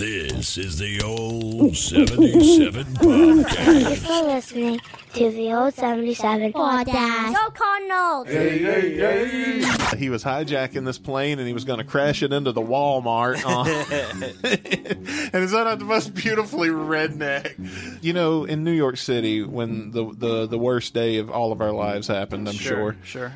This is the old 77 podcast. Thanks for listening to the old 77 podcast. So Cardinals. He was hijacking this plane and he was going to crash it into the Walmart. on- and is that not the most beautifully redneck? You know, in New York City, when the the, the worst day of all of our lives happened, I'm sure, Sure.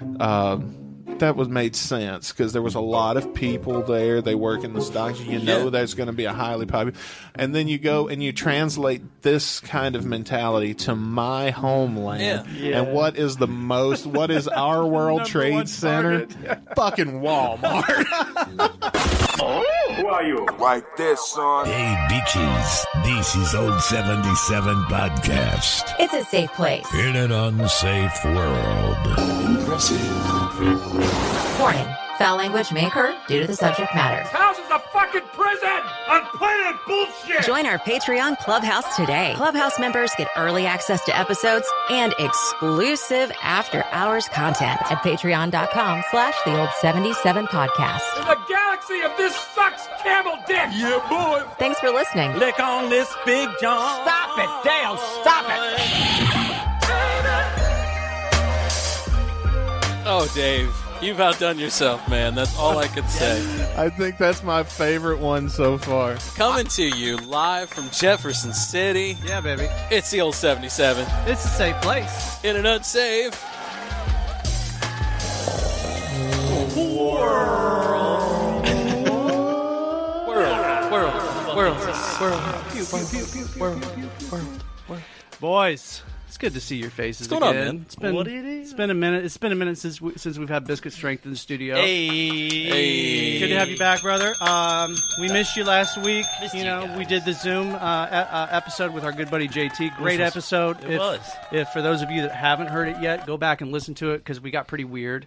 that was made sense because there was a lot of people there. They work in the stocks. You know, that's going to be a highly popular. And then you go and you translate this kind of mentality to my homeland. Yeah. Yeah. And what is the most? What is our World Trade Center? Fucking Walmart. Like this, son. Hey, bitches. This is old 77 podcast. It's a safe place. In an unsafe world. Warning. Foul language may occur due to the subject matter. house is a fucking prison on planet bullshit. Join our Patreon Clubhouse today. Clubhouse members get early access to episodes and exclusive after hours content at patreon.com slash the old 77 podcast. There's a galaxy of this sucks camel dick. Yeah, boy. Thanks for listening. Lick on this big John. Stop it, Dale. Stop it. Oh, Dave, you've outdone yourself, man. That's all I could say. I think that's my favorite one so far. Coming to you live from Jefferson City. Yeah, baby. It's the old 77 It's a safe place. in an unsafe. World. World. World. World. Pew, pew, pew, pew, pew, pew, pew, world, world. Boys, it's good to see your faces What's going on, again. man? It's been, It's been a minute. It's been a minute since we, since we've had Biscuit Strength in the studio. Hey. Good to have you back, brother. Um, we missed you last week. you know, we did the Zoom uh, e- uh, episode with our good buddy JT. Great episode. It if, was. If for those of you that haven't heard it yet, go back and listen to it because we got pretty weird.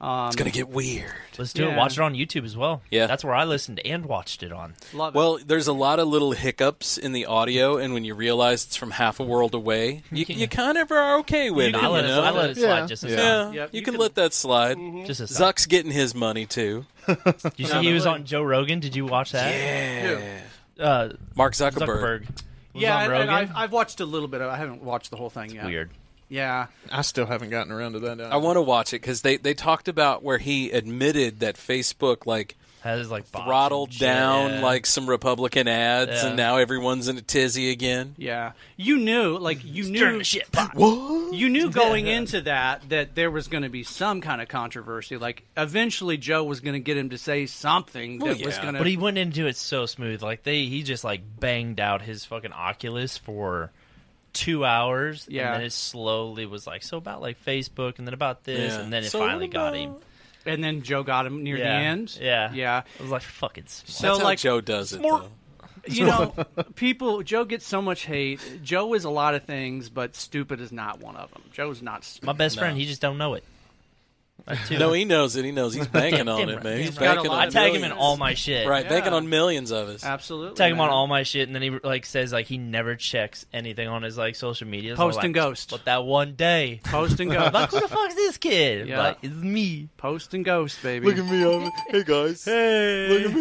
Um, It's going to get weird. Let's do Yeah. it. Watch it on YouTube as well. Yeah. that's where I listened and watched it on. love it. Well, there's a lot of little hiccups in the audio, and when you realize it's from half a world away, you, you kind of are okay with it. I let, you it, know? I let it Yeah. slide just as Yeah, Yep, you, you can, can- Mm-hmm. let that slide. just as Zuck's getting his money too. You see, he was on Joe Rogan. Did you watch that? Yeah. Uh, Mark Zuckerberg. Zuckerberg. Was yeah, on and, Rogan. and I've, I've watched a little bit. of it. I haven't watched the whole thing yet. Weird. Yeah. I still haven't gotten around to that. I want to watch it because they they talked about where he admitted that Facebook like Has like bots and throttled shit. down Yeah. like some Republican ads, Yeah. and now everyone's in a tizzy again. Yeah, you knew, like you turn knew, the shit. Bot. you knew going into that that there was going to be some kind of controversy. Like eventually, Joe was going to get him to say something that Well, was yeah. going But to. he went into it so smooth. Like they, he just like banged out his fucking Oculus for two hours. Yeah. and then it slowly was like so about like Facebook, and then about this, Yeah. and then it So what finally got about- him. And then Joe got him near yeah. the end. Yeah, yeah. I was like, fucking smart. So That's like how Joe does it. Smart. though. you know, people Joe gets so much hate. Joe is a lot of things, but stupid is not one of them. Joe's not stupid. My best friend, he just don't know it. I too. No, he knows it. He knows he's banking on Damn it, right, man. damn He's right. got a banking on lot I of tag him millions. in all my shit. Right, banking Yeah. on millions of us. Absolutely, tag him on man. all my shit, and then he like says like he never checks anything on his like social media. So, Post like, and ghost. But that one day, Post and I'm like ghost, who the fuck's this kid? Yeah. Like it's me. post and ghost, baby. Look at me. I'm, hey guys. Hey, Look at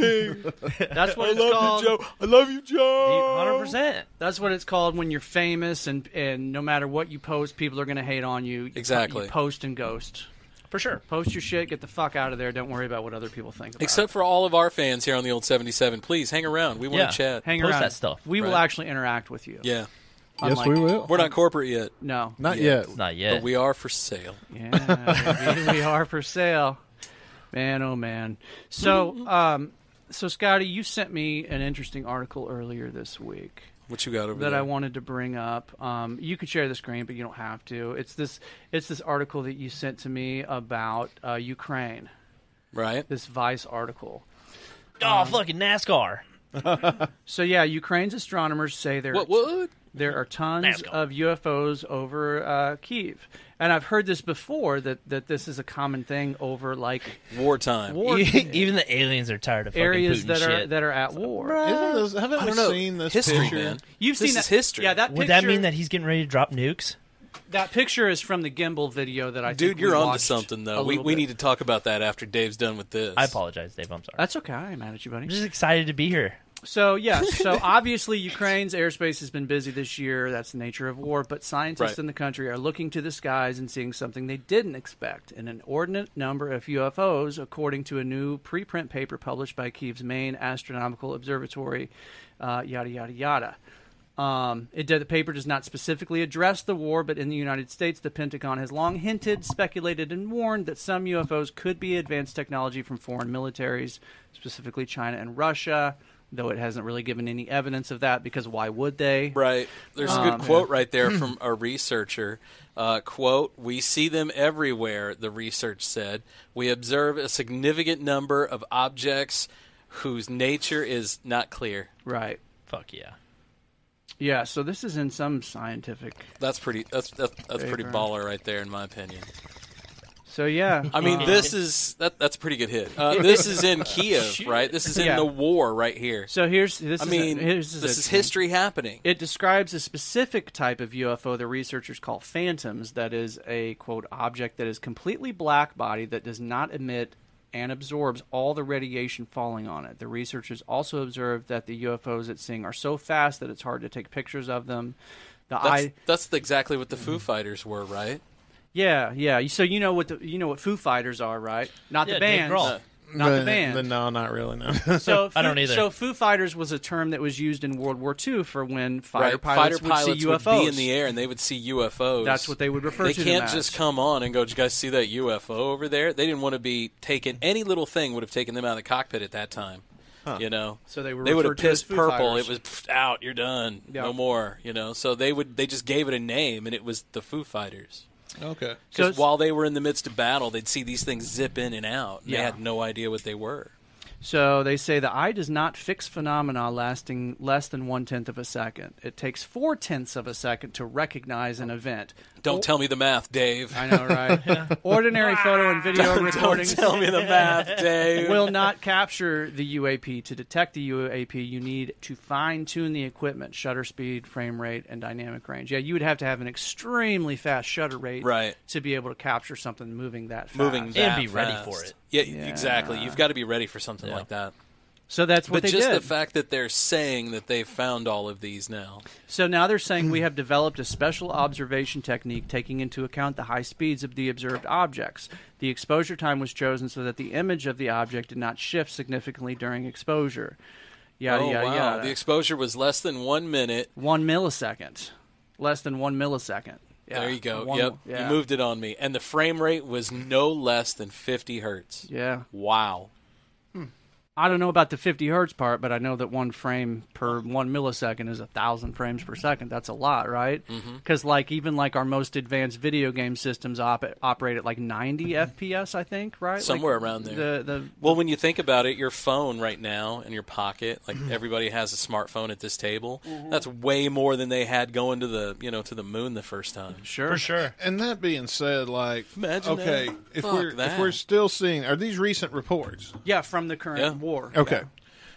me. That's what I it's love called. you, Joe. I love you, Joe. hundred percent. That's what it's called when you're famous, and and no matter what you post, people are going to hate on you. You- Exactly. you post and ghost. For sure. Post your shit. Get the fuck out of there. Don't worry about what other people think. About Except for all of our fans here on the old 77, please hang around. We want Yeah. to chat. it. hang post around. that stuff, We will right? actually interact with you. yeah. Yes, Unlike- we will. We're Um, not corporate yet, No. Not Yeah. yet. Not but yet. we are for sale. Yeah, baby, we are for sale. Man, oh man. So, um, so Scotty, you sent me an interesting article earlier this week. What you got over that there? I wanted to bring up. Um, you could share the screen, but you don't have to. It's this. It's this article that you sent to me about uh, Ukraine. right? This Vice article. oh, fucking NASCAR. So yeah, Ukraine's astronomers say there What would? there are tons Let's go. of UFOs over uh, Kiev, and I've heard this before that that this is a common thing over like Wartime. war Even the aliens are tired of fucking areas Putin that are shit. that are at war. Isn't this, haven't I we don't know. seen this history, picture? man. You've This seen is that, history. Yeah, that Would picture, that mean that he's getting ready to drop nukes? that picture is from the gimbal video that I Dude, think you're we onto watched something a though. We little we bit. need to talk about that after Dave's done with this. I apologize, Dave. I'm sorry. That's okay. I'm mad at you, buddy. I'm just excited to be here. So yeah, so obviously Ukraine's airspace has been busy this year. That's the nature of war. But scientists Right. in the country are looking to the skies and seeing something they didn't expect: an inordinate number of UFOs, according to a new preprint paper published by Kiev's main astronomical observatory. Uh, yada yada yada. Um, it did, the paper does not specifically address the war, but in the United States, the Pentagon has long hinted, speculated, and warned that some UFOs could be advanced technology from foreign militaries, specifically China and Russia. Though it hasn't really given any evidence of that, because why would they? Right. There's Oh, a good quote right there from a researcher. Uh, quote, we see them everywhere, the research said. We observe a significant number of objects whose nature is not clear. Right. Fuck yeah. Yeah. So this is in some scientific. That's pretty that's that's, that's pretty Paper. baller right there in my opinion. So yeah. I mean, this is that that's a pretty good hit. Uh, this is in Kiev, Shit. right? This is in Yeah. the war right here. so here's this. I is a- mean, here's this a- is history happening. It describes a specific type of UFO the researchers call phantoms, that is a quote object that is completely black body that does not emit and absorbs all the radiation falling on it. The researchers also observed that the UFOs it's seeing are so fast that it's hard to take pictures of them. The That's, eye that's the- exactly what the Foo Fighters were, right? Yeah, yeah. So you know what the you know what Foo Fighters are, right? Not the Yeah, Dave band. Grohl. Not the band. no, not really. No. So Foo, I don't either. So Foo Fighters was a term that was used in World War II for when fighter right. pilots, Fighter pilots see would UFOs be in the air and they would see UFOs. That's what they would refer They to them can't as. just come on and go, "Did you guys see that UFO over there?" They didn't want to be taken. Any little thing would have taken them out of the cockpit at that time. You know, So they were they would have referred to as pissed Foo purple. Fighters. It was pfft, out. You're done. Yeah. No more. You know, so they would they just gave it a name and it was the Foo Fighters. okay. So Because it's- while they were in the midst of battle, they'd see these things zip in and out. And They Yeah. had no idea what they were. So they say the eye does not fix phenomena lasting less than one tenth of a second. It takes four tenths of a second to recognize an event. Don't tell me the math, Dave. I know, right? Ordinary photo and video Don't recordings tell me the math, Dave. will not capture the UAP. To detect the UAP, you need to fine tune the equipment, shutter speed, frame rate, and dynamic range. Yeah, you would have to have an extremely fast shutter rate Right. to be able to capture something moving that fast. moving And that be ready fast. for it. Yeah, exactly. You've got to be ready for something like that. So that's what but they just did. the fact that they're saying that they've found all of these now. So now they're saying we have developed a special observation technique taking into account the high speeds of the observed objects. The exposure time was chosen so that the image of the object did not shift significantly during exposure. Yada, oh yada, wow, yada. the exposure was less than one minute. one millisecond. Less than one millisecond. Yeah. There you go. One- yep, yeah. you moved it on me, and the frame rate was no less than 50 hertz. Yeah. Wow. I don't know about the 50 hertz part, but I know that one frame per one millisecond is a thousand frames per second. That's a lot, right? Mm-hmm. Because like even like our most advanced video game systems op- operate at like 90 FPS, I think, right? Like, Somewhere around there. The the Well, when you think about it, your phone right now in your pocket, like Mm-hmm. everybody has a smartphone at this table. That's way more than they had going to the you know to the moon the first time. sure. For sure. And that being said, like, Imagine okay, that. if Fuck we're that. if we're still seeing, are these recent reports? Yeah, from the current Yeah. war. Okay,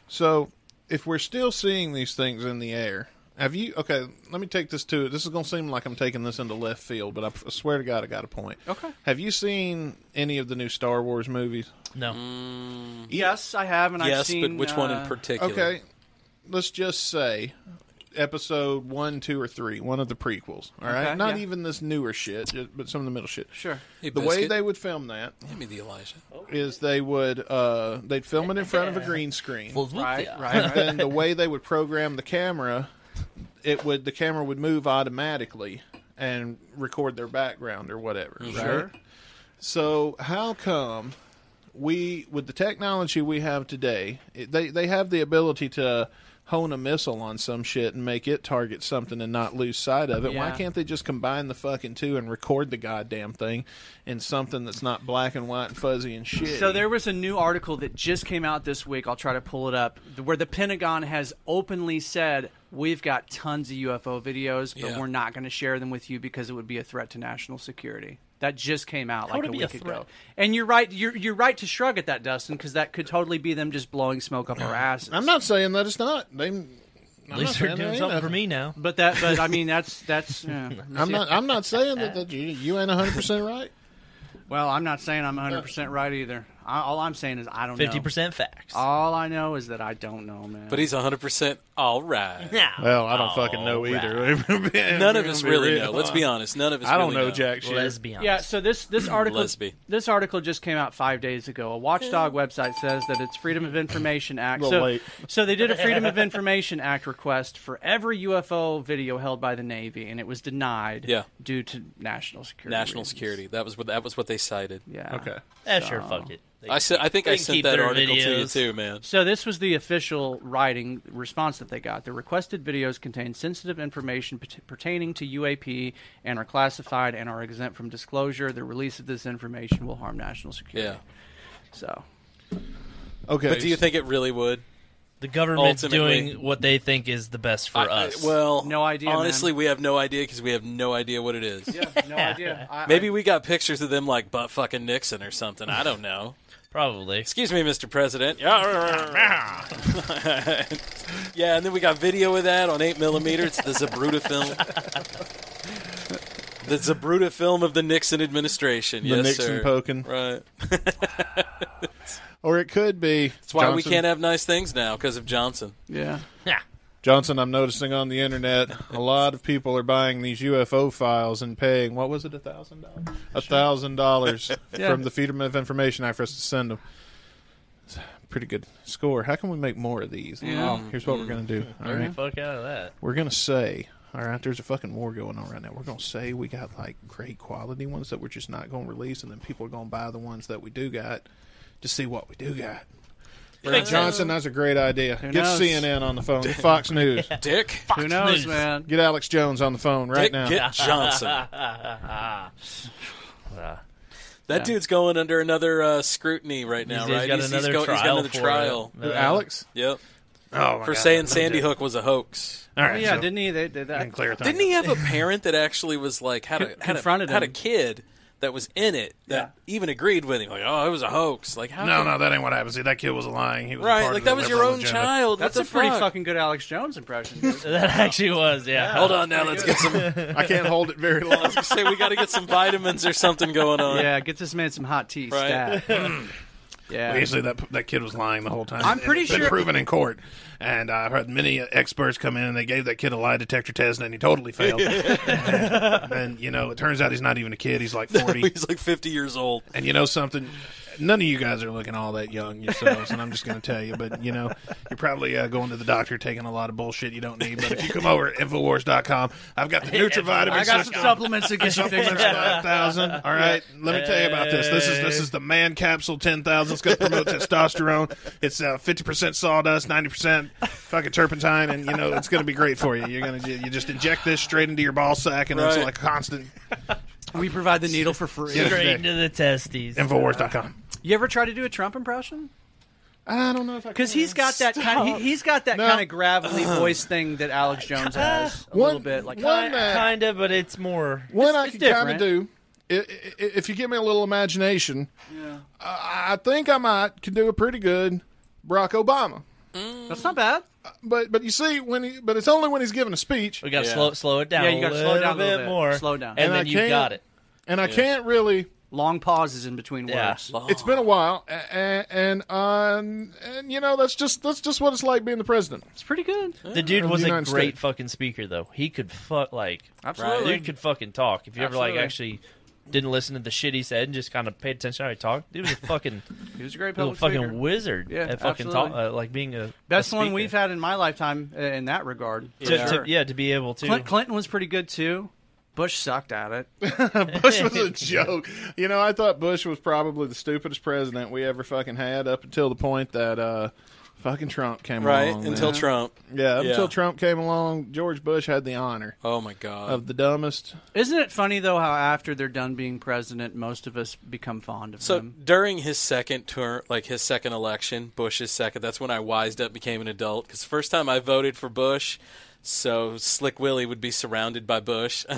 so if we're still seeing these things in the air, have you? Okay, let me take this to. This is going to seem like I'm taking this into left field, but I, f- I swear to God, I got a point. Okay. Have you seen any of the new Star Wars movies? No. Mm. Yes, I have, and I've yes, seen. but which one in uh, particular? Okay, let's just say episode one, two, or three, one of the prequels. All right, Okay, not yeah. even this newer shit, ju- but some of the middle shit. Sure. Hey, The way Biscuit, they Oh. would film that hand me the Elijah. is they would uh, they'd film it in front of a green screen, Right, right, and right. then the way they would program the camera, it would the camera would move automatically and record their background or whatever. Sure. Right? So how come we with the technology we have today, it, they they have the ability to hone a missile on some shit and make it target something and not lose sight of it. Why Yeah. can't they just combine the fucking two and record the goddamn thing in something that's not black and white and fuzzy and shit? So there was a new article that just came out this week. I'll try to pull it up, where the Pentagon has openly said we've got tons of UFO videos, but Yeah. we're not going to share them with you because it would be a threat to national security. That just came out like would a it be a week ago. threat? And you're right. You're you're right to shrug at that, Dustin, because that could totally be them just blowing smoke up our asses. I'm not saying that it's not. They, At least they're doing something for me now. But that. But I mean, that's that's. yeah. I'm not. I'm not saying that, that you, you ain't 100 percent right. Well, I'm not saying I'm 100 percent right either. I, all I'm saying is I don't know. Fifty percent facts. All I know is that I don't know, man. But he's 100% all right. Now, Well, I don't all fucking know right. either. Oh, None of us really know. Let's be honest. None of us I don't really know jack shit. Let's be honest. yeah, so this this article Lesby. this article just came out five days ago. A watchdog website says that it's Freedom of Information Act. Little so, late. so they did a Freedom of Information Act request for every UFO video held by the Navy, and it was denied Yeah. due to national security. National reasons. security. That was what that was what they cited. Yeah. Okay. Eh, sure, fuck it. They I said. I think they I can sent keep that their article to you videos. too, man. So this was the official writing response that they got. The requested videos contain sensitive information pert- pertaining to UAP and are classified and are exempt from disclosure. The release of this information will harm national security. Yeah. So Okay. But do you think it really would? The government's Ultimately- doing what they think is the best for I- I- us. well, No idea, Honestly, man. we have no idea because we have no idea what it is. no idea. I, Maybe we got pictures of them like butt fucking Nixon or something. I don't know. probably. Excuse me, Mr. President. Yeah, yeah, and then we got video of that on eight millimeter. It's the Zabruta film. The Zabruta film of the Nixon administration. The yes, Nixon sir. poking. Right. Or it could be. That's why we Johnson- can't have nice things now because of Johnson. yeah. Johnson, I'm noticing on the internet a lot of people are buying these UFO files and paying what was it, a thousand dollars? A thousand dollars from the Freedom of Information Act for us to send them. It's a Pretty good score. How can we make more of these? Well, here's what we're gonna do. All Get right, the fuck out of that. we're gonna say, all right, there's a fucking war going on right now. We're gonna say we got like great quality ones that we're just not gonna release, and then people are gonna buy the ones that we do got to see what we do got. Makes sense. Johnson, that's a great idea. Get knows? CNN on the phone. Get Fox News. Dick. Who knows, news. man? Get Alex Jones on the phone right Dick, now. Get Johnson. that dude's going under another uh, scrutiny right now, He's- right? he's got another go- he's got trial another for it. trial. Who, uh, Alex? Yep. Oh for saying Sandy Hook was a hoax. All Oh, right. yeah, so- didn't he? They, they, that, Didn't he have a parent that actually was like had a Con- had, confronted a, had a him. kid that was in it that even agreed with him like oh it was a hoax like how No, can- no, that ain't what happened. See, that kid was lying. He was a right part like of that the was your liberal own agenda. child that's a what the pretty fuck? fucking good Alex Jones impression. dude. That actually was, yeah. hold on now let's get some I can't hold it very long. say we got to get some vitamins or something going on yeah, get this man some hot tea. Right. Stat. yeah. Basically, that that kid was lying the whole time. I'm pretty it's been sure- proven in court. And I've heard many experts come in and they gave that kid a lie detector test and he totally failed. and, then, you know, it turns out he's not even a kid. He's like 40. he's like 50 years old And you know something? None of you guys are looking all that young yourselves, and I'm just going to tell you. But you know, you're probably uh, going to the doctor taking a lot of bullshit you don't need. But if you come over at Infowars.com, I've got the Nutrivitamins. I got some supplements to get you figured out. Five thousand. All right, let me tell you about this. This is this is the man capsule ten thousand. It's going to promote testosterone. It's uh, fifty percent sawdust, ninety percent fucking turpentine, and you know it's going to be great for you. You're going to you just inject this straight into your ball sack, and it's Right. like constant. We provide the needle for free. Straight into the testes. Infowars.com. You ever try to do a Trump impression? I don't know if I Because he's got that kind. Of, he, has got that No. Uh-huh. Uh, kind of gravelly voice thing that Alex Jones has a little bit. Like one "Hi." that- Kinda, but it's more. One I it's can kind of different. do. i- i- If you give me a little imagination, uh, I think I might can do a pretty good Barack Obama. that's not bad. But but you see when he but it's only when he's giving a speech, We gotta Yeah. slow slow it down. Yeah, you gotta a slow it down a little little bit bit. more. Slow down. and, And I then you can't- got it. and I can't really. Long pauses in between Yeah. words. It's been a while, and and um, and you know that's just that's just what it's like being the president. It's pretty good. The dude was a United great States. fucking speaker, though. He could fuck like Absolutely. Dude could fucking talk. If you ever like Absolutely. actually didn't listen to the shit he said and just kind of paid attention to how he talked, dude was a fucking He was a great little public fucking speaker. wizard Yeah, at fucking talk, absolutely. uh, like being a Best a one speaker. we've had in my lifetime uh, in that regard. for To, to, sure. yeah, to be able to. Clin- Clinton was pretty good too. Bush sucked at it. Bush was a joke. You know, I thought Bush was probably the stupidest president we ever fucking had up until the point that uh fucking Trump came right Oh, along. until man. Trump Yeah, up Yeah. until Trump came along, George Bush had the honor oh my god of the dumbest. Isn't it funny though how after they're done being president, most of us become fond of So them? during his second term, like his second election, Bush's second, that's when I wised up, became an adult. Because first time I voted for Bush, so Slick Willie would be surrounded by Bush.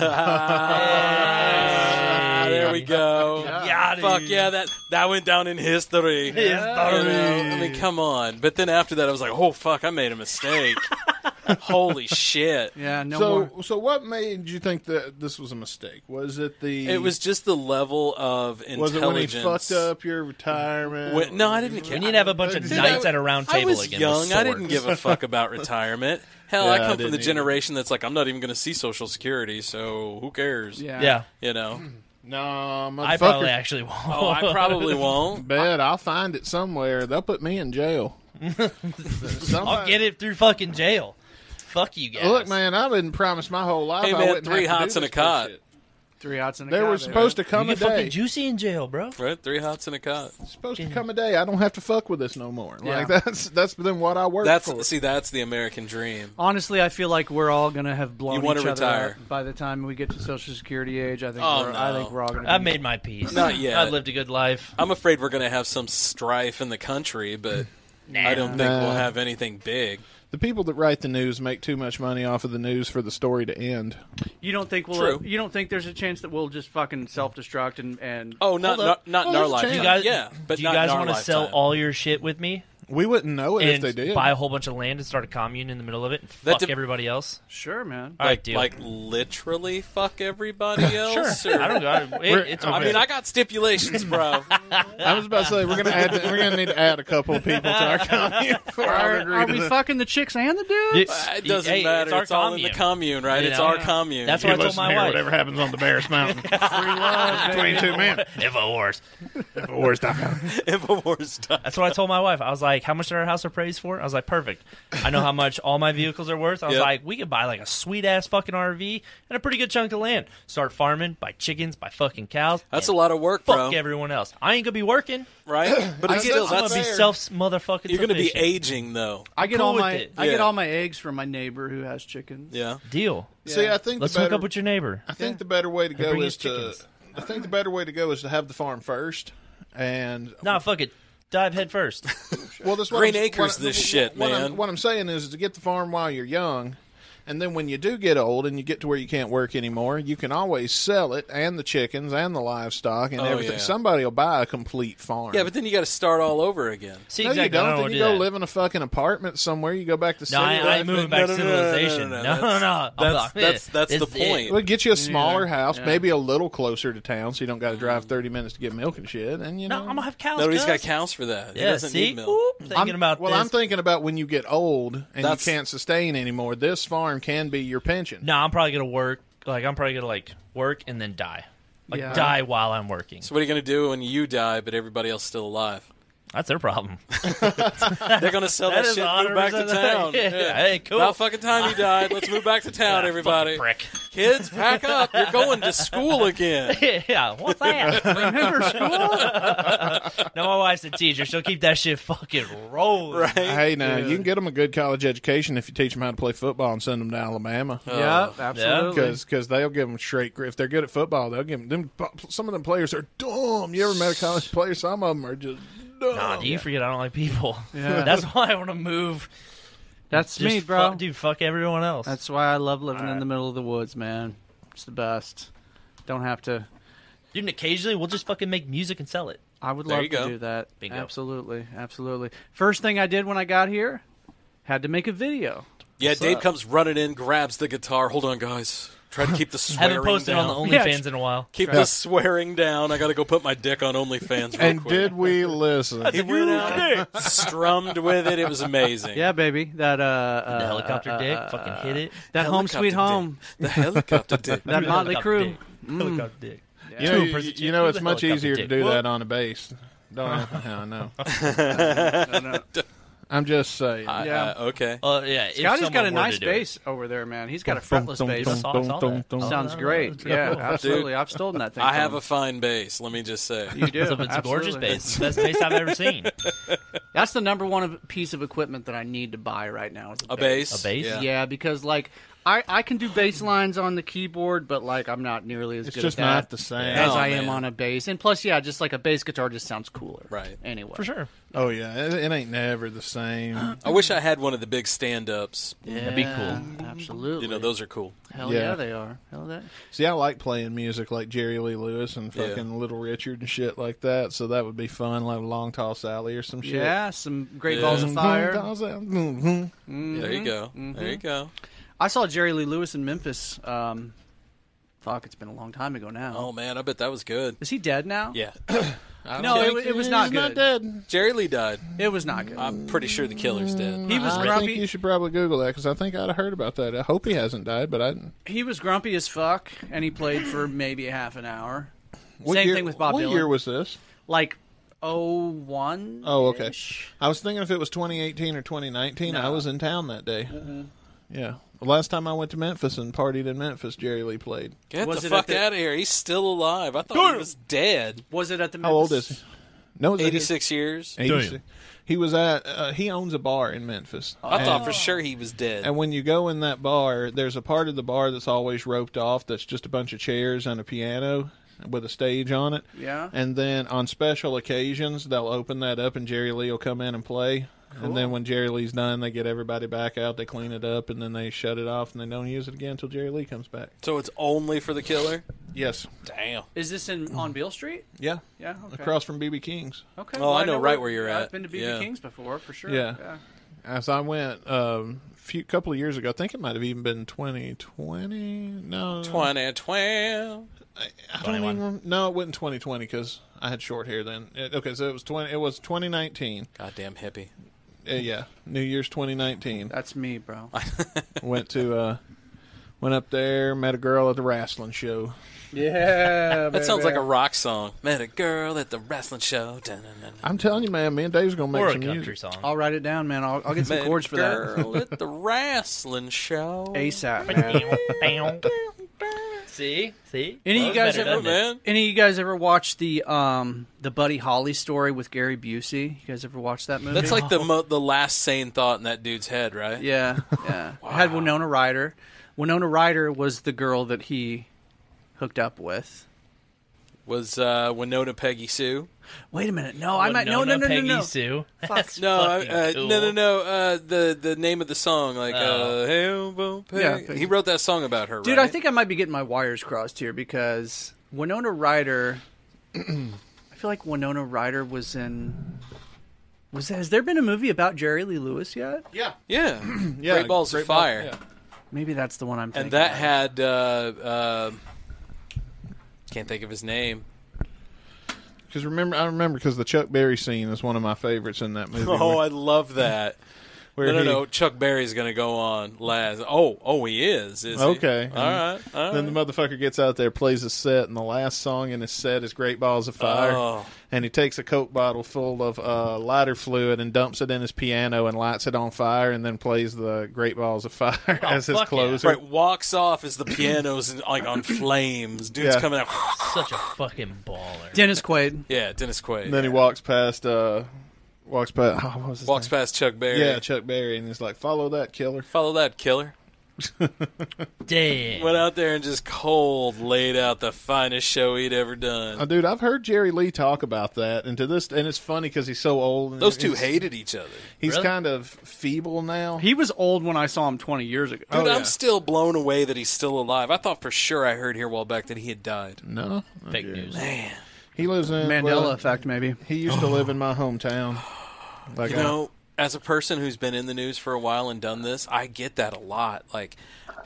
Ah, there we go. Yeah, dude. Fuck yeah, that that went down in history. You know, I mean, come on. But then after that, I was like, oh fuck, I made a mistake. Holy shit! Yeah, so, so what made you think that this was a mistake? Was it the? It was just the level of intelligence. Was it when he fucked up your retirement? When- no, I didn't care. We need to have a bunch of Dude, knights I- at a round I table was again. with young. I didn't swords. give a fuck about retirement. Hell, I Yeah, I come from the didn't either. generation that's like, I'm not even going to see Social Security, so who cares? Yeah. Yeah, You know, No, motherfucker. I probably actually won't. oh, I probably won't. bet I'll find it somewhere. They'll put me in jail. I'll get it through fucking jail. Fuck you guys. Look, man, I've been promised my whole life. Hey, I man, wouldn't have three to do hots and this a cot. bullshit. Three outs and a They were supposed to You come a get fucking day. juicy in jail, bro. Right? Three hots and a cot. supposed to come a day. I don't have to fuck with this no more. Yeah. Like that's that's been what I work for. That's see, that's the American dream. Honestly, I feel like we're all gonna have blown You wanna each other retire. up by the time we get to Social Security age. I think. Oh, we're, I no. think we're all gonna. I be- made my peace. Not yet. I lived a good life. I'm afraid we're going to have some strife in the country, but I don't think Nah. we'll have anything big. the people that write the news make too much money off of the news for the story to end. You don't think we'll? True. You don't think there's a chance that we'll just fucking self destruct and and? Oh, not Hold up. not, not in Well, our there's a lifetime. chance. You guys, yeah, but do you not guys in our wanna sell lifetime. all your shit with me We wouldn't know it if and they did. buy a whole bunch of land and start a commune in the middle of it and That fuck dep- everybody else? Sure, man. All right, deal. like literally fuck everybody else? sure. or- I don't know. We're- It, it's I mean, I got stipulations, bro. I was about to say we're gonna add we're gonna need to add a couple of people to our company. before I would Are, agree are to we this. fucking the chicks and the dudes? Uh, it doesn't matter. It's, all in the commune, right? You It's know? our commune. That's You what I told listen my here, wife. Whatever happens on the Bears Mountain, between two men. If a horse. Wars.com. InfoWars does. That's what I told my wife. I was like, "How much did our house appraise for?" I was like, "Perfect. I know how much all my vehicles are worth." I was Yep. like, "We could buy like a sweet ass fucking RV and a pretty good chunk of land. Start farming, buy chickens, buy fucking cows. That's a and lot of work, Fuck bro. everyone else. I ain't gonna be working. Right? But it's still, I'm gonna that's, be self motherfucking. you're going to be sufficient. aging, though. I get cool all with my it. I get Yeah. all my eggs from my neighbor who has chickens. Yeah. deal. See, I think Let's the better, hook up with your neighbor. I think the better way to go bring is us to. chickens. I think the better way to go is to have the farm first, and Nah, fuck it. Dive head first. well, this Green Acres this shit, what I'm, man. what I'm saying is, to get the farm while you're young, and then when you do get old and you get to where you can't work anymore, you can always sell it and the chickens and the livestock and Oh, everything. yeah. Somebody will buy a complete farm. Yeah, but then you got to start all over again. See no, exactly. you I don't. then wanna you do go that. live in a fucking apartment somewhere. You go back to city No, I, I ain't life. moving back No, to no, no, no, no, civilization. no, No, no, no, that's- no. that's- I'm like, that's- that's this the is it. point. Well, get you a smaller either. house, Yeah. maybe a little closer to town, so you don't got to drive thirty minutes to get milk and shit. And you No, know, I'm gonna have cows. Nobody's got cuz. cows for that. He Mm-hmm. Yeah, doesn't see, need milk. Oop, thinking I'm- about well, this. I'm thinking about when you get old and That's- you can't sustain anymore. This farm can be your pension. No, I'm probably gonna work. Like I'm probably gonna like work and then die. Like Yeah. die while I'm working. So what are you going to do when you die, but everybody else still alive? That's their problem. They're going to sell that, That is shit and move back to 100% town. yeah. Hey, cool. About fucking time he died. Let's move back to town, everybody. Fucking prick. Kids, pack up. You're going to school again. yeah, what's that? Remember school? no, my wife's a teacher. She'll keep that shit fucking rolling. Right? Hey, now you can get them a good college education if you teach them how to play football and send them to Alabama. Yeah, absolutely. Because they'll give them straight. gr- If they're good at football, they'll give 'em- them. Some of them players are dumb. You ever met a college player? Some of them are just dumb. Nah, do you forget I don't like people? Yeah. That's why I want to move. That's Just me, bro. fuck- dude, fuck everyone else. That's why I love living in the middle of the woods, man. It's the best. Don't have to. dude, and occasionally we'll just fucking make music and sell it. I would There love you to go. do that. Bingo. Absolutely, absolutely. First thing I did when I got here, had to make a video. Yeah, What's Dave up? comes running in, grabs the guitar. Hold on, guys. Try to keep the swearing Haven't posted down. on the Yeah. OnlyFans in a while. keep the swearing down. I got to go put my dick on OnlyFans. Real And quick. did we listen? he went out, strummed with it. It was amazing. Yeah, baby. That uh, The uh, helicopter uh, dick, uh, fucking uh, hit it. That home Helicopter sweet dick. home. The helicopter dick. That Motley Helicopter Crue. dick. Helicopter dick. You know, Two you, person you know chick. it's Who's a much helicopter easier to dick? do that on a bass. Don't I know. I'm just saying. I- Yeah. I- okay. Uh, yeah, if Scotty's got someone a were to nice do it. bass over there, man. He's got a Dun, fretless dun, I dun, bass. saw- dun, saw dun, that. dun. Oh, Sounds no, great. that's Yeah, cool. absolutely. I've stolen that thing. I from have him. a fine bass. Let me just say. You do. It's a, it's a gorgeous absolutely. bass. It's the best bass I've ever seen. That's the number one of, piece of equipment that I need to buy right now. Is a, A bass. bass. A bass? Yeah. Yeah. because like I, I can do bass lines on the keyboard, but like I'm not nearly as It's good just at that not the same. as No, I am man. on a bass. And plus, yeah, just like a bass guitar just sounds cooler. Right. Anyway, for sure. Oh yeah, it, it ain't never the same. I wish I had one of the big stand-ups. Yeah, That'd be cool. Absolutely. You know, those are cool. Hell yeah, they are. Hell that. See, I like playing music like Jerry Lee Lewis and Yeah. fucking Little Richard and shit like that. So that would be fun, like Long Toss Alley or some shit. Yeah, some great Yeah. balls of fire. Mm-hmm. There you go. There you go. I saw Jerry Lee Lewis in Memphis. Um, fuck, it's been a long time ago now. Oh man, I bet that was good. Is he dead now? Yeah. No, I don't Oh, it, think- wa- it was not good. dead. Jerry Lee died. It was not good. I'm pretty sure the killer's dead. He was I grumpy. think you should probably Google that because I think I'd have heard about that. I hope he hasn't died, but I. He was grumpy as fuck, and he played for maybe a half an hour. What Same year- thing with Bob What Dylan. year was this? like oh one? Oh, okay. I was thinking if it was 2018 or 2019. I was in town that day. Mm-hmm. Yeah, the last time I went to Memphis and partied in Memphis, Jerry Lee played. Get Was the it at fuck the- out of here. He's still alive. I thought he was dead. Was it at the How old is he? No, it's- 86 years. 86. He was at. Uh, he owns a bar in Memphis. I And- thought for sure he was dead. And when you go in that bar, there's a part of the bar that's always roped off that's just a bunch of chairs and a piano with a stage on it. Yeah. And then on special occasions, they'll open that up and Jerry Lee will come in and play. And then when Jerry Lee's done, they get everybody back out, they clean it up, and then they shut it off and they don't use it again until Jerry Lee comes back. so it's only for the killer? Yes. Damn. Is this in on Beale Street? Yeah. Yeah, okay. Across from BB King's. Okay. Oh, I know right where you're I've at. been to BB Yeah. King's before for sure. Yeah. As I went um, a few couple of years ago, I think it might have even been 2020. No. 2012. I don't even rem- no, it wasn't 2020 because I had short hair then. It- okay, so it was 20. It was 2019. Goddamn hippie. Uh, yeah, New Year's 2019. That's me, bro. went to uh, went up there, met a girl at the wrestling show. yeah. That sounds like a rock song. Met a girl at the wrestling show. Dun-dun-dun. I'm telling you, man, me and Dave's gonna make Or a some country music. song. I'll write it down, man. I'll, I'll get some Met a chords for that. girl at the wrestling show. ASAP, man. See? See? Any of you guys better, ever doesn't man. any of you guys ever watch the um the Buddy Holly story with Gary Busey? You guys ever watch that movie? That's like the mo- the last sane thought in that dude's head, right? Yeah, yeah. It Had Winona Ryder. Winona Ryder was the girl that he hooked up with. Was uh, Winona Peggy Sue? Wait a minute. No, I might. No, no, Winona no, no, Peggy no. Sue. Fuck. That's No, uh, fucking uh, cool. no, no, no. Uh, the the name of the song, like Oh. uh, Hail, Bo- Yeah, Peggy. he wrote that song about her, Dude, right? I think I might be getting my wires crossed here because Winona Ryder. I feel like Winona Ryder was in. Was has there been a movie about Jerry Lee Lewis yet? Yeah, yeah, yeah. Great Balls of Ball- Fire, yeah. Maybe that's the one I'm. Thinking and that of. had uh, uh, can't think of his name. Because remember, I remember because the Chuck Berry scene is one of my favorites in that movie. Oh, where- I love that. where No, no, he- no. Chuck Berry's going to go on last. Oh, oh, he is. Is he? Okay. All right. All Then right. the motherfucker gets out there, plays a set, and the last song in his set is "Great Balls of Fire." Oh. And he takes a coke bottle full of uh, lighter fluid and dumps it in his piano and lights it on fire, and then plays the "Great Balls of Fire" as his fuck yeah. closer. Oh, Right, walks off as the piano's like on flames. Dude's Yeah. coming out. Such a fucking baller. Dennis Quaid. Yeah, Dennis Quaid. And then he walks past, uh, walks past, oh, what was his walks name? past Chuck Berry. yeah, Chuck Berry, and he's like, "Follow that killer." Follow that killer. Damn. Went out there and just cold laid out the finest show he'd ever done. Uh, dude, I've heard Jerry Lee talk about that, and to this, and it's funny because he's so old. And Those two he's, hated each other. He's Really? kind of feeble now. He was old when I saw him 20 years ago. Dude, Oh, yeah. I'm still blown away that he's still alive. I thought for sure I heard here a while back that he had died. no, Fake news. he lives in Mandela well, effect, maybe. He used to live in my hometown. Like You I- know, as a person who's been in the news for a while and done this, I get that a lot. Like,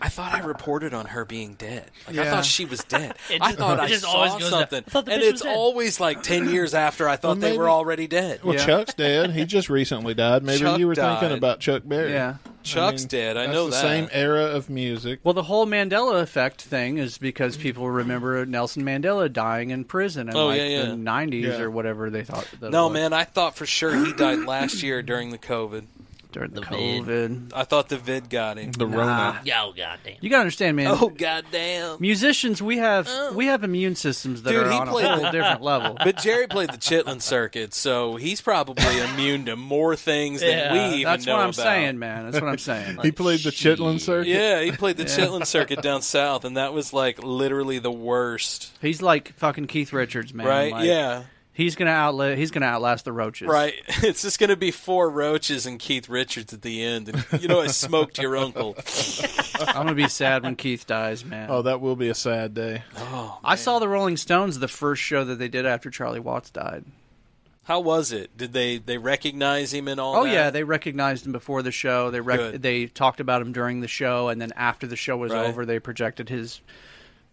I thought I reported on her being dead. Like, I Yeah. thought she was dead. It I just- thought it I just saw always goes that, something, "I thought the and bitch was it's dead." always like ten years after I thought Well, they were maybe- already dead. well, Yeah. Chuck's dead. He just recently died. Maybe Chuck you were died. thinking about Chuck Berry. Yeah. Chuck's mean, dead. I that's know the that. same era of music. Well, the whole Mandela effect thing is because people remember Nelson Mandela dying in prison in Oh, like yeah, yeah. the 90s Yeah. or whatever they thought. That it No, was. man, I thought for sure he died last year during the COVID. during the, The vid. COVID. I thought the vid got him. The Rona. Nah. Yo, goddamn. You gotta understand, man. Oh, goddamn. Musicians, we have we have immune systems that Dude, are he on a played whole the- different level. But Jerry played the Chitlin circuit, so he's probably immune to more things than we even that's know what I'm about. saying, man. That's what I'm saying. he played the Chitlin circuit. Yeah, he played the Yeah. Chitlin circuit down south, and that was like literally the worst. He's like fucking Keith Richards, man. Right, Like, yeah. He's gonna outlive. He's gonna outlast the roaches. Right, it's just going to be four roaches and Keith Richards at the end, and you know I smoked your uncle. I'm gonna be sad when Keith dies, man. Oh, that will be a sad day. I saw the Rolling Stones the first show that they did after Charlie Watts died. How was it? Did they they recognize him and all? Oh that? yeah, they recognized him before the show. They rec- Good. they talked about him during the show, and then after the show was Right. over, they projected his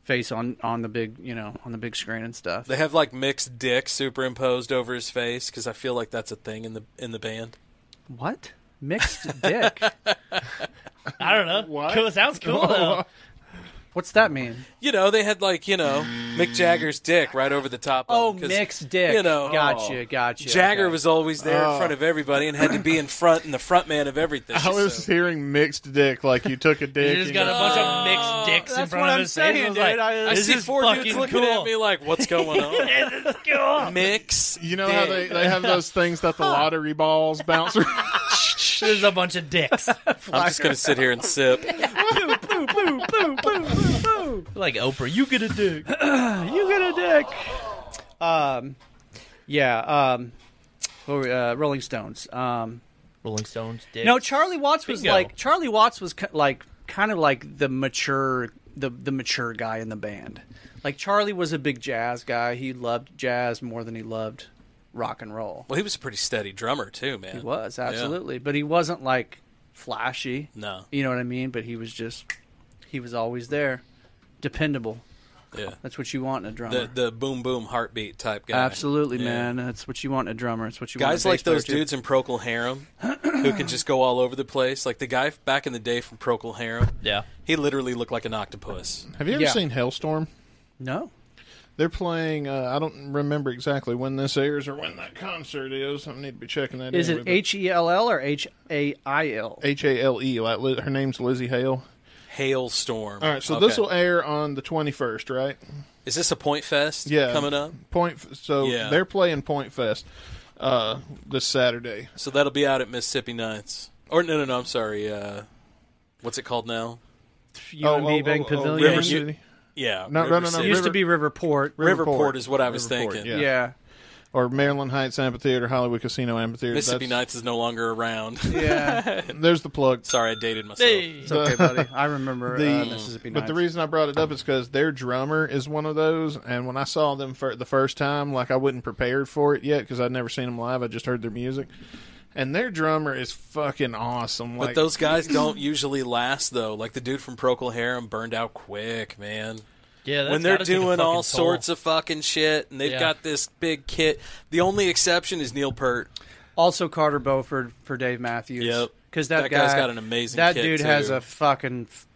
face on on the big you know on the big screen and stuff. They have like mixed dick superimposed over his face because I feel like that's a thing in the in the band. What mixed dick? I don't know. Cool, sounds cool though. What's that mean? You know, they had like you know Mm. Mick Jagger's dick right over the top. Oh, of him 'cause, mixed dick. You know, oh. Gotcha, gotcha, Jagger okay. was always there in front of everybody and had to be in front and the front man of everything. Oh. I was so- hearing mixed dick, like you took a dick. He just and got a you- bunch of mixed dicks in that's front what of I'm his face. saying, I was like, dude. I- I I this see is four fucking dudes looking cool. at me like, "What's going on?" this is cool. Mix. You know how they, dick. they have those things that the lottery balls bounce around? There's a bunch of dicks. I'm just gonna sit here and sip. like Oprah, you get a dick. You get a dick. Um, yeah. Um, what were we- uh, Rolling Stones. Um, Rolling Stones dick. no, Charlie Watts was Bingo. like Charlie Watts was ki- like kind of like the mature the the mature guy in the band. Like Charlie was a big jazz guy. He loved jazz more than he loved rock and roll. Well, he was a pretty steady drummer too, man. He was absolutely, but he wasn't like flashy. No. you know what I mean. But he was just he was always there, dependable. Yeah. That's what you want in a drummer. The the boom boom heartbeat type guy. Absolutely, Yeah. man. That's what you want in a drummer. It's what you want. Guys in a like bass player, those too. dudes in Procol Harum who can just go all over the place. Like the guy back in the day from Procol Harum. Yeah. He literally looked like an octopus. Have you ever Yeah. seen Hellstorm? No, They're playing. Uh, I don't remember exactly when this airs or when that concert is. I need to be checking that. is anyway, it but- H E L L or H A I L? H A L E? Like Li- her name's Lizzie Hale. Hailstorm. All right, so Okay. this will air on the twenty first, right? Is this a point fest Yeah, coming up? Point. F- So Yeah. they're playing Point Fest uh, this Saturday. So that'll be out at Mississippi Nights. Or no no no, I'm sorry, uh what's it called now? Oh, UMB Bank Pavilion. River River City. Used City Yeah. No, no, no, no, City. River- to be Riverport. Riverport is what I was Riverport, thinking. yeah. Yeah, or Maryland Heights Amphitheater, Hollywood Casino Amphitheater. Mississippi That's- Nights is no longer around. yeah. There's the plug. sorry, I dated myself. Hey. it's okay, buddy. I remember The- uh, Mississippi But the Nights. reason I brought it up is because their drummer is one of those, and when I saw them for the first time, like I wasn't prepared for it yet because I'd never seen them live. I just heard their music, and their drummer is fucking awesome. But Like those guys don't usually last though. Like the dude from Procol Harum burned out quick, man. Yeah, that's when they're gotta take a doing fucking all toll. sorts of fucking shit, and they've Yeah. got this big kit. The only exception is Neil Peart. also Carter Beauford for Dave Matthews. Yep. because that, That guy, guy's got an amazing That kit, dude too. has a fucking f-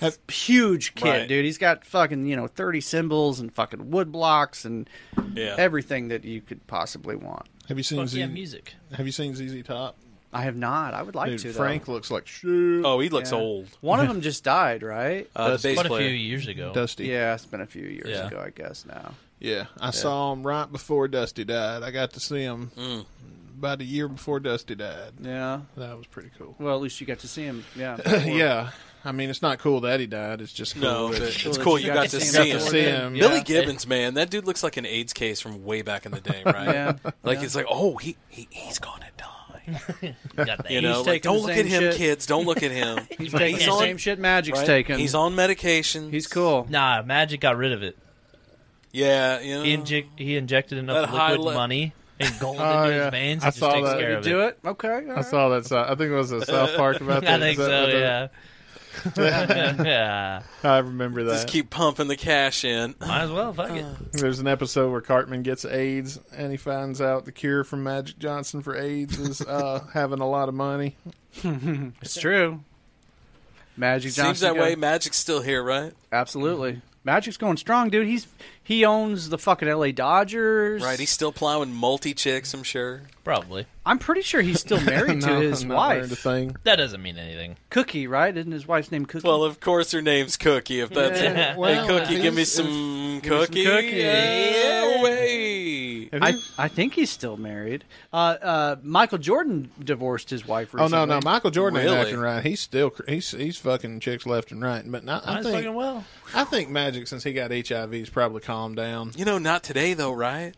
Have- huge kit, Right. dude. He's got fucking you know thirty cymbals and fucking wood blocks and Yeah, everything that you could possibly want. have you seen Fuck Z- yeah, music. Have you seen ZZ Top? I have not. I would like Dude, to. though. Frank looks like shit. oh, he looks Yeah. old. One of them just died, right? Uh, the That's bass But a few player. years ago. Dusty. Yeah, it's been a few years Yeah. ago, I guess now. Yeah, I saw him right before Dusty died. I got to see him Mm. about a year before Dusty died. Yeah. That was pretty cool. Well, at least you got to see him. Yeah. yeah, I mean, it's not cool that he died. It's just cool No, that- but it's that cool. You got to you see got to him. see him. Billy Yeah. Gibbons, man, that dude looks like an AIDS case from way back in the day, right? Yeah. Like it's like, oh, he, he he's gonna die. Got the You know, like, taking don't the look same at him, shit. kids. Don't look at him. He's taking the on- same shit Magic's right? taking. He's on medication. He's cool. Nah, Magic got rid of it. Yeah, you know. He, inject, he injected That enough high liquid le- money and gold Oh, into yeah. his veins. I It just saw takes that. care You of do it. it? Okay. all I right. saw that. so- I think it was a South Park about that. I think Is that- that- so. Yeah. yeah. I remember that. just keep pumping the cash in. Might as well. Fuck Uh. it. There's an episode where Cartman gets AIDS and he finds out the cure from Magic Johnson for AIDS is uh, having a lot of money. It's true. Magic Johnson. Seems that go- way. Magic's still here, right? Absolutely. Magic's going strong, dude. He's he owns the fucking L.A. Dodgers. Right, he's still plowing multi chicks. I'm sure. Probably. I'm pretty sure he's still married to No, his not wife. married a thing. That doesn't mean anything. Cookie, right? Isn't his wife's name Cookie? Well, of course her name's Cookie. If that's Yeah, hey, well, Cookie, if give me he's- some give me some cookie. cookie. Yeah, way. I, I think he's still married. Uh, uh, Michael Jordan divorced his wife Oh recently. no, no, Michael Jordan ain't acting right. He's still cr- he's he's fucking chicks left and right. But not, I Mine's think fucking well. I think Magic since he got HIV is probably calmed down. You know, not today though, right?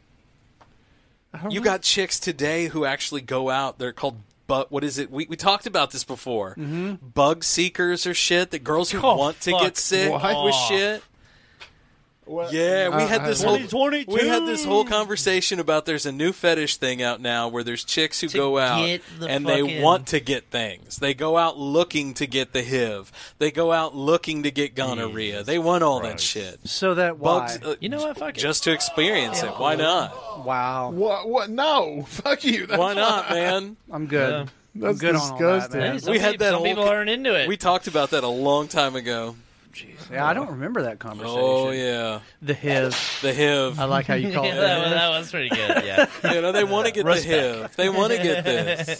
You got chicks today who actually go out. They're called but what is it? We we talked about this before. Bug seekers or shit. The girls who want to Mm-hmm. Oh, fuck get sick What? with shit. Yeah, we Uh, had this uh, whole 2022. we had this whole conversation about there's a new fetish thing out now where there's chicks who go out get the and they fucking- want to get things. They go out looking to get the HIV. They go out looking to get gonorrhea. they want all that shit. So that Bugs, why? uh, you know what? Fuck just to experience it. Why not? Wow. What? What? No. Fuck you. That's Why not, man? I'm good. Yeah. That's good on all that. man. we had that. whole co- into it. We talked about that a long time ago. Yeah, I don't remember that conversation. Oh yeah, the HIV. The HIV. I like how you call it. that, was, that was pretty good. Yeah. you know they want to get Respect. the HIV. They want to get this.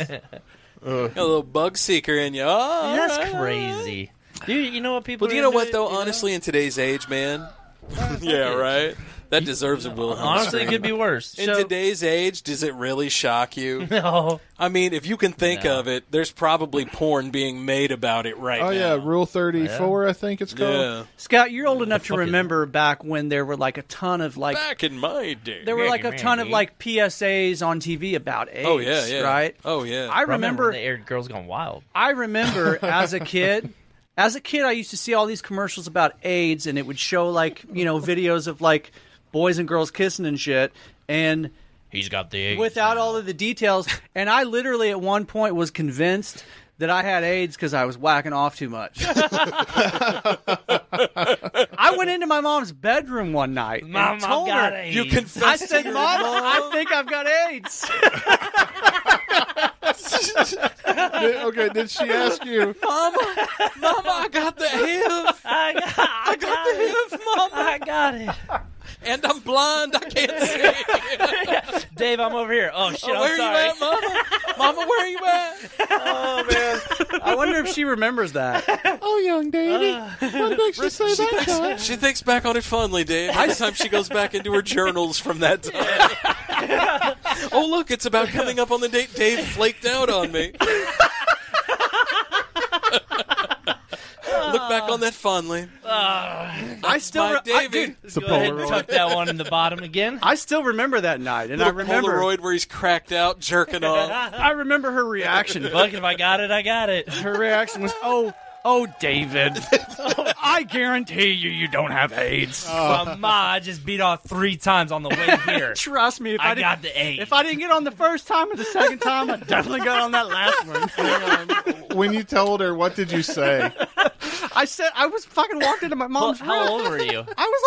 Got a little bug seeker in you. Oh, That's all right. crazy. Dude, you know what people Well, do are you know into what it? though? Honestly, in today's age, man. yeah, right. That deserves a Wilhelm. Honestly, it scream. could be worse. In So- today's age, does it really shock you? No. I mean, if you can think of it, there's probably porn being made about it right Oh now. yeah, Rule Thirty Four. I think it's called. Yeah. Scott, you're old enough to remember back when there were like a ton of like Back in my day, there were like a ton of like PSAs on TV about AIDS. Oh yeah, yeah. right. Oh yeah. I remember when they aired Girls Gone Wild. I remember as a kid, as a kid, I used to see all these commercials about AIDS, and it would show like you know videos of like boys and girls kissing and shit, and He's got the AIDS. without all of the details. And I literally at one point was convinced that I had AIDS because I was whacking off too much. I went into my mom's bedroom one night. Mom, and I've told got her, AIDS. You I confessed to said, your Mom, mom?" I think I've got AIDS. Did- okay, did she ask you? Mama, Mama, I got the HIV. I got, I got the HIV, Mama. I got it. And I'm blind. I can't see. Dave, I'm over here. Oh shit, Oh, where I'm are sorry. you at, Mama? Mama, where are you at? I wonder if she remembers that. Oh, young Davy. what makes you say that? John? She thinks back on it fondly, Dave. Every time she goes back into her journals from that time. oh, look, it's about coming up on the date Dave flaked out on me. look back on that fondly. Ah. I still, my re- I, Davy. dude, Go ahead and tuck that one in the bottom again. I still remember that night, and I Little remember Polaroid where he's cracked out, jerking off. I remember her reaction. Fuck, if I got it, I got it. her reaction was, "Oh, oh, David, I guarantee you, you don't have AIDS." But, Ma, I just beat off three times on the way here. Trust me, if I, I got didn't, the AIDS. if I didn't get on the first time or the second time, I definitely got on that last one. when you told her, what did you say? I said I was fucking walked into my Well, mom's how room. old were I you? was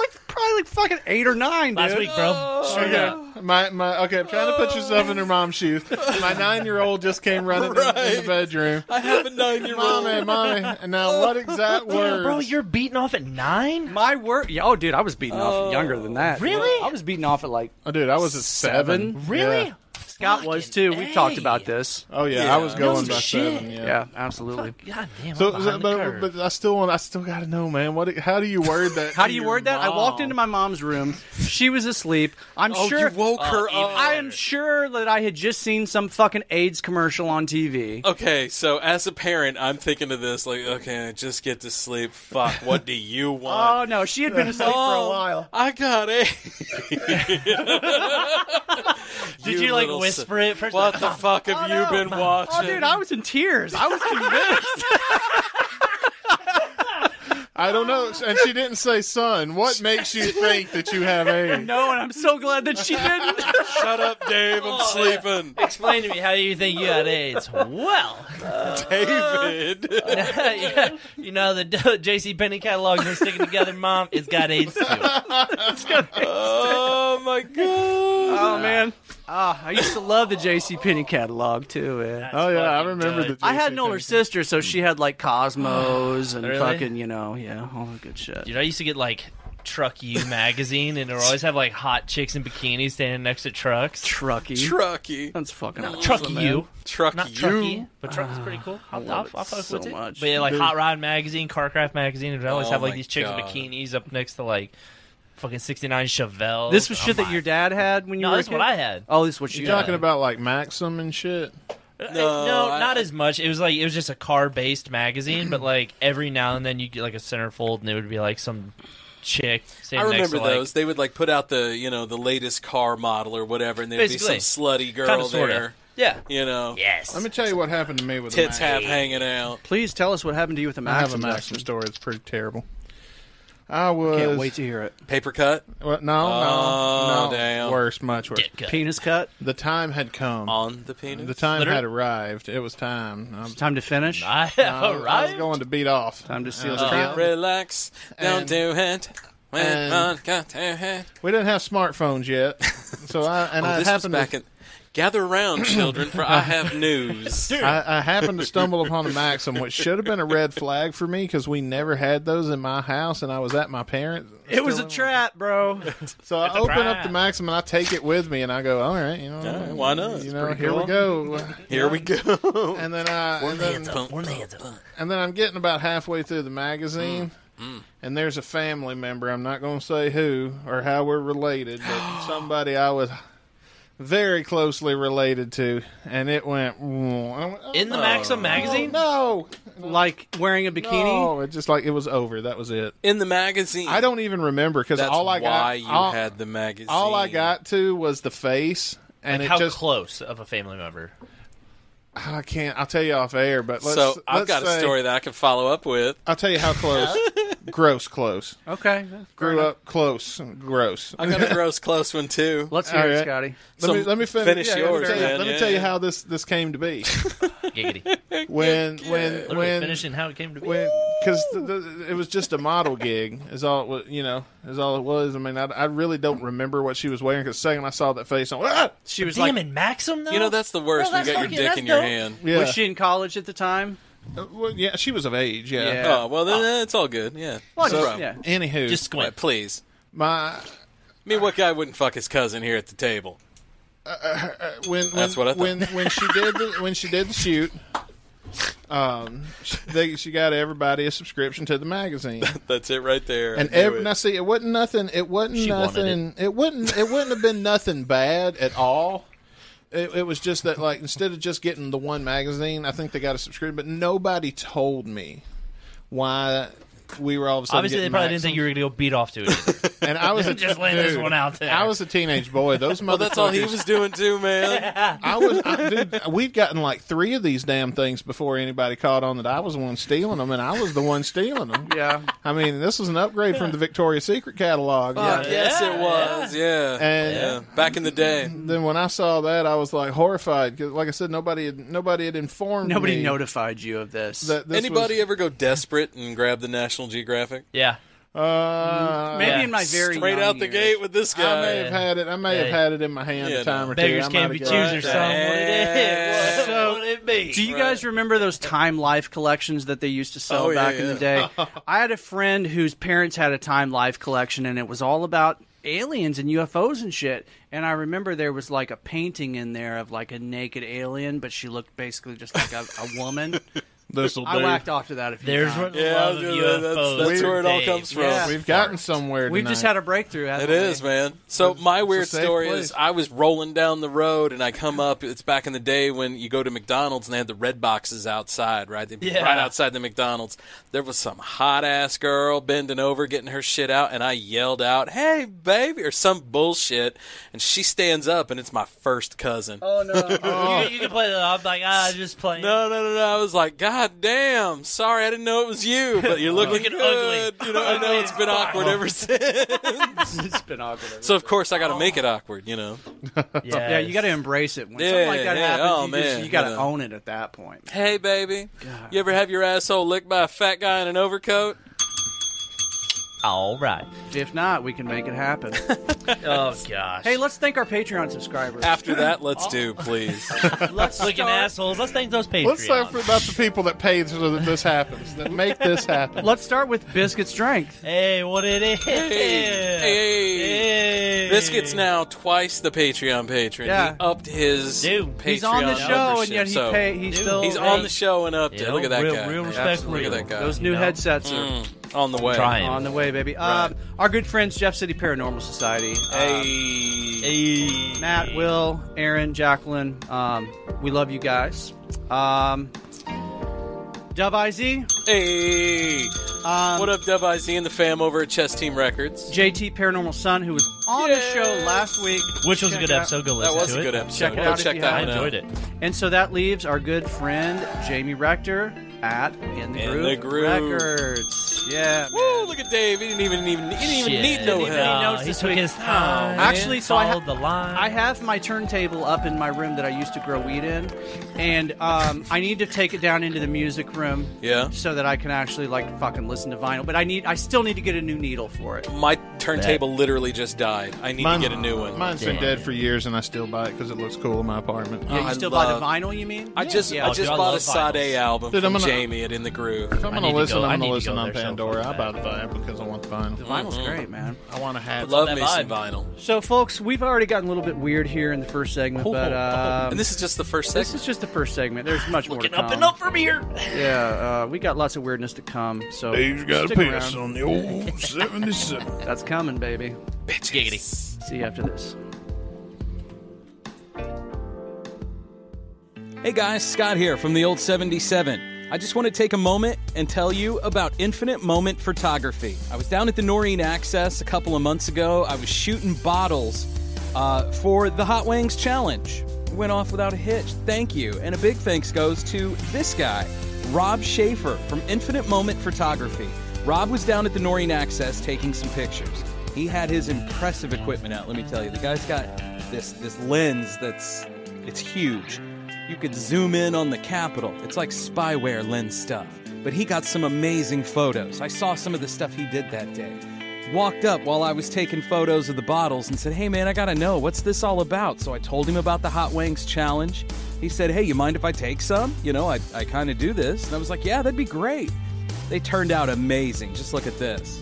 like probably like fucking eight or nine, dude. Last week, bro. Straight up. Okay, my my. Okay, I'm trying to put yourself in her mom's shoes. My nine year old just came running in, in the bedroom. I have a nine year old. Mommy, mommy. And now, what exact words? Bro, you're beating off at nine? My work. Yeah, oh, dude, I was beating off younger than that. Really? I was beating off at like oh, dude, I was at seven. seven. Really? Yeah. Scott was too. We've talked about this. Oh yeah, Yeah. I was going No by shit. seven. Yeah. Yeah, absolutely. God damn. So, I'm behind the but, curve. but I still want. I still got to know, man. What? How do you word that? How to do you your word that? I walked mom? into my mom's room. She was asleep. I'm Oh, sure you woke her up. I am sure that I had just seen some fucking AIDS commercial on TV. Okay, so as a parent, I'm thinking of this like, okay, just get to sleep. Fuck, what do you Oh want? no, she had been asleep for a while. I got it. Did you, like little whisper it first? What the fuck have you been Oh, watching? dude, I was in tears. I was convinced. I don't know. And she didn't say, "Son, what makes you think that you have AIDS?" no, and I'm so glad that she didn't. Shut up, Dave. Oh, I'm sleeping. Explain to me how you think you got AIDS. Well, David. Oh, yeah, you know the J.C. Penney catalogs are sticking together, Mom. It's got AIDS too. oh my god. oh man, Ah, I used to love the J.C. Penney catalog too. Man. Oh yeah, I remember the. I had an older sister, so she had like Cosmos and Really? fucking, you know, yeah, all the good shit. Dude, I used to get like Truck You magazine, and it would always have like hot chicks in bikinis standing next to trucks. Trucky. Trucky. That's fucking No, awesome, Truck man. You. Truck Not You. Trucky, but Truck is pretty cool. I I'll, love I'll, I'll it fuck so with it. much. But yeah, like Dude. Hot Rod magazine, Car Craft magazine, and it always Oh have like my these chicks in God. bikinis up next to like fucking sixty nine Chevelle. This was shit that your dad had when you No, were this a is kid? what I had. Oh, this is what you, You had. talking about like Maxim and shit. No, No, Uh, no I- not as much. It was like it was just a car based magazine, but like every now and then you get like a centerfold, and it would be like some chick. I standing next remember to, like, those. They would like put out the you know the latest car model or whatever, and there'd Basically. be some slutty girl Kinda, sorta. there. Yeah. You know. Yes. Let me tell you what happened to me with Tits the Maxim. half hanging out. Please tell us what happened to you with the I have a Maxim. Maxim story. It's pretty terrible. I was Can't wait to hear it. Paper cut. Well, no, Oh, no, no. damn. Worse, much worse. cut. Penis cut. The time had come. On the penis. The time Litter? had arrived. It was time. I was, Time to finish. I I was- I was going to beat off. Time to seal I was the proud. deal. Relax. Don't And- do it. When and- one got to hand. We didn't have smartphones yet, so I and Oh, I this was happened back to, in. Gather around, children, for I have news. I, I happened to stumble upon the Maxim, which should have been a red flag for me because we never had those in my house, and I was at my parents. It was a trap, bro. So I a open up trap. the Maxim and I take it with me, and I go, all right, you know, All right, Uh, why not? You It's know, pretty here we cool. go. Here we go. And then I and then, Pump, pump, pump. and then I'm getting about halfway through the magazine, Mm. and there's a family member. I'm not going to say who or how we're related, but somebody I was very closely related to, and it went "Mm." I went, "Oh, in the Maxim magazine. no, like wearing a bikini. no, it just like it was over. That was it. In the magazine. I don't even remember because That's all I got, why you all, had the magazine. all I got to was the face. And Like, it how just, close of a family member? I can't. I'll tell you off air, but let's, so I've let's got say- a story that I can follow up with. I'll tell you how close. gross, close. Okay. Grew up close, gross. I got a gross close one too. Let's hear All it, right. Scotty. Let So me let me finish, finish yeah, Let me yours, tell you, man. let me Yeah, tell you yeah. how this this came to be. Giggity. When when Literally when finishing how it came to be. when because it was just a model gig is all it was, you know is all it was. I mean, I, I really don't remember what she was wearing because second I saw that face, I went, "Ah!" She was Damn like, it, Maxim though. You know that's the worst. Bro, when you that's got your fucking- dick that's in your dope. hand. yeah, was she in college at the time? Uh, well, yeah, she was of age, yeah. Yeah. Oh well, then eh, it's all good. Yeah. Well, So- just- yeah. Anywho, Just Wait, squint. please. my I mean, what guy wouldn't fuck his cousin here at the table? when, when That's what I thought. when when she did the, when she did the shoot, um, she, they, she got everybody a subscription to the magazine, That's it right there. and I knew every, it. now see, it wasn't nothing. It wasn't She wanted nothing. It. wouldn't. It wouldn't have been nothing bad at all. It, it was just that, like, instead of just getting the one magazine, I think they got a subscription. But nobody told me why we were all of a sudden Obviously, they getting probably didn't think you were gonna go beat off to it. Maxim. And I was a, Just laying this dude, one out there. I was a teenage boy. Those motherfuckers. well, Oh, that's all he was doing too, man. I was, I, dude, we'd gotten like three of these damn things before anybody caught on that I was the one stealing them, and I was the one stealing them. Yeah. I mean, this was an upgrade from the Victoria's Secret catalog. Fuck, yes, it was. Yeah. And- yeah. Back in the day. Then when I saw that, I was like horrified because, like I said, nobody had nobody had informed Nobody me notified you of this. that this Anybody ever go desperate and grab the National Geographic? yeah. Was, uh, Maybe Yeah. in my very Straight young out the years. gate with this I guy. may have had it. I may have Hey. had it in my hand Yeah, a time no. or two. Beggars I can't might be have got- choosers, Right. son. What it is? What, So, what it be? Do you guys remember those Time Life collections that they used to sell Oh, yeah, back in the day? I had a friend whose parents had a Time Life collection, and it was all about aliens and UFOs and shit. And I remember there was like a painting in there of like a naked alien, but she looked basically just like a, a woman. This'll I do. whacked off to that. If There's what Yeah, I love was of gonna- that's- UFOs. that's where it all Dave. comes from. Yeah. We've gotten somewhere. We've just had a breakthrough. It haven't is, we? man. So my weird safe story place. is I was rolling down the road and I come up. It's back in the day when you go to McDonald's and they had the red boxes outside, right? They'd be Yeah. right outside the McDonald's. There was some hot ass girl bending over, getting her shit out, and I yelled out, "Hey, baby!" or some bullshit. And she stands up, and it's my first cousin. Oh, You, you can play that. I'm like, ah, just playing. No, no, no, no. I was like, God damn. Sorry, I didn't know it was you, but you're looking Looking good. ugly. You know, I know it's been awkward ever since. it's been awkward. so, of course, I got to make it awkward, you know. Yeah, you got to embrace it when Yeah, something like that yeah, happens. oh, you just- man, you got to yeah. own it at that point. Hey, baby. You ever have your asshole licked by a fat guy in an overcoat? All right. If not, we can make it happen. oh gosh. Hey, let's thank our Patreon subscribers. After that, let's do, Oh. please. let's Looking start- assholes. Let's thank those Patreons. Let's talk for- about the people that paid so that this happens, that make this happen. Let's start with Biscuit Strength. Hey, what it is? Hey. Biscuit's now twice the Patreon patron. Yeah. He upped his Patreon He's on the show, and membership, yet he so pay- he still- He's Dude. on the show and upped You it. Look know, at that real- guy. real respect for Absolutely. Look you. at that guy. Those new headsets are- Mm. on the way. On the way, baby. Uh, our good friends, Jeff City Paranormal Society. Uh, Matt, Will, Aaron, Jacqueline. Um, we love you guys. Um, Dub IZ. Hey. um, what up, Dub IZ and the fam over at Chess Team Records? JT Paranormal Sun, who was on the show last week. Which was a Check good it out. episode. Go That listen was to a it. good episode. Check it Go out. if check you that haven't. one out. I enjoyed And so that leaves our good friend Jamie Rector at In the In Groove, the Groove. Records. Yeah. Woo, look at Dave. He didn't even, even, he didn't even Shit. need no Didn't even need help. notes this week. Actually, so I ha- I have my turntable up in my room that I used to grow weed in, and um, I need to take it down into the music room. Yeah. So that I can actually like fucking listen to vinyl, but I need I still need to get a new needle for it. My turntable literally just died. I need Mine- to get a new one. Mine's been dead for years, and I still buy it because it looks cool in my apartment. Yeah, you You Oh, I still love- buy the vinyl? You mean? I just I just bought a Sade album Dude, I'm from gonna- Jamie at In the Groove. I'm gonna listen. I'm gonna listen on Pandora. I buy the vinyl because I want the vinyl. The vinyl's great, man. I want to have. Love me some vinyl. So, folks, we've already gotten a little bit weird here in the first segment, but um, and this is just the first This is just the first segment. There's much more to come. Up and up from here. Yeah, uh, we got lots of weirdness to come. So Dave's got a stick piss around. on the old 77. That's coming, baby. Bitch, giggity. See you after this. Hey guys, Scott here from the old 77. I just want to take a moment and tell you about Infinite Moment Photography. I was down at the Noreen Access a couple of months ago. I was shooting bottles uh, for the Hot Wings Challenge. It went off without a hitch. Thank you. And a big thanks goes to this guy, Rob Schaefer from Infinite Moment Photography. Rob was down at the Noreen Access taking some pictures. He had his impressive equipment out, let me tell you. The guy's got this this lens that's it's huge. You could zoom in on the Capitol. It's like spyware lens stuff. But he got some amazing photos. I saw some of the stuff he did that day. Walked up while I was taking photos of the bottles and said, Hey man, I gotta know, what's this all about? So I told him about the Hot Wings Challenge. He said, Hey, you mind if I take some? You know, I, I kinda do this. And I was like, Yeah, that'd be great. They turned out amazing. Just look at this.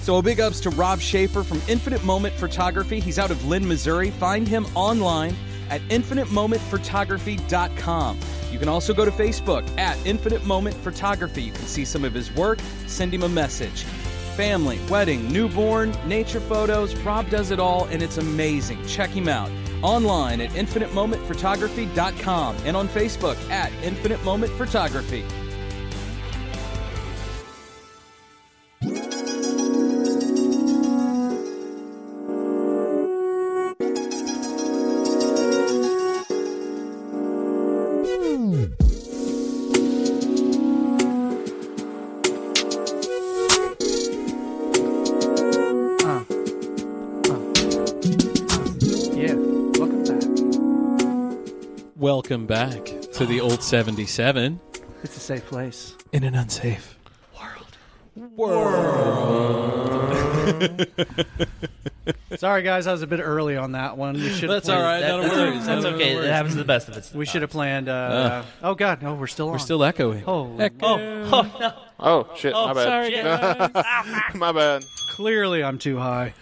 So a big ups to Rob Schaefer from Infinite Moment Photography. He's out of Lynn, Missouri. Find him online at infinitemomentphotography.com. You can also go to Facebook at Infinite Moment Photography. You can see some of his work. Send him a message. Family, wedding, newborn, nature photos. Rob does it all, and it's amazing. Check him out online at infinitemomentphotography.com and on Facebook at Infinite Moment Photography. Yeah, welcome back. Welcome back to the old 77 It's a safe place. in an unsafe. Sorry, guys, I was a bit early on that one. We should. That's all right, That- not a that's worry. okay. That's Not a okay. worry. It happens to the best of us We should have planned. Uh, uh, oh God, no, we're still on. We're still echoing. Oh, Oh, oh no. Oh shit! Oh, my bad. sorry, my bad. clearly I'm too high.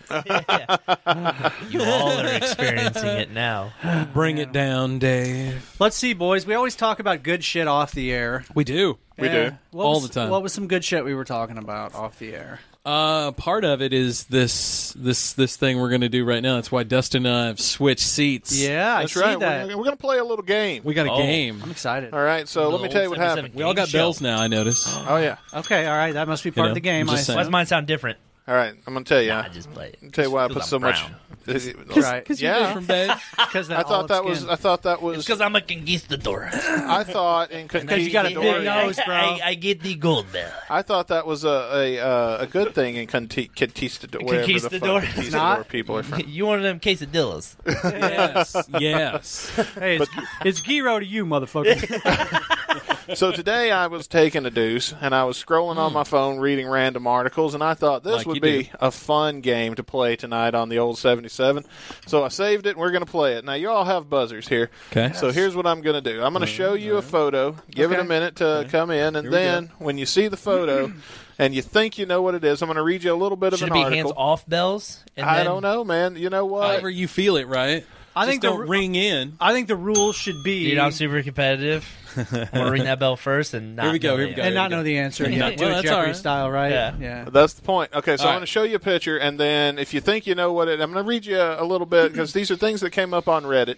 You all are experiencing it now. Bring it down, Dave. Let's see, boys. We always talk about good shit off the air. We do. We do. What All was- the time. What was some good shit we were talking about off the air? Uh, part of it is this this this thing we're going to do right now. That's why Dustin and I have switched seats. Yeah, I That's see right. that. We're, we're gonna play a little game. we got a Oh. I'm game. excited. All right. So let me tell you what happened. We all got bells now. I notice. Oh yeah. Okay, all right. That must be part know, of the game. I'm just I Why does assume. mine sound different? All right. I'm gonna tell you. I just play it. tell you why I 'Cause put I'm so brown. much. Right. Yeah. From bed. Because I thought that was. I thought that It's was. because I'm a conquistador. I thought in Because you got a big Conquistador- nose, bro. I, I get the gold there. I thought that was a a, uh, a good thing in Conti- Conquistador. wherever the fuck Conquistador? It's Conquistador not. people are from. You one of them quesadillas. yes. Yes. Hey, it's, it's gyro to you, motherfucker. so today I was taking a deuce and I was scrolling on my phone reading random articles and I thought this Like you would do. be a fun game to play tonight on the old 77. So I saved it and we're going to play it. Now you all have buzzers here. 'Kay. So here's what I'm going to do. I'm going to show you a photo. Give it a minute to come in and Here we go. then when you see the photo and you think you know what it is, I'm going to read you a little bit of Should an it be article. hands off bells? And I then- don't know, man. You know what? Uh, However you feel it, right? I think Just the don't ring in. I think the rule should be. Dude, I'm super competitive. I'm gonna ring that bell first and not Here we go, know here we the go, answer. And not here we go. know the answer. Yeah, do it Jeopardy style, right? Yeah. Yeah. That's the point. Okay, so All I'm going to show you a picture, and then if you think you know what it, I'm going to read you a, a little bit because these are things that came up on Reddit,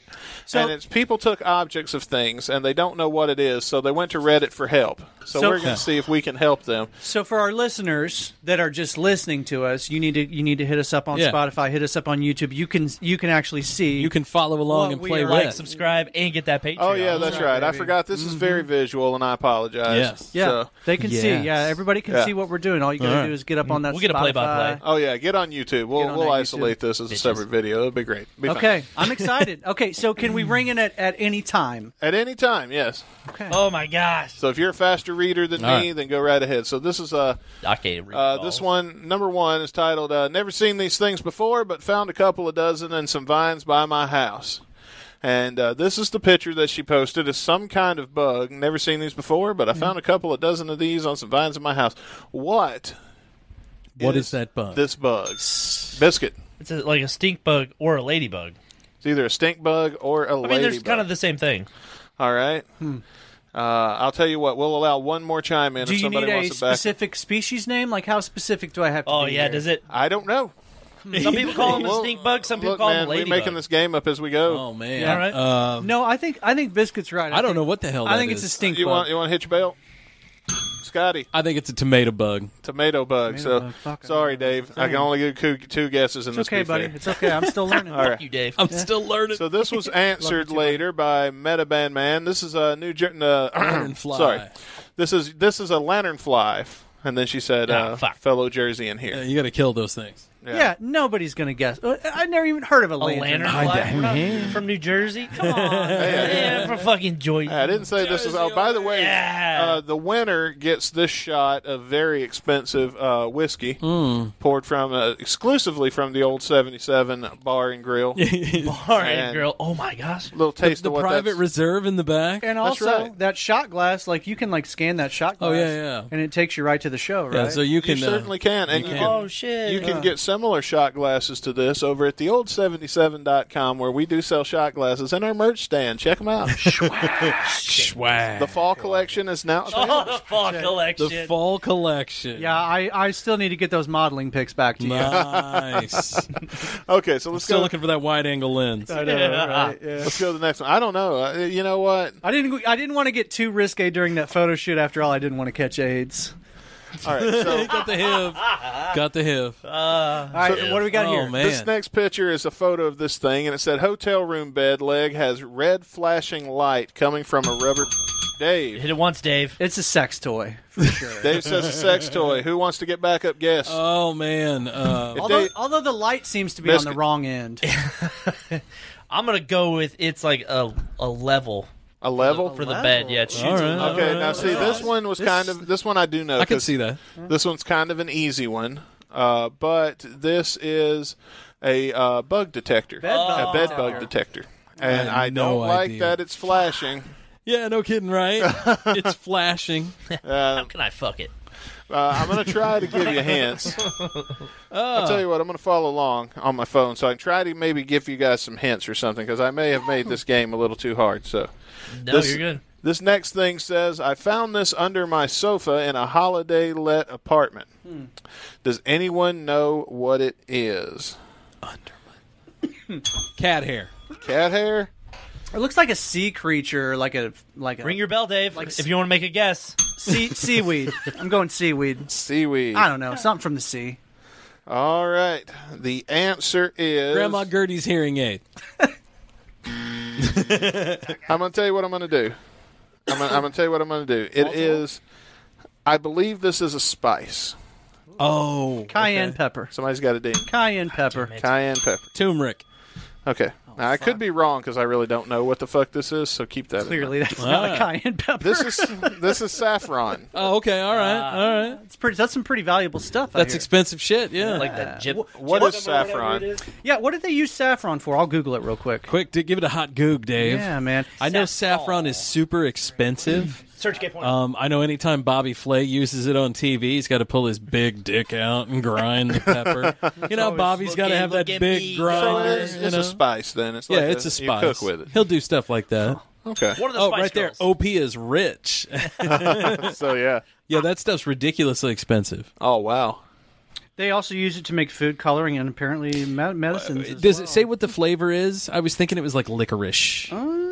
and it's people took objects of things and they don't know what it is, so they went to Reddit for help. So, So- we're going to see if we can help them. So for our listeners that are just listening to us, you need to you need to hit us up on Yeah. Spotify, hit us up on YouTube. You can you can actually see you can follow Well, we are like, subscribe, and get that Patreon. Oh yeah, that's right. I forgot this is very visual, and I apologize. Yes. Yeah, So- they can see. Yeah, everybody can Yeah. see what we're doing. All you gotta All right. do is get up on that. Spotify. Oh yeah, get on YouTube. We'll on we'll that isolate this as a separate video. It'll be great. Be fine. Okay, I'm excited. Okay, so can we ring in at, at any time? At any time, yes. Okay. Oh my gosh. So if you're a faster reader than All me, right. then go right ahead. So this is a Okay, read Uh, the this balls. one, number one, is titled uh, "Never Seen These Things Before, but Found a Couple of Dozen and Some Vines by My House." And uh, this is the picture that she posted. Is some kind of bug. Never seen these before, Hmm. but I found a couple of dozen of these on some vines in my house. What? What is that bug? This bug, biscuit. It's a, like a stink bug or a ladybug. It's either a stink bug or a I ladybug. mean, there's kind of the Hmm. same thing. All right. Uh, I'll tell you what. We'll allow one more chime in Do if you somebody need a wants to back. specific species name? Like how specific do I have to Oh, be yeah, here? does it- I don't know. Some people call them a Well, stink bug. Some people Look, call man, them a we're ladybug. making this game up as we go. Oh man. Yeah. All right. Um, no, I think I think biscuits right. I don't know what the hell I that think it's a is. stink You bug. want you want to hit your bell, Scotty? I think it's a tomato bug. Tomato bug. Tomato so sorry, Dave. I can only give two, two guesses in It's this. okay, to be buddy. fair. It's okay. I'm still learning. All right. Fuck you, Dave. I'm still learning. So this was answered later by Metaband Man. This is a New Jersey uh, Lanternfly. Sorry, this is this is a lantern fly. And then she said, Ah, uh, "Fellow Jersey in here." Yeah, you got to kill those things. Yeah. nobody's gonna guess. Uh, I never even heard of a, A lantern fly? We're not from New Jersey? Come on. man, from fucking Jersey. Uh, I didn't say this is. Oh, by the way, uh, the winner gets this shot of very expensive uh, whiskey Hmm. poured from uh, exclusively from the old seventy-seven bar and grill. Bar and grill. Oh my gosh. Little taste the of what private that's- reserve in the back. And also that shot glass, like you can like scan that shot glass. Oh, yeah, yeah. And it takes you right to the show, right? Yeah, so you can, uh, certainly can, and you, you can. can. Oh, shit. You can Uh. get similar shot glasses to this over at theold77.com, where we do sell shot glasses in our merch stand. Check them out. Swag. the fall collection is now. Oh, the fall collection. The fall collection. Yeah, I, I still need to get those modeling pics back to you. Nice. okay, so I'm let's still go. looking for that wide angle lens. I know, right? Yeah. Let's go to the next one. I don't know. Uh, You know what? I didn't I didn't want to get too risque during that photo shoot. After all, I didn't want to catch AIDS. All right, so got the HIV. Got the HIV. all right, what do we got oh, here? Man. This next picture is a photo of this thing, and it said hotel room bed leg has red flashing light coming from a rubber. Dave. Hit it once, Dave. It's a sex toy. Dave says a sex toy. Who wants to get back up? Guess. Oh man. Uh, If Although, Dave- although the light seems to be on Biscuit. the wrong end. I'm gonna go with it's like a a level. A level for the, bed. Yeah, it shoots. a level. okay, now see this one was This- kind of this one I do know. I can 'cause see that. This one's kind of an easy one, uh, but this is a uh, bug detector, Bed bug a bed bug detector, and I I, had don't no like idea. that it's flashing. Yeah, no kidding, right? it's flashing. Uh, Can I fuck it? uh, I'm gonna try to give you hints. I'll tell you what, I'm going to follow along on my phone so I can try to maybe give you guys some hints or something because I may have made this game a little too hard. So, No, this, you're good. This next thing says, I found this under my sofa in a holiday let apartment. Hmm. Does anyone know what it is? Cat hair. Cat hair? It looks like a sea creature, like a like a Ring your bell, Dave, if you want to make a guess. sea seaweed. I'm going seaweed. Seaweed. I don't know, something from the sea. All right. The answer is Grandma Gertie's hearing aid. I'm going to tell you what I'm going to do. I'm going to I'm gonna tell you what I'm going to do. It is, I believe this is a spice. Oh, cayenne pepper. Somebody's got a ding. Cayenne pepper. Cayenne pepper. Turmeric. Okay. Now, I could be wrong because I really don't know what the fuck this is, so keep that. Clearly, in mind. that's not a cayenne pepper. This is this is saffron. Oh, okay. All right. all right. That's pretty. That's some pretty valuable stuff. I That's hear. expensive shit. Yeah. Like that jip. What is saffron? Yeah. What did they use saffron for? I'll Google it real quick. Quick, d- give it a hot goog, Dave. Yeah, man. I know saffron is super expensive. Search gate point. Um, I know anytime Bobby Flay uses it on TV, he's got to pull his big dick out and grind the pepper. You know, Bobby's got to looking- have that look at big me. So grinder. it's, you it's know? a spice then. It's Yeah, like it's a You spice. cook with it. He'll do stuff like that. Okay. One of the Oh, Spice right there. Girls. OP is rich. so yeah. yeah, that stuff's ridiculously expensive. Oh wow. They also use it to make food coloring and apparently me- medicines. as Does well. it say what the flavor is? I was thinking it was like licorice. Um,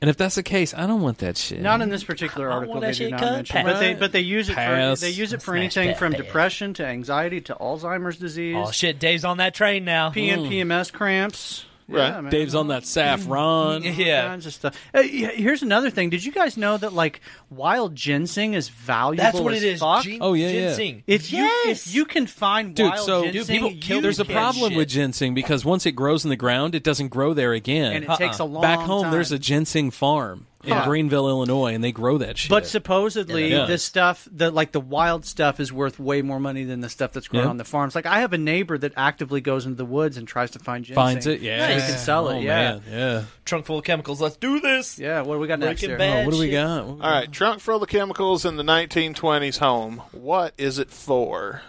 And if that's the case, I don't want that shit. not in this particular article. want that They do shit not cut, mention, but they but they use it for Pass. they use it for Smash anything that from bitch. depression to anxiety to Alzheimer's disease, Oh shit, Dave's on that train now. P and PMS cramps. Right. Yeah, man. Dave's on that saffron. All Yeah. kinds of stuff. Uh, yeah, here's another thing. Did you guys know that like wild ginseng is valuable? That's what as it is. fuck? Gin- Oh, yeah, yeah. ginseng. If you yes. if you can find Dude, wild so- Dude, ginseng, people you kill There's a Kid problem shit. with ginseng because once it grows in the ground, it doesn't grow there again. and it Uh-uh. takes a long Back home, time. there's a ginseng farm in Huh. Greenville, Illinois, and they grow that shit. But supposedly, Yeah. this stuff, the like the wild stuff, is worth way more money than the stuff that's grown Yeah. on the farms. Like I have a neighbor that actively goes into the woods and tries to find ginseng. finds it, yeah, so he can sell it. Oh, yeah, man, yeah. Trunk full of chemicals. Let's do this. yeah. What do we got next Breaking here? Bad. Oh, what do we shit. got? All right, trunk full of chemicals in the 1920s home. What is it for?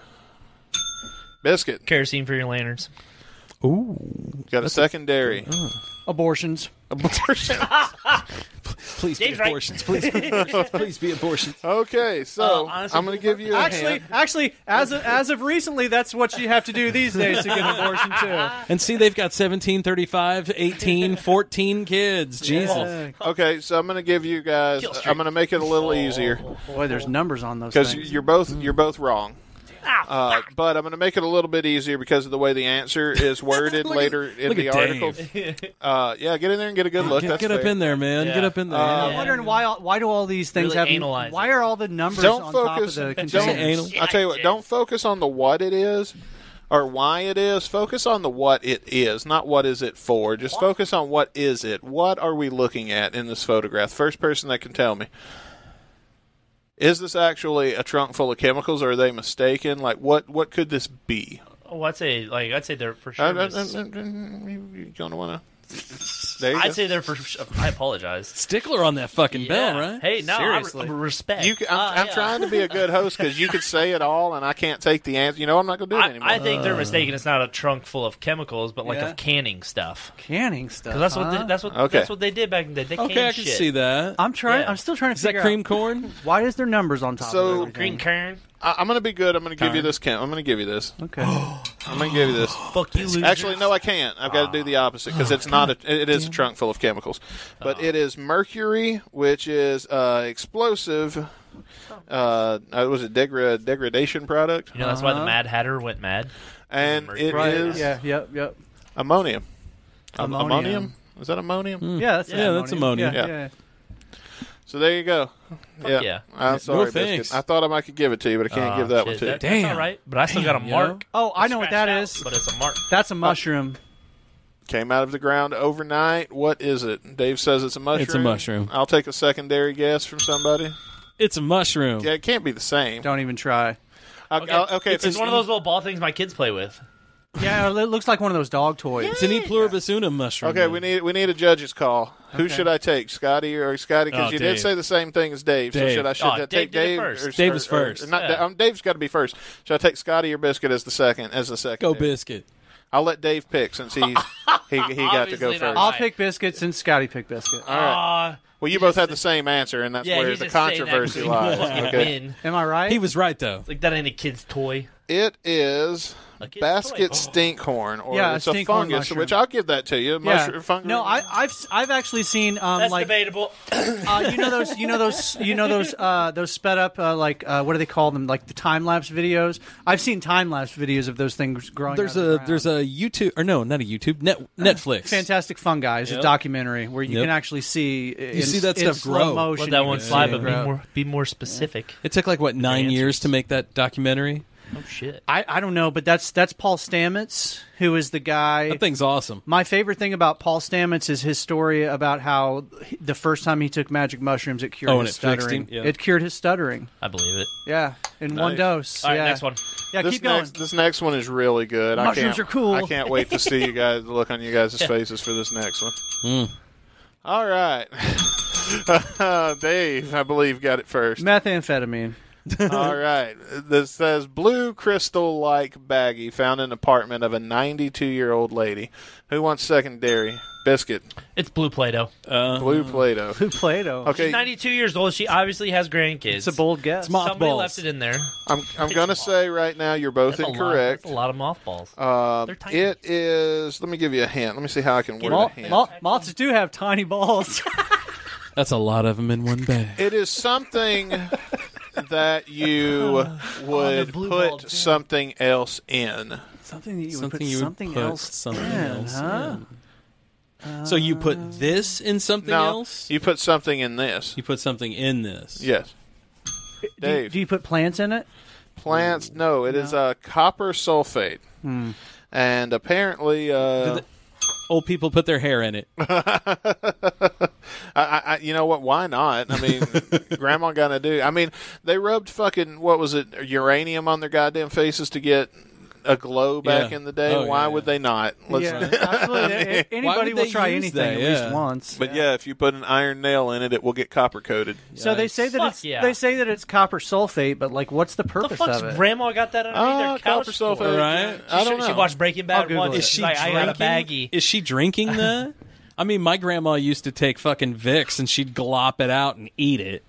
Biscuit Kerosene for your lanterns. got a secondary. Oh. Abortions. Abortion. Please be Dave's right. abortions. Please, be abortions. please be abortions. Okay, so Uh, honestly, I'm going to give you a Actually, hint. actually, as of, as of recently, that's what you have to do these days to get an abortion too. And see, they've got 17, 35, 18, 14 kids. Jesus. Okay, so I'm going to give you guys. Kill streak. I'm going to make it a little easier Boy, there's numbers on those because things. you're both you're both wrong. Uh, but I'm going to make it a little bit easier because of the way the answer is worded later in look the at Dave. article. Uh, yeah, get in there and get a good look. Get, That's get up fair. in there, man. Get up in there. uh, I'm wondering why all- why do all these things Really have analyze why it. are all the numbers don't on focus. top of the don't, containers? anal. I'll tell you what. Don't focus on the what it is or why it is. Focus on the what it is, not what is it for. Just focus on what is it. What are we looking at in this photograph? First person that can tell me. Is this actually a trunk full of chemicals, or are they mistaken? Like, what what could this be? Oh, I'd say like I'd say they're for I- I- sure. I- mis- I- You're gonna wanna. There you go. I'd say they're for. sure- I apologize. Stickler on that fucking Yeah. bell, right? Hey, no, Seriously. I re- respect. You, can- I'm, Uh, I'm yeah. trying to be a good host because you could say it all, and I can't take the answer. You know, I'm not gonna do it I, anymore. I think they're mistaken. It's not a trunk full of chemicals, but like Uh. Yeah. of canning stuff. Canning stuff. 'Cause that's what huh? they, that's what Okay. that's what they did back in the day. They Okay, canned I can shit. see that. I'm trying. Yeah. I'm still trying to Is that figure cream out corn? why is there numbers on top. So- of everything? Green Kern. I, I'm gonna be good. I'm gonna give you this. Kim. I'm gonna give you this. Okay. I'm gonna give you this. Fuck you, loser. Actually, no, I can't. I've got to do the opposite because it's not. A, Oh, it it is a trunk full of chemicals, but it is mercury, which is uh, Oh. explosive. Uh, uh, was it degra- degradation product? You know that's why Uh-huh. the Mad Hatter went mad. And it is right. Yeah. Yep. Yep. ammonium. Am- Ammonium. Hmm. ammonium. Is that ammonium? Yeah. That's Yeah, that's ammonia. Yeah. Hmm. Yeah. yeah. So there you go. yeah. yeah. I'm sorry, Biscuit. thanks. I thought I might could give it to you, but I Ah, can't give that one to you. Ah, That, Damn. That's all right, but I still got a Damn, mark. Oh, I know what that Scratched out, is. but it's a mark. That's a mushroom. Came out of the ground overnight. What is it? Dave says it's a mushroom. It's a mushroom. I'll take a secondary guess from somebody. It's a mushroom. Yeah, it can't be the same. Don't even try. I'll- I'll- Okay, Oh, Okay, it's, if one of those little ball things my kids play with. Yeah. It looks like one of those dog toys. It's an E pluribus unum mushroom. Okay, we need we need a judge's call. Who should I take, Scotty or Scotty? Because Oh, you Dave. did say the same thing as Dave. Dave. So should I should Oh, I Dave take did it Dave? first. Or, Dave was or- or- first. not Yeah. Da- um, Dave's got to be first. Should I take Scotty or Biscuit as the second? As the second, Go biscuit. I'll let Dave pick since he's he he got to go Obviously not. first. I'll Right. pick biscuits and Scotty pick biscuit. All right. Uh, Well, you both had the same answer, and that's yeah, where he's the just saying that controversy because he lies. fucking Okay, win. Am I right? He was right Oh though. Like that ain't a kid's toy. it is. Like it's Basket toy. stinkhorn, or Yeah, it's a a stinkhorn fungus, mushroom. which I'll give that to you. Yeah. Mushroom, fungus. No, I, I've s- I've actually seen um That's like debatable. uh, you know those you know those you know those uh, those sped up uh, like uh, what do they call them like the time lapse videos. I've seen time lapse videos of those things growing. There's out of the a ground. Uh, there's a YouTube or no, not a YouTube. Net, Netflix. Fantastic Fungi is a documentary where you Yep. can actually see you in, see that in stuff slow grow. motion. Let that you one can slide, see it but be grow. more be more specific. It took like what nine answers. years to make that documentary. Oh shit. I, I don't know, but that's that's Paul Stamets, who is the guy. That thing's awesome. My favorite thing about Paul Stamets is his story about how the first time he took magic mushrooms, it cured Oh, and his it fixed stuttering. him? Yeah. It cured his stuttering. I believe it. Yeah, in one Nice. dose. All right, yeah. next one. Yeah, this keep going. Next, this next one is really good. I Mushrooms can't, are cool. I can't wait to see you guys the look on you guys' faces for this next one. Hmm. All right. Dave, I believe, got it first. Methamphetamine. All right. This says blue crystal like baggie found in apartment of a 92 year old lady. Who wants secondary? Biscuit. It's blue Play-Doh. blue Play Doh. Blue Play Doh. Okay. She's 92 years old. She obviously has grandkids. It's a bold guess. It's moth Somebody balls. left it in there. I'm, I'm going to say right now you're both That's a lot- incorrect. that's a lot of mothballs. Uh, Um, it is. Let me give you a hint. Let me see how I can word Mo- a hint. mo- moths do have tiny balls. That's a lot of them in one bag. It is something that you would blue ball, put something else in. something that you would Something put you would something put else something in, else huh? So you put this in something no, else? you put something in this. You put something in this. Yes. Do you, Dave. do you put plants in it? Plants? No, it is uh, copper sulfate. Hmm. And apparently, uh, Old people put their hair in it. I, I, I- you know what? Why not? I mean, grandma gonna do. I mean, they rubbed fucking what was it uranium on their goddamn faces to get a glow back Yeah. in the day. Oh, Why yeah, would they not? Let's yeah, absolutely. A- Anybody would will they try use anything that? at Yeah. least once. But yeah, if you put an iron nail in it, it will get copper coated. So they say that Fuck it's yeah. they say that it's copper sulfate, but like, what's the What the purpose fuck's of it? Uh, grandma got that underneath Ah, their couch copper for? sulfate. Right. I She- don't know. She watched Breaking I'll Bad Google once. it. and She's like, I got a baggie. Is she drinking that? I mean, my grandma used to take fucking Vicks and she'd glop it out and eat it.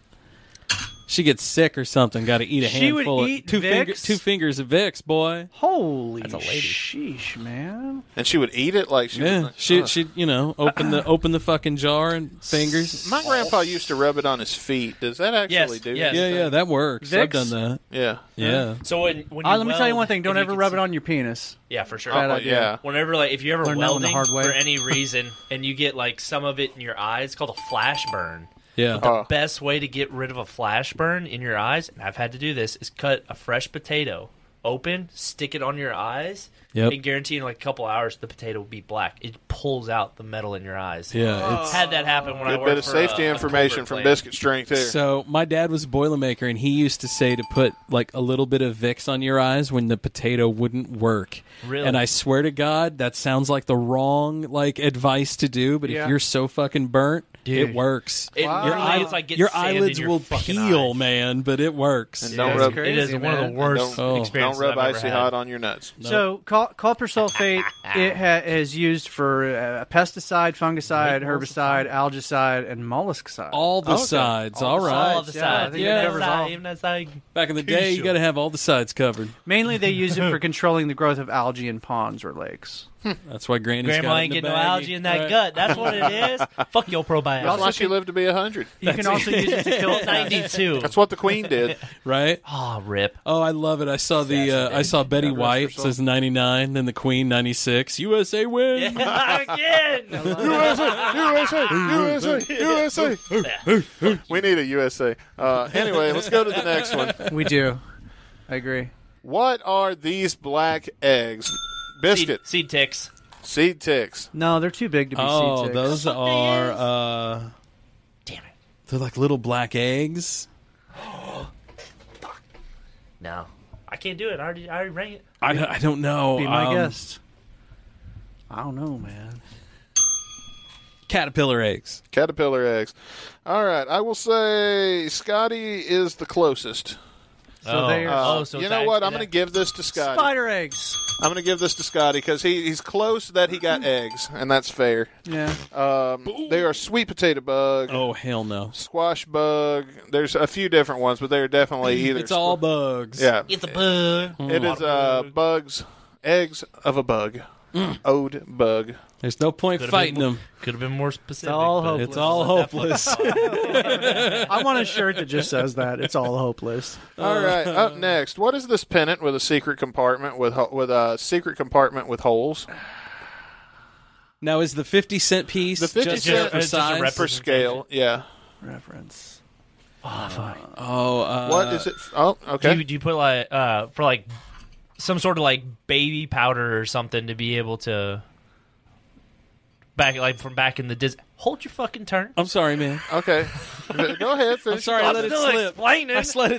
She gets sick or something. Got to eat a She would handful eat of two, finger- Vicks? two fingers of Vicks, boy. Holy a lady. sheesh, man! And she would eat it like she. Yeah, was, she Ugh. she you know open the open the fucking jar and fingers. uh, My grandpa used to rub it on his feet. Does that actually Yes, do? yes. Yeah, yeah, that works. I've Vicks? done that. Yeah. Yeah, So when, when Uh, you let me tell you weld, one thing: don't if you ever can rub it see- on your penis. Yeah, for sure. Oh, Bad idea. yeah. Whenever like if you ever Learn that one the welding hard way. for any reason and you get like some of it in your eye, it's called a flash burn. yeah. Oh. Best way to get rid of a flash burn in your eyes, and I've had to do this, is cut a fresh potato open, stick it on your eyes, Yep. and guarantee in like a couple hours the potato will be black. It pulls out the metal in your eyes. Yeah, it's- had that happen when I Good worked bit of for uh, safety a- a information Culver from place. Biscuit Strength here. So my dad was a boilermaker, and he used to say to put like a little bit of Vicks on your eyes when the potato wouldn't work. Really? And I swear to God, that sounds like the wrong like advice to do. But Yeah. if you're so fucking burnt, Dude. it works. It Wow. really, Your eye- it's like getting your sand in eyelids your will fucking peel, eyes. man, but it works. And It don't is- rub- it is Crazy, one of man. the worst Don't- oh, Don't experiences rub I've ever icy had. hot on your nuts. So col- copper sulfate it ha- is used for uh, pesticide, fungicide, herbicide, algicide, and molluscicide. All the Okay. sides. All All the right. All the Yeah, I sides, think even it that covers side, all. even that side. Back in the day, you Crucial. got to have all the sides covered. Mainly, they use it for controlling the growth of algae in ponds or lakes. That's why Granny's Grandma got it ain't in getting the no baggie. algae in that Right. gut. That's what it is. Fuck your probiotics. That's why she lived to be a hundred. You can also use it to kill 92. That's what the Queen did. Right. Oh, rip. Oh, I love it. I saw the uh, I saw Betty White says 99, then the Queen 96. USA win. Again. USA, USA, USA, USA. we need a USA. Uh, anyway, let's go to the next one. We do. I agree. What are these black eggs? Seed, Biscuit, seed ticks. seed ticks. No, they're too big to be Oh, sea ticks. those are uh Damn it. they're like little black eggs. No. I can't do it. I already, I already rang it. I, don't- I don't know. Be my Um, guest. I don't know, man. Caterpillar eggs. Caterpillar eggs. All right, I will say Scotty is the closest. Uh, So oh. they are- oh, so you it's know what? actually I'm going that. to give this to Scotty. Spider eggs. I'm going to give this to Scotty because he, he's close that he got Mm-hmm. eggs, and that's fair. Yeah. Um, they are sweet potato bug, Oh hell no. squash bug. There's a few different ones, but they're definitely either. It's all bugs. Yeah. It's a bug. Mm. It is uh, bugs, eggs of a bug. Ode bug. There's no point Could've fighting been more- them. Could have been more specific. all but- hope. It's all hopeless. I want a shirt that just says that. It's all hopeless. All right, up next. What is this pennant with a secret compartment with ho- with a secret compartment with holes? now is the 50 cent piece The 50 just cent- for it's just a size? rep- For scale, yeah. Reference. oh, uh, What is it? Oh, okay. Do, you, do you put like uh, for like some sort of like baby powder or something to be able to back like from back in the dis. Hold your fucking turn. I'm sorry, man. Okay, go ahead. I'm sorry, I let it slip. Explaining. I let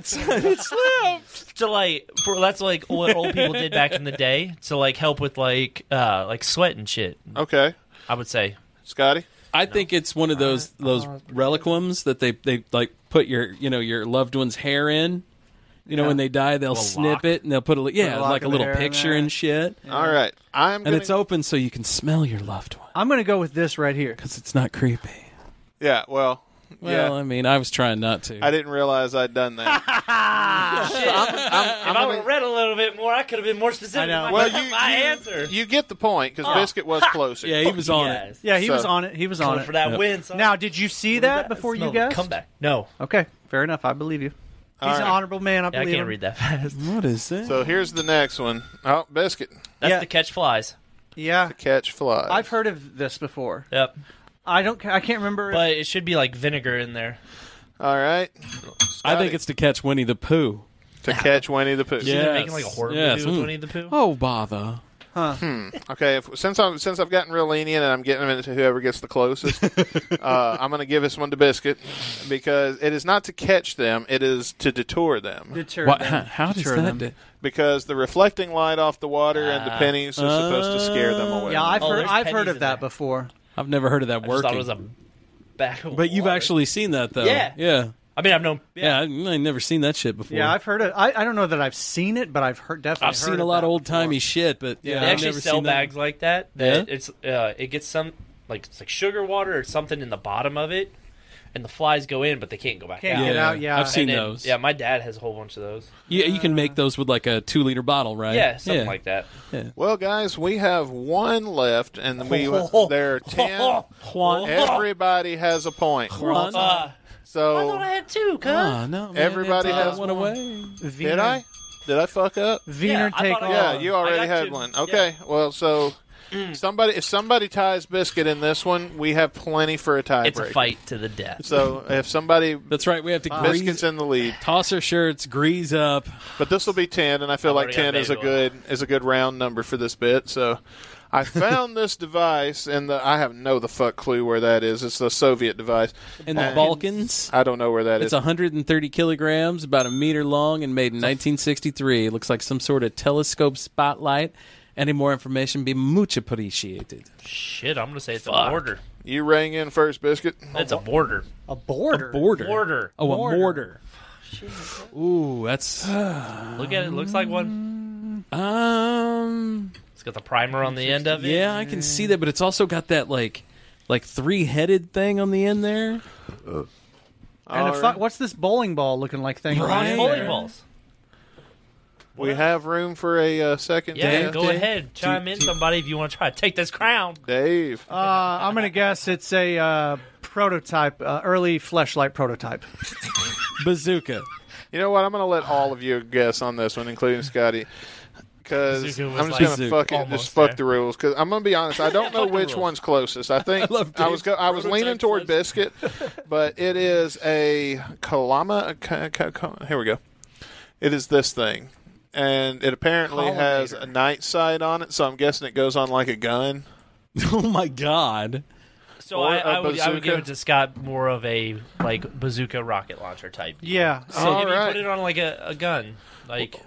it slip. to like for that's like what old people did back in the day to like help with like uh like sweat and shit. Okay, I would say Scotty. I think it's one of those those reliquums that they they like put your you know your loved one's hair in. You know, Yeah. when they die, they'll Little snip lock. it and they'll put a li- yeah, Little lock like a of little hair in picture there. and shit. All right, I'm and gonna- it's open so you can smell your loved one. I'm going to go with this right here because it's not creepy. Yeah, well, Well, yeah. I mean, I was trying not to. I didn't realize I'd done that. if I would have read a little bit more, I could have been more specific. know. with My, Well, you- my you- answer. you get the point because Oh. Biscuit was closer. Yeah, he was on it. Yeah, he was So- on it. He was on Going it for that Yep. win, son. Now, did you see that, before you Smell the guessed? comeback. No. Okay, fair enough. I believe you. He's All an right. honorable man. I believe him. that fast. What is that? So here's the next one. Oh, Biscuit. That's the catch flies. Yeah, to catch flies. I've heard of this before. Yep. I don't. ca- I can't remember. But it should be like vinegar in there. All right. I think it's to catch Winnie the Pooh. To catch Winnie the Pooh. See, they're making, like, a horror yes. movie with Mm. Winnie the Pooh. Oh, bother. Huh. Hmm. Okay. If, since I'm since I've gotten real lenient and I'm getting them into whoever gets the closest, uh, I'm going to give this one to Biscuit because it is not to catch them; it is to detour them. Deter Wha- them. how- how does Deter that them. do- Because the reflecting light off the water and Ah. the pennies are supposed to scare them away. yeah, I've Oh, heard. there's I've pennies heard in of that before. I've never heard of that I just working. thought it was a back. but you've actually seen that though. Yeah. Yeah. I mean, I've known. Yeah, I, I never seen that shit before. Yeah, I've heard it. I, I don't know that I've seen it, but I've heard definitely. I've seen a lot of old timey shit, but yeah, they I've actually never sell seen that. bags like that. that Yeah? It's uh, it gets some like it's like sugar water or something in the bottom of it, and the flies go in, but they can't go back. Can't out. get Yeah, out, yeah. I've seen And then- those. Yeah, my dad has a whole bunch of those. Yeah, you can make those with like a two liter bottle, right? Yeah, something like that. Yeah. Well, guys, we have one left, and we Oh. there are ten. Juan. Everybody has a point. Juan. Uh, So I had two, cuz. Ah, no, man, Everybody that's, uh, has one one. away. Did I? Did I fuck up? Wiener Yeah, I take thought I- off. Yeah, you I already got Mm. had two. one. Okay, well, so somebody if somebody ties biscuit in this one, we have plenty for a tiebreaker. It's a fight to the death. So if somebody That's right. We have to Uh, biscuits grease, in the lead, toss our shirts, grease up. but this will be ten, and I feel I've like already got ten is a baby good is a good round number for this bit. So I found this device, and the I have no the fuck clue where that is. It's the Soviet device In the And Balkans, I don't know where that is. it's 130 kilograms, about a meter long, and made in 1963. It looks like some sort of telescope spotlight. Any more information be much appreciated. Shit, I'm gonna say it's a Fuck. border. you rang in first, biscuit. It's a border. A border. Border. Border. Oh, a mortar. Ooh, that's Look at it. Looks like one. um. It's got the primer on the end of it. Yeah, I can see that, but it's also got that like, like three headed thing on the end there. And a fu- what's this bowling ball looking like thing? Right. Bowling balls. We have room for a uh, second. Yeah, round. go ahead. Chime in, somebody, if you want to try. Take this crown. Dave. Uh, I'm gonna guess it's a uh, prototype, uh, early fleshlight prototype. Bazooka. You know what? I'm going to let all of you guess on this one, including Scotty, because Bazooka I'm was just going to like- Bazooka. fuck it, Almost just fuck there. the rules. Because I'm going to be honest, I don't know Fuck the which rules. one's closest. I think I, love was go- I was leaning toward biscuit, but it is a Kalama. Ka- ka- ka- here we go. It is this thing, and it apparently has a night sight on it. So I'm guessing it goes on like a gun. oh my god. So Or I, a I, would, I would give bazooka. it to Scott more of a like bazooka rocket launcher type. Yeah. So All if you right. put it on like a, a gun, like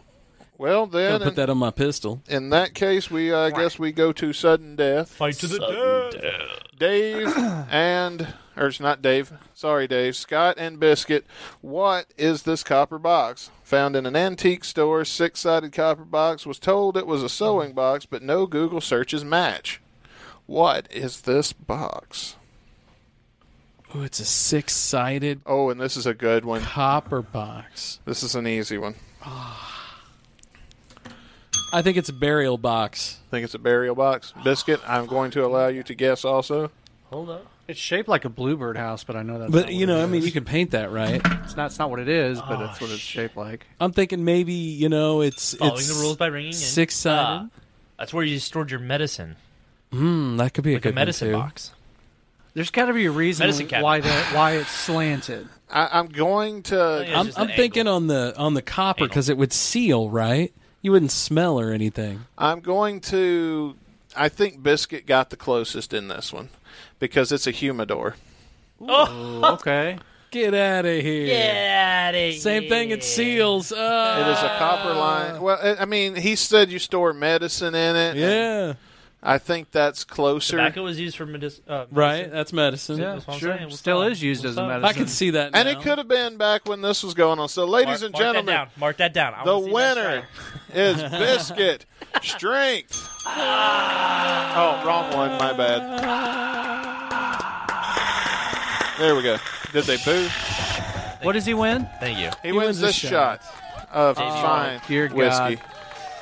Well, then, Gonna put that on my pistol. in, in that case, we uh, I guess we go to sudden death. fight to the death. Dave and or it's not Dave. Sorry, Dave. Scott and Biscuit. What is this copper box? Found in an antique store, six sided copper box. Was told it was a sewing box, but no Google searches match. What is this box? Oh, it's a six sided Oh, and this is a good one. copper box. This is an easy one. I think it's a burial box. I think it's a burial box. Biscuit, I'm going to allow you to guess also. Hold up. It's shaped like a bluebird house, but I know that's. not But you what it know, I mean, is. you can paint that, right? it's not. It's not what it is, but Oh, it's what it's shaped like. I'm thinking maybe you know it's Following it's the rules by ringing in. six sided. Ah, that's where you stored your medicine, Hmm, that could be a like good a medicine one too. box. There's got to be a reason Medicine cabinet. why that why it's slanted. I, I'm going to. Oh, yeah. It's I'm, just I'm an thinking on the on the copper because it would seal, right? You wouldn't smell or anything. I'm going to. I think Biscuit got the closest in this one because it's a humidor. Oh, okay. Get out of here. Get outta Same thing at Seals. It is a copper line. Well, I- I mean, he said you store medicine in it. Yeah. I think that's closer. Tobacco was used for medic- uh, medicine. Right, that's medicine. Yeah, that's what I'm sure. saying. What's Still up? is used What's as a up? medicine. I can see that And it could have been back when this was going on. So, ladies and mark that gentlemen, down. Mark that down. I the wanna see that winner is Biscuit Strength. oh, wrong one. My bad. There we go. Did they boo? What does he win? Thank you. He, wins, this shot, of Oh, fine dear whiskey. God.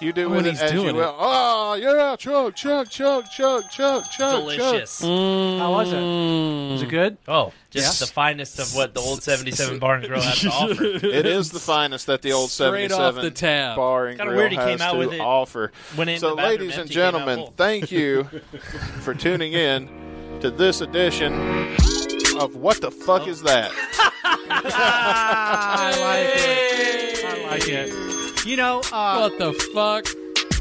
You do Oh, with and he's it as doing you it. will. Oh yeah, chug, chug, chug, chug, chug, chug, Delicious. Mm. chug. How was it? Was Mm. it good? Oh, just Yeah. the finest of what the old 77 Bar and Grill has to offer. It is the finest that the old Straight off 77 the tab. bar and Kinda grill weird he has came out to with it, offer. went in so, the bathroom ladies and empty, came out gentlemen, full. thank you for tuning in to this edition of What the Fuck Is That? I like it. I like it. You know, uh, What the fuck?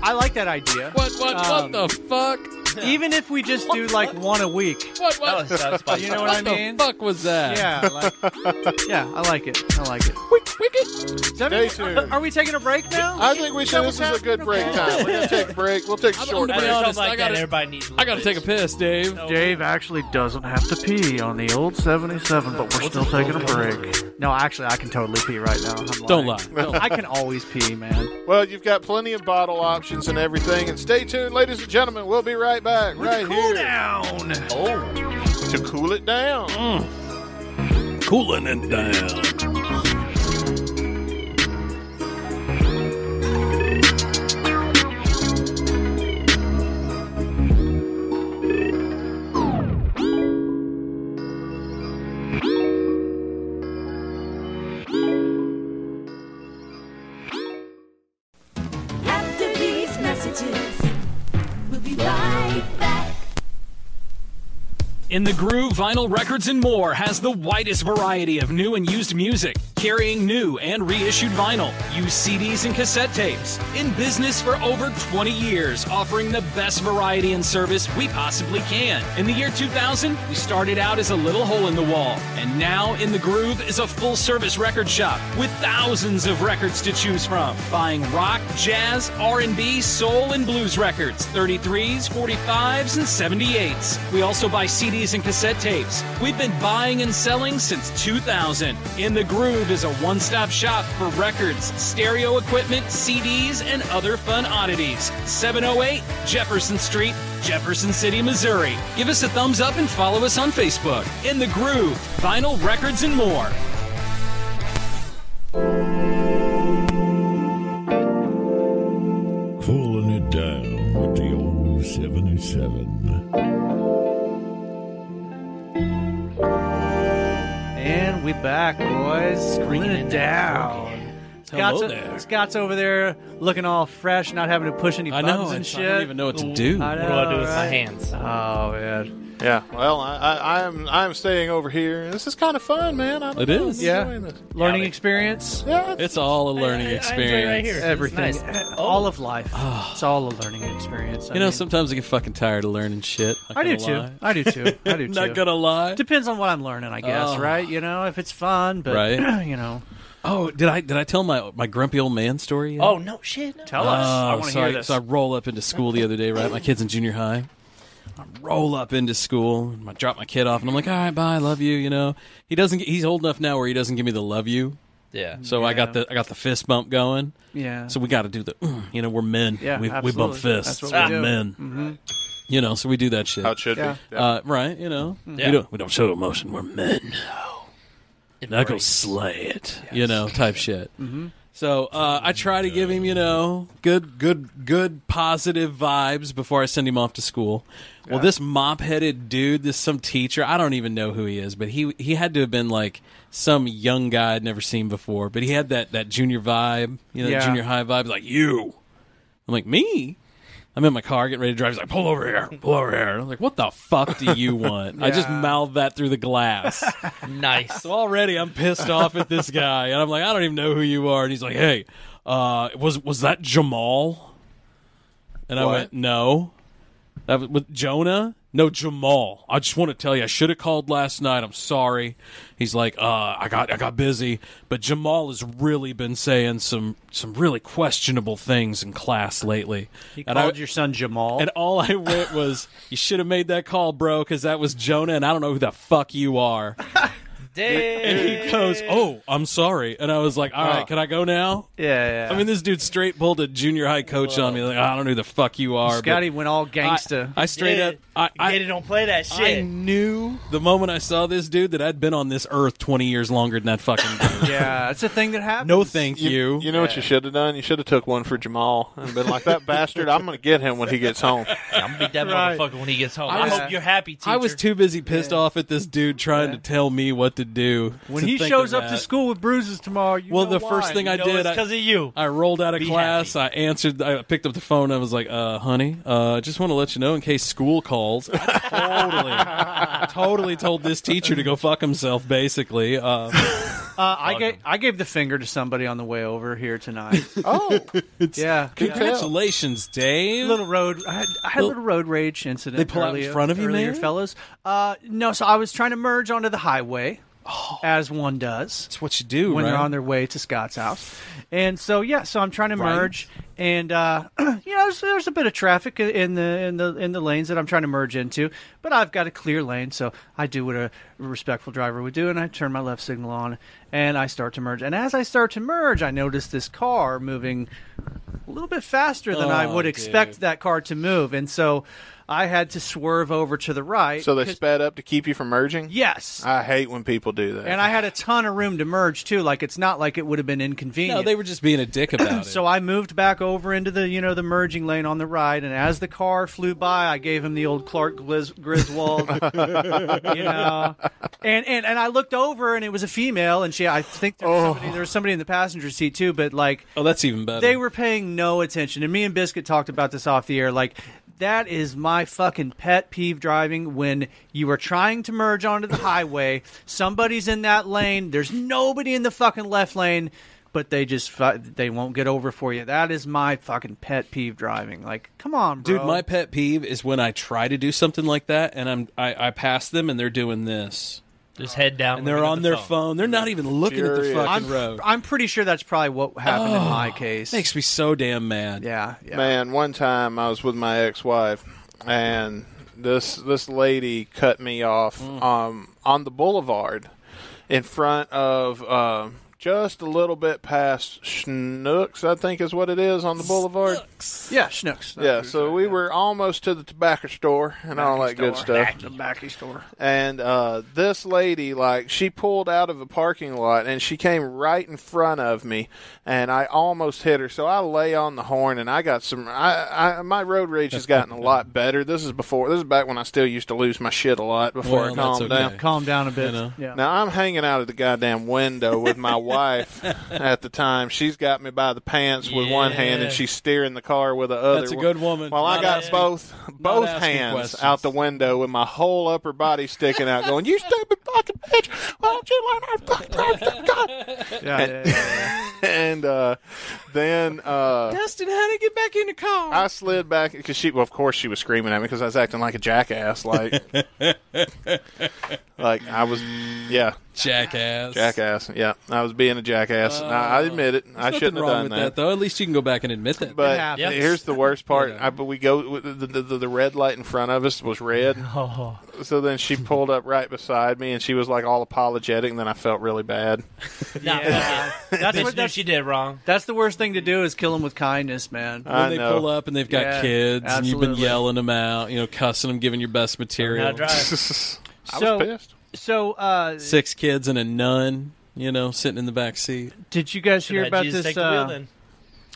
I like that idea. What what what Um, the fuck? Even if we just do like one a week. What what? You know what, I mean? the fuck was that? Yeah, like, yeah, I like it. I like it. Does that mean- Stay tuned. are, we taking a break now? Oh. I think we Is should. that This what's is a good happening? break Okay. time. We're going to take a break. We'll take a I'm- short I'm gonna be break. honest, like I gotta- that, everybody needs a I gotta take a piss, Dave. Dave actually doesn't have to pee on the old 77, but we're still taking a break. No, actually, I can totally pee right now. I'm Don't lying. lie. Don't lie. I can always pee, man. Well, you've got plenty of bottle options and everything. And stay tuned, ladies and gentlemen. We'll be right back right here. down. Oh, to cool it down. Mm. Cooling it down. After these messages, we'll be right back. In the Groove Vinyl Records and More has the widest variety of new and used music, carrying new and reissued vinyl, used CDs and cassette tapes. In business for over 20 years, offering the best variety and service we possibly can. In the year 2000, we started out as a little hole in the wall, and now In the Groove is a full service record shop with thousands of records to choose from, buying rock, jazz, R&B, soul and blues records, 33s, 45s and 78s. We also buy CDs and cassette tapes. We've been buying and selling since 2000. In the Groove is a one-stop shop for records, stereo equipment, CDs and other fun oddities. 708 Jefferson Street, Jefferson City, Missouri. Give us a thumbs up and follow us on Facebook. In the Groove, vinyl records and more. Cooling it down with the old 77. And we back, boys. Screwing it down. Scott's, Hello there. Scott's over there looking all fresh, not having to push any I buttons know, and it's- I shit. don't even know what to do. I What do I do with my right? hands? Oh man. Yeah. Well, I, I, I'm I'm staying over here. This is kind of fun, man. I'm It is. Yeah. enjoying this. Learning experience. Yeah. It's all a learning experience. Everything. Eh, All of life. It's all a learning experience. I Oh. Ah. you know, mean, sometimes I get fucking tired of learning shit. Not I do gonna too. lie. I do too. I do too. Not gonna lie. Depends on what I'm learning, I guess. Oh. Right? You know, if it's fun, but Right. you know. Oh, did I did I tell my my grumpy old man story? yet? Oh, no shit. No. Tell us. I Oh, wanna so hear I- this. So I roll up into school the other day, right? My kid's in junior high. I roll up into school. and I drop my kid off, and I'm like, "All right, bye, love you." You know, he doesn't. get- He's old enough now where he doesn't give me the love you. Yeah. So I got the I got the fist bump going. Yeah. So we got to do the. "Mm," You know, we're men. Yeah, We, we bump absolutely. fists. That's what we do. We're Men. Mhm. You know, so we do that shit. How it should be. Yeah. Uh, right. You know, Hmm. Yeah. we don't we don't show emotion. We're men. Now go Embrace. slay it. You know, type shit. Mm-hmm. So uh, I try to give him, you know, good, good, good, positive vibes before I send him off to school. Well, this mop-headed dude, this some teacher, I don't even know who he is, but he he had to have been like some young guy I'd never seen before. But he had that that junior vibe, you know, Yeah. junior high vibe, like you. I'm like me. I'm in my car getting ready to drive. He's like, pull over here, pull over here. I'm like, what the fuck do you want? I just Yeah. mouthed that through the glass. Nice. So already I'm pissed off at this guy, and I'm like, I don't even know who you are. And he's like, Hey, uh, was was that Jamal? And I What? went, no, that was with Jonah. No, Jamal. I just want to tell you, I should have called last night. I'm sorry. He's like, uh, I got I got busy, but Jamal has really been saying some some really questionable things in class lately. He And called I- your son Jamal. and all I went was, "You should have made that call, bro, because that was Jonah, and I don't know who the fuck you are." And he goes, "Oh, I'm sorry," and I was like, "All right, Oh. can I go now?" Yeah, I mean, this dude straight pulled a junior high coach on me. Like, I don't know who the fuck you are. but Scotty went all gangsta. I straight up. I, I don't play that shit. I knew the moment I saw this dude that I'd been on this earth 20 years longer than that fucking dude. yeah, it's a thing that happens. No, thank you. You, know what you should have done? You should have took one for Jamal and been like, "That bastard! I'm going to get him when he gets home." I'm gonna beat that motherfucker when he gets home. I, I was- hope you're happy, teacher. I was too busy pissed off at this dude trying to tell me what to do. When to he think shows of up that. to school with bruises tomorrow, you well, know the first why. thing You I know did, it's 'cause I, of you. I rolled out of class. I answered. I picked up the phone. I was like, uh, "Honey, uh, just want to let you know in case school calls." I totally, totally told this teacher to go fuck himself. Basically, uh, Uh, I gave I gave the finger to somebody on the way over here tonight. oh, yeah. congratulations, Dave. Little road. I had, I had a little road rage incident. They pull out in earlier- front of you, earlier, man? fellas. Uh, no, so I was trying to merge onto the highway, Oh. as one does. That's what you do when right? they're on their way to Scott's house. And so yeah, so I'm trying to Right. merge, and uh, you know, there's, there's a bit of traffic in the in the in the lanes that I'm trying to merge into, but I've got a clear lane, so I do what a respectful driver would do, and I turn my left signal on, and I start to merge. And as I start to merge, I notice this car moving a little bit faster than I Oh, would dude. expect that car to move, and so I had to swerve over to the right. So they Ah. 'cause- sped up to keep you from merging. Yes, I hate when people do that. and I had a ton of room to merge too. Like it's not like it would have been inconvenient. no, they were just being a dick about it. So I moved back over into the you know the merging lane on the right, and as the car flew by, I gave him the old Clark Glis- Griswold, you know, and, and and I looked over, and it was a female, and she I think there was, somebody, there was somebody in the passenger seat too, but like oh, that's even better. they were paying no attention. And me and Biscuit talked about this off the air, like. That is my fucking pet peeve driving when you are trying to merge onto the highway. Somebody's in that lane. There's nobody in the fucking left lane, but they just fu- they won't get over for you. That is my fucking pet peeve driving. Like, come on, bro. Dude, my pet peeve is when I try to do something like that, and I'm I, I pass them, and they're doing this. Just head down, and they're looking at on the their phone. phone. They're not even looking at Furious. the fucking I'm- road. I'm pretty sure that's probably what happened in Oh, my case. Makes me so damn mad. Yeah, Man, one time I was with my ex-wife, and this this lady cut me off um, on the boulevard in front of uh, just a little bit past Schnucks, I think is what it is on the boulevard. Yeah, Schnucks. Yeah, so we were almost to the tobacco store and all that good stuff. Tobacco store. And uh, this lady, like, she pulled out of a parking lot and she came right in front of me, and I almost hit her. So I lay on the horn and I got some. I, I my road rage has gotten a lot better. This is before. This is back when I still used to lose my shit a lot before Well, I that's calmed okay. down. Calm down a bit. Yeah. Now I'm hanging out of the goddamn window with my wife at the time. She's got me by the pants with one hand and Yeah. she's steering the car with the other. That's a good woman. Well, I Not got asking- both not both asking hands questions. out the window with my whole upper body sticking out, going, "You stupid fucking bitch! Why don't you learn how to drive? Stop God!" Yeah, and, and, uh, then uh, Dustin, how to get back in the car? I slid back because she, well, of course, she was screaming at me because I was acting like a jackass, like like I was, yeah, Jackass. jackass. Yeah, I was being a jackass. and I, I admit it. I Uh, There's shouldn't nothing have done wrong that. with though. At least you can go back and admit that. But here's the worst part. I, but we go with the, the, the, the red light in front of us was red. So then she pulled up right beside me, and she was like all apologetic. And then I felt really bad. Yeah, That's what knew she did wrong. That's the worst thing to do is kill them with kindness, man. when they pull up and they've got Yeah, kids, and you've absolutely. been yelling them out, you know, cussing them, giving your best material. Now drive. so, So, uh, Six kids and a nun, you know, sitting in the back seat. did you guys hear had about Jesus this? take the wheel uh, then.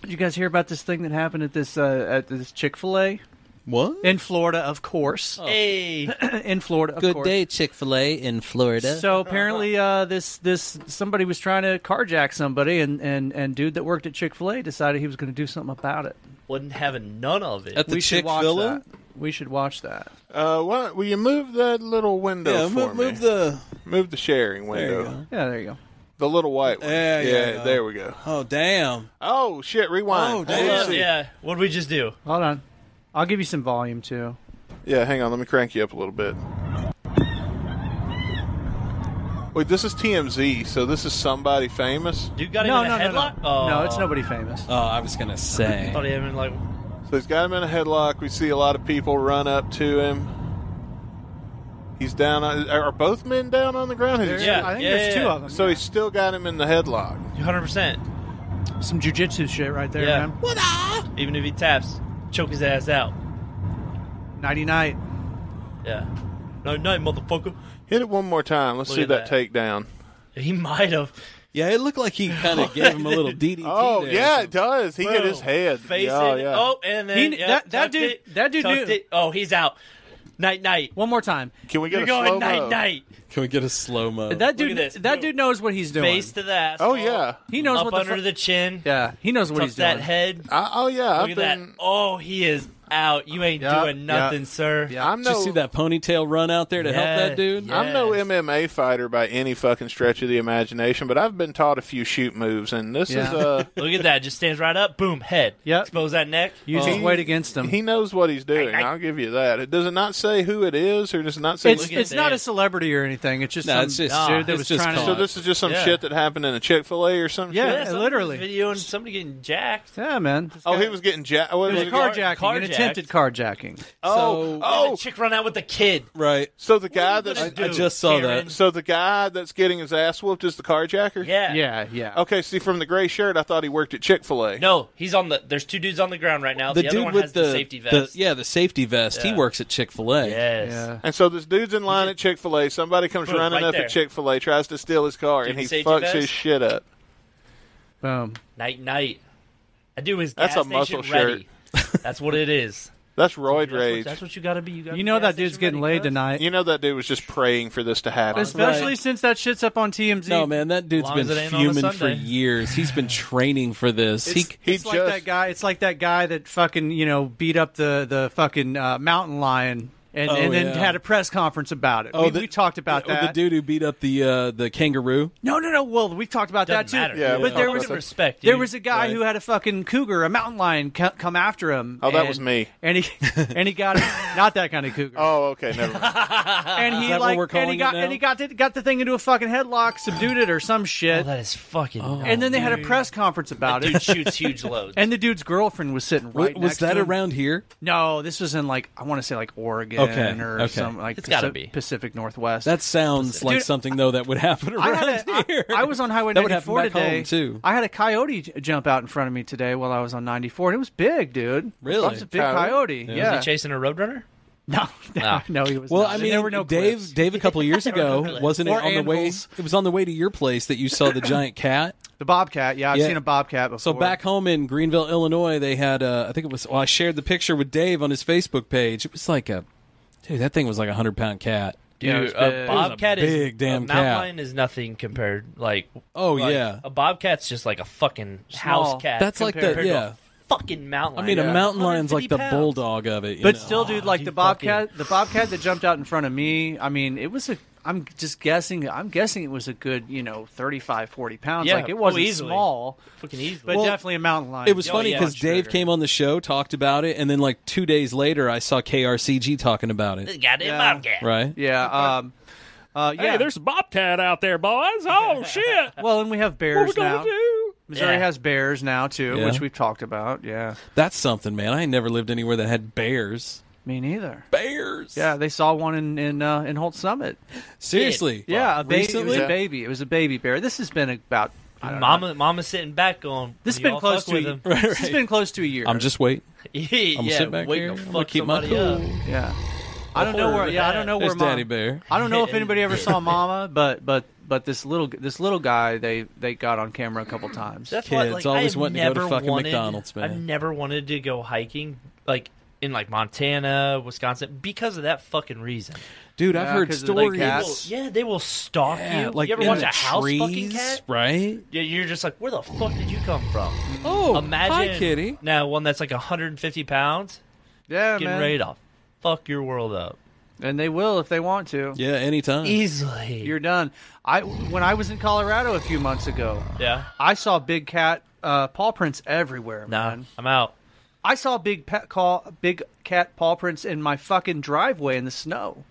did you guys hear about this thing that happened at this uh, at this Chick Fil A? What in Florida, of course. Oh. Hey, in Florida, of course. Chick Fil A in Florida. So apparently, uh, this this somebody was trying to carjack somebody, and and and dude that worked at Chick Fil A decided he was going to do something about it. Wasn't having none of it. At the We should watch Chick-fil-A? that. We should watch that. Uh, why don't- will you move that little window Yeah, for move- me? move the move the sharing There you window. Yeah, there you go. The little white one. Yeah, yeah, yeah. there we go. Oh damn. Oh shit, rewind. What did we just do? Hold on. I'll give you some volume too. Yeah, hang on, let me crank you up a little bit. Wait, this is TMZ, so this is somebody famous. Dude got no, no, no, no. No, it's nobody famous. Oh, I was gonna say. Thought he had been like. So he's got him in a headlock. We see a lot of people run up to him. He's down. On, are are both men down on the ground? There- Yeah, I think yeah, there's yeah, two yeah. of them, So he's still got him in the headlock. 100%. Some jujitsu shit right there, yeah. man. Even if he taps, choke his ass out. Nighty night. Yeah. No, no, motherfucker. Hit it one more time. Let's Look see at that, takedown. He might have. Yeah, it looked like he kind of gave him a little DDT. Oh there. yeah, it does. He hit his head. Face yeah, it. yeah. Oh, and then He- yeah, that- that tucked dude- it, that dude tucked knew- it. Oh, he's out. Night, night. One more time. Can we You're going night, night. Can we get a slow mo? That Oh, Look dude. at this. That dude knows what he's doing. Face to that. Oh yeah. He knows Up what the under fu- the chin. Yeah, he knows what tuck he's that doing. head. I, oh yeah. Look I've at been. that. Oh, he is out. You ain't Yeah, doing nothing, yeah. sir. I'm Did you see no. that ponytail run out there to help Yeah. that dude? I'm no MMA fighter by any fucking stretch of the imagination, but I've been taught a few shoot moves, and this is Yeah. uh Look at that. Just stands right up. Boom. Head. Yep. Expose that neck. Use his He- weight against him. he knows what he's doing. I'll give you that. It does it not say who it is, or does it not say? it's it's not a celebrity or anything. It's just No, some it's just- dude that it's was just trying caught. so to. this is just some Yeah. shit that happened in a Chick Fil A or some Yeah, shit. somebody's literally. Videoing somebody getting jacked. Yeah, man. Oh, he was getting jacked. What It was was it? carjacking, Carjacked. an attempted carjacking. Oh, So- The oh. chick run out with the kid. Right. So the guy What are you that's gonna I do, just saw Karen? that. so the guy that's getting his ass whooped is the carjacker. Yeah. Yeah, yeah. Okay. See, from the gray shirt, I thought he worked at Chick Fil A. No, he's on the. There's two dudes on the ground right now. The, other one has the, safety vest. yeah, the safety vest. He Yeah. works at Chick Fil A. Yes. Yeah. And so this dude's in line at Chick Fil A. Somebody comes Boom, running right up there. at Chick Fil A, tries to steal his car, and Dude, he safety fucks vest? his shit up. Boom. Night, night. I do his That's gas a muscle station ready. That's what it is. That's roid That's what, rage. that's what you gotta be. You, gotta You be know gas that dude's station getting ready, laid cuz. tonight. you know that dude was just praying for this to happen. Especially Right. since that shit's up on TMZ. No man, that dude's Long been as it ain't on a fuming for Sunday. years. He's been training for this. He It's, it's like just- that guy. It's like that guy that fucking you know beat up the the fucking uh, mountain lion and, Oh, and then yeah. Oh, had a press conference about it. we, the- we talked about the, that. The dude who beat up the uh, the kangaroo. No, no, no. Well, we've talked about Doesn't that too. matter. Yeah, we but there talked was about that. Respect, There dude. was a guy who had a fucking cougar, a mountain lion, co- come after him. Oh, that and- was me. And he and he got not that kind of cougar. Oh, okay, never mind. and he that what like we're and calling he it got now? and he got got the thing into a fucking headlock, subdued it or some Oh, shit. that is fucking. and then they had a press conference about dude it. shoots huge loads. And the dude's girlfriend was sitting Wa- right. was next to that him. around here? No, this was in like I want to say like Oregon Okay, or okay. some like It's gotta Paci- be. Pacific Northwest. That sounds like Dude, something though that would happen I, around had a, here. I, I was on Highway That would 94 happen back today. home, too. I had a coyote j- jump out in front of me today while I was on 94. And it was big, dude. Really? it was a big Coyote? coyote. Was Yeah. he chasing a roadrunner? no, no, Ah. no, he was. well, not. I And mean, there were no Dave. cliffs. Dave, a couple of years ago, wasn't it Or on the way? anvils. It was on the way to your place that you saw the giant cat. the bobcat. Yeah, I've Yeah. seen a bobcat before. So back home in Greenville, Illinois, they had uh, I think it was well, I shared the picture with Dave on his Facebook page. It was like a dude, that thing was like a hundred pound cat. Yeah, it was Dude, a big. bobcat is big damn a mountain cat. lion is nothing compared. Like, Oh, like, yeah. a bobcat's just like a fucking Small. house cat. That's like the- compared to a yeah. fucking mountain. I lion. mean, a mountain lion's like the 150 pounds. bulldog of it. you but know? still, dude, like you the bobcat, the bobcat that jumped out in front of me. I mean, it was a. I'm just guessing. I'm guessing it was a good, you know, 35, 40 pounds. Yeah, like it oh, wasn't easily. small, Fucking easily. but definitely a mountain lion. It was Oh, funny yeah. because Dave Trigger. came on the show, talked about it, and then like two days later, I saw KRCG talking about it. Goddamn Yeah. bobcat. Right? Yeah. Um, uh, yeah. a bobcat out there, boys. Oh shit! well, and we have bears now. do? Missouri Yeah. has bears now too, Yeah. which we've talked about. Yeah. That's something, man. I ain't never lived anywhere that had bears. Me neither. Bears. Yeah, they saw one in in uh, in Holt Summit. Seriously. Yeah, a ba- it was Recently? a baby. It was a baby bear. This has been about. I don't know. Mama, mama's sitting back going. This has "You been all close to. fuck with a- him." Right, This has right. been close to a year. I'm just waiting. yeah, gonna sit back wait here. to I'm fuck gonna keep my somebody up. Yeah. I don't know where. Yeah, I don't know where. There's mom- Daddy Bear. I don't know if anybody ever saw Mama, but but but this little this little guy they they got on camera a couple times. That's Kids what, like, always I've wanting to go to never fucking wanted- McDonald's, man. I've never wanted to go hiking, like in like Montana, Wisconsin, because of that fucking reason. Dude, Yeah, I've heard 'cause of the lake stories. Well, cats. yeah, they will stalk Yeah, you. like you ever in watch the a house fucking trees, cat? right? Yeah, you're just like, where the fuck did you come from? Oh, Imagine hi, kitty. now one that's like 150 pounds Yeah, getting man. ready to fuck your world up. And they will if they want to. Yeah, anytime. E- Easily. You're done. I when I was in Colorado a few months ago. Yeah. I saw big cat uh, paw prints everywhere. Nah, man. I'm out. I saw big pet call big cat paw prints in my fucking driveway in the snow.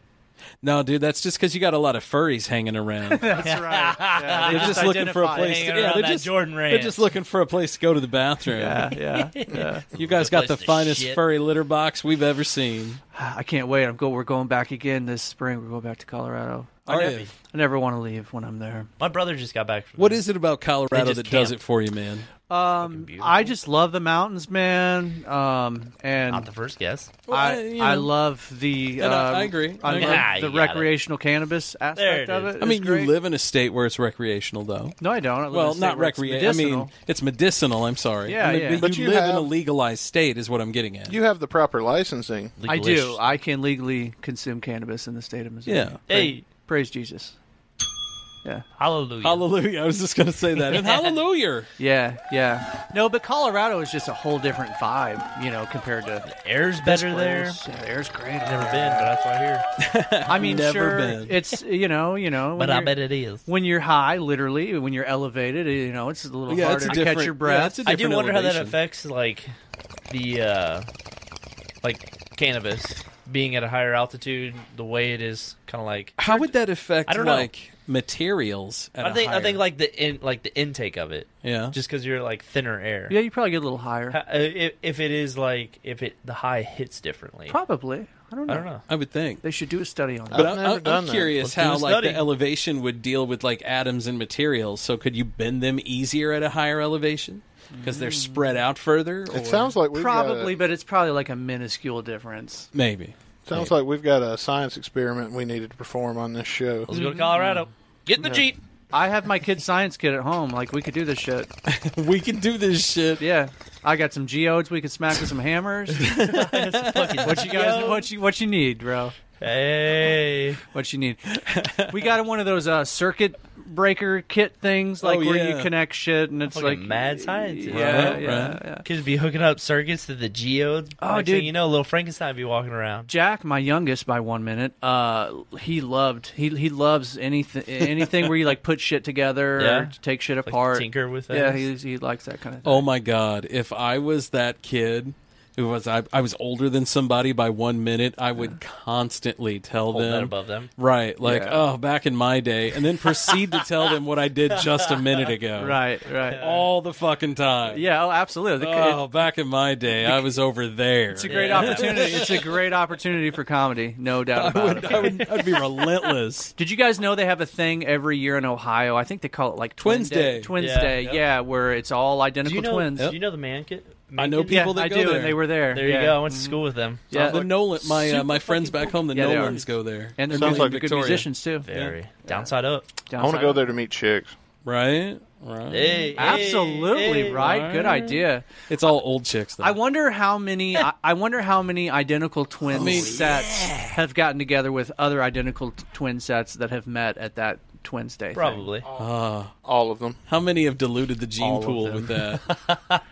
No, dude, that's just because you got a lot of furries hanging around. That's right. Yeah, they're just looking for a place. To, yeah, they're just They're just looking for a place to go to the bathroom. Yeah, yeah, yeah. You guys got the Place to finest shit. furry litter box we've ever seen. I can't wait. I'm go. We're going back again this spring. We're going back to Colorado. Are I ya? never, I never want to leave when I'm there. My brother just got back from. What is it about Colorado just that does can't. it for you, man? Um, I just love the mountains, man. Um, and not the first guess. Well, I, I- you I know. love the. And I- um, I agree. I I love agree. Ah, the you got it. recreational cannabis aspect of it. I mean, It's great. you live in a state where it's recreational, though. No, I don't. I live in well, a state not where it's recreational. I mean, medicinal. it's medicinal. I'm sorry. Yeah, I mean, yeah. But, But you, you live in have- a legalized state, is what I'm getting at. You have the proper licensing. I do. I can legally consume cannabis in the state of Missouri. Yeah. Praise- Hey. praise Jesus. Yeah. Hallelujah. Hallelujah. I was just going to say that. And hallelujah. Yeah, yeah. No, but Colorado is just a whole different vibe, you know, compared to the air's better there. Yeah, the air's great. Never been, but that's why I hear. I mean, Never sure, been. it's you know, you know, when But I you're- bet it is. when you're high, literally, when you're elevated, you know, it's a little Yeah, it's harder to a catch different- your breath. yeah, it's a I do different wonder how that elevation. affects like the uh like cannabis being at a higher altitude, the way it is kind of like How would that affect, I don't know. like, materials? At I a think I higher- think like the in like the intake of it. Yeah. Just because you're like thinner air. Yeah, you probably get a little higher. Ha- uh, If, if it is like if it the high hits differently. Probably. I don't know. I don't know. I would think. They should do a study on that. But I, I, I'm Let's curious do how a like study. the elevation would deal with like atoms and materials. So could you bend them easier at a higher elevation because Mm. they're spread out further? or- probably, but it's probably like a minuscule difference. maybe. Sounds like we've got a science experiment we needed to perform on this show. Let's go to Colorado. Get in the Mm-hmm. Yeah. jeep. I have my kid's science kit at home. Like we could do this shit. we can do this shit. Yeah, I got some geodes. We can smack with some hammers. what you guys? What you? What you need, bro? Hey, what you need? We got one of those uh, circuit breaker kit things, like Oh, where yeah. you connect shit, and it's like Fucking mad scientist. Yeah, yeah, yeah. Kids be hooking up circuits to the geodes. Oh, Next thing dude. you know, little Frankenstein be walking around. Jack, my youngest by one minute, uh, he loved he he loves anything anything where you like put shit together Yeah. or take shit apart, tinker with Yeah, things. he he likes that kind of. thing. Oh my god! If I was that kid. Who was I? I was older than somebody by one minute. I would constantly tell Hold that them above them. right? Like, Yeah. oh, back in my day, and then proceed to tell them what I did just a minute ago. Right, Uh, right. All the fucking time. Yeah, oh, absolutely. The- Oh, back in my day, I was over there. It's a great opportunity. It's a great opportunity for comedy, no doubt about it. I would, I'd be relentless. Did you guys know they have a thing every year in Ohio? I think they call it like Twins Day. Twins Yeah. Day, Yep. yeah, where it's all identical do you know, twins. Do you know the man kit? I know Mankin? people Yeah, that I go do, there. and they were there. There Yeah. you go. I went to school with them. Yeah. the Nolan, my uh, Super my friends back home, the Yeah, they are. Nolans go there, And they're Sounds good- good musicians, too. Very Yeah. downside up. I want to go there to meet chicks. Right, right. Hey, Absolutely hey, right. Good right. idea. It's all old chicks though. I wonder how many. I, I wonder how many identical twin mean- sets have gotten together with other identical t- twin sets that have met at that Twins Day. thing. Probably. all of them. How many have diluted the gene All of pool them. with that?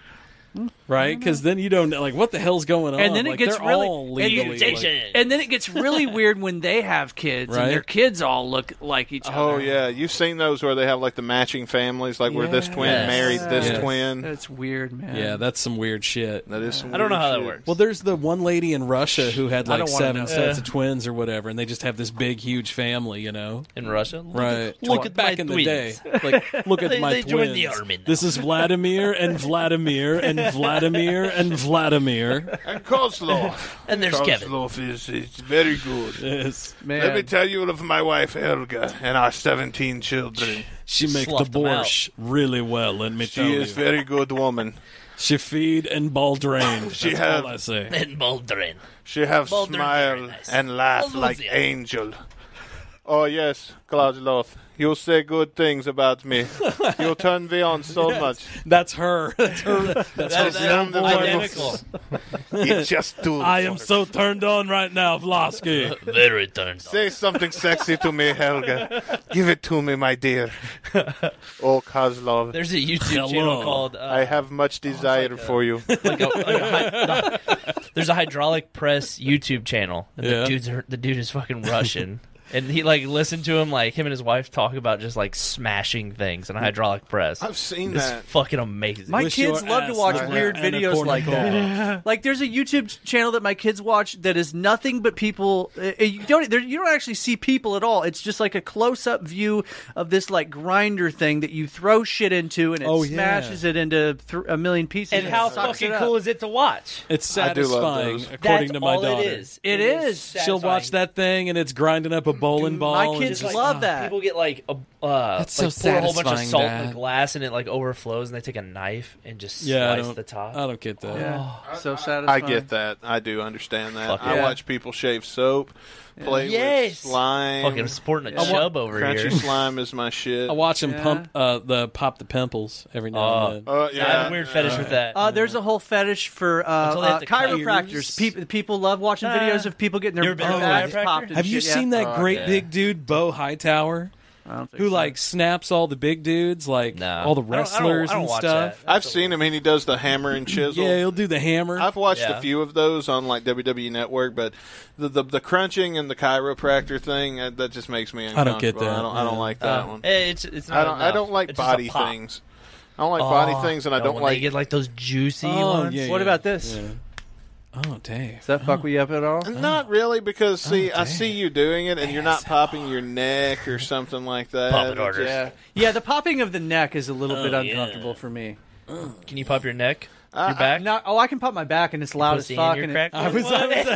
right, because then you don't know, like what the hell's going on. And then it Like, gets they're really all and- legally, like- and then it gets really weird when they have kids Right? and their kids all look like each other. Oh yeah, you've seen those where they have like the matching families, like where this twin Yes. married this Yes. twin. That's weird, man. yeah, that's some weird shit. That is. Some I don't know weird how that shit. works. Well, there's the one lady in Russia who had I like don't wanna seven know. sets Yeah. of twins or whatever, and they just have this big, huge family, you know. In Russia? Look right? at- look at back my in the day, twins. like look at They- my they twins. joined the army now. This is Vladimir and Vladimir and Vladimir and Vladimir. And Kozlov. And there's Kevin. Kozlov is, is very good. Yes. Let me tell you of my wife Helga and our 17 children. She makes the Sloughed them out. borscht really well. Let me tell She is you, very good woman. she feed and baldrain. She That's have- all I say. And Baldrin. She have Baldrin's smile very nice. and laugh Kozlov's like the- angel. Oh yes, Kozlov. You say good things about me. you turn me on so much. That's her. That's her. That's her sound sound identical. It just do. I am so turned on right now, Vlasky. Very turned Say something sexy to me, Helga. Give it to me, my dear. Oh, Kozlov. There's a YouTube channel Hello. called, uh, I have much desire for you. There's a hydraulic press YouTube channel. And Yeah. The dude's are- the dude is fucking Russian. And he like listened to him like him and his wife talk about just like smashing things in a hydraulic press. I've seen it's that. fucking amazing. My kids love to watch weird videos like that. like there's a YouTube channel that my kids watch that is nothing but people. uh, uh, You don't there, you don't actually see people at all. It's just like a close up view of this like grinder thing that you throw shit into and it Oh, yeah. smashes it into th- a million pieces. And how fucking cool is it to watch? It's I do love satisfying, those. according That's to my all it daughter. is. It It is is. She'll satisfying. watch that thing, and it's grinding up a bowling ball. My and kids just like, love "Ah." that. oh, People get like a uh, That's like so pour a whole bunch of satisfying, salt in Dad. a glass and it like overflows and they take a knife and just Yeah, I slice don't- the top. I don't get that. Oh. so I satisfying. get that. I do understand that. Fuck I yeah. watch people shave soap, play with Yes. slime. Fucking sporting a I wa- chub over Crunchy here. slime is my shit. I watch them pump uh, the pop the pimples every now and then. Oh, yeah. I have a weird fetish with that. Oh, Uh, there's a whole fetish for uh, Until they have uh, to cut chiropractors. Peop people love watching Uh, videos of people getting their You've been to a backs chiropractor? popped. And Have you shit, oh, yeah. seen that great big dude, Bo Hightower? Who like snaps all the big dudes, like all the wrestlers and stuff? I've seen him, and he does the hammer and chisel. Yeah, he'll do the hammer. I've watched Yeah. a few of those on like WWE Network, but the the, the crunching and the chiropractor thing uh, that just makes me I uncomfortable. don't get that. I don't, I don't Yeah. like that Uh, one. eh, it's- it's I not don't. I enough. don't like It's just a body pop. Oh, things. I don't like body things, and I don't like get like those juicy Oh, ones. yeah, What yeah. about this? Oh, Dave. Does that fuck we up at all? Not really, because Oh, see, I see you doing it, and you're not popping your neck or something like that. Popping orders. Yeah. Yeah, the popping of the neck is a little Oh, bit yeah. uncomfortable for me. Can you pop your neck? Uh, your back? not, oh, I can pop my back, and it's loud as pussy in fuck. your and crack? it, I was- I was-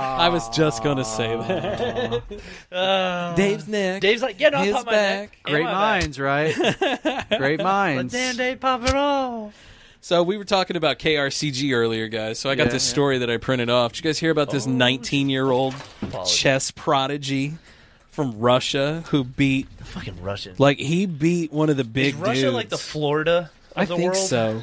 I was just gonna say that. Dave's neck. Um, Dave's like, yeah, no, I'll his pop my back. neck. and Great my minds, right? Great minds. they pop it all. So we were talking about KRCG earlier, guys. So I got Yeah, Oh. this yeah. story that I printed off. Did you guys hear about this 19-year-old chess prodigy from Russia who beat fucking Russian? Like he beat one of the Is big Russia dudes. like the Florida of I the think world? so.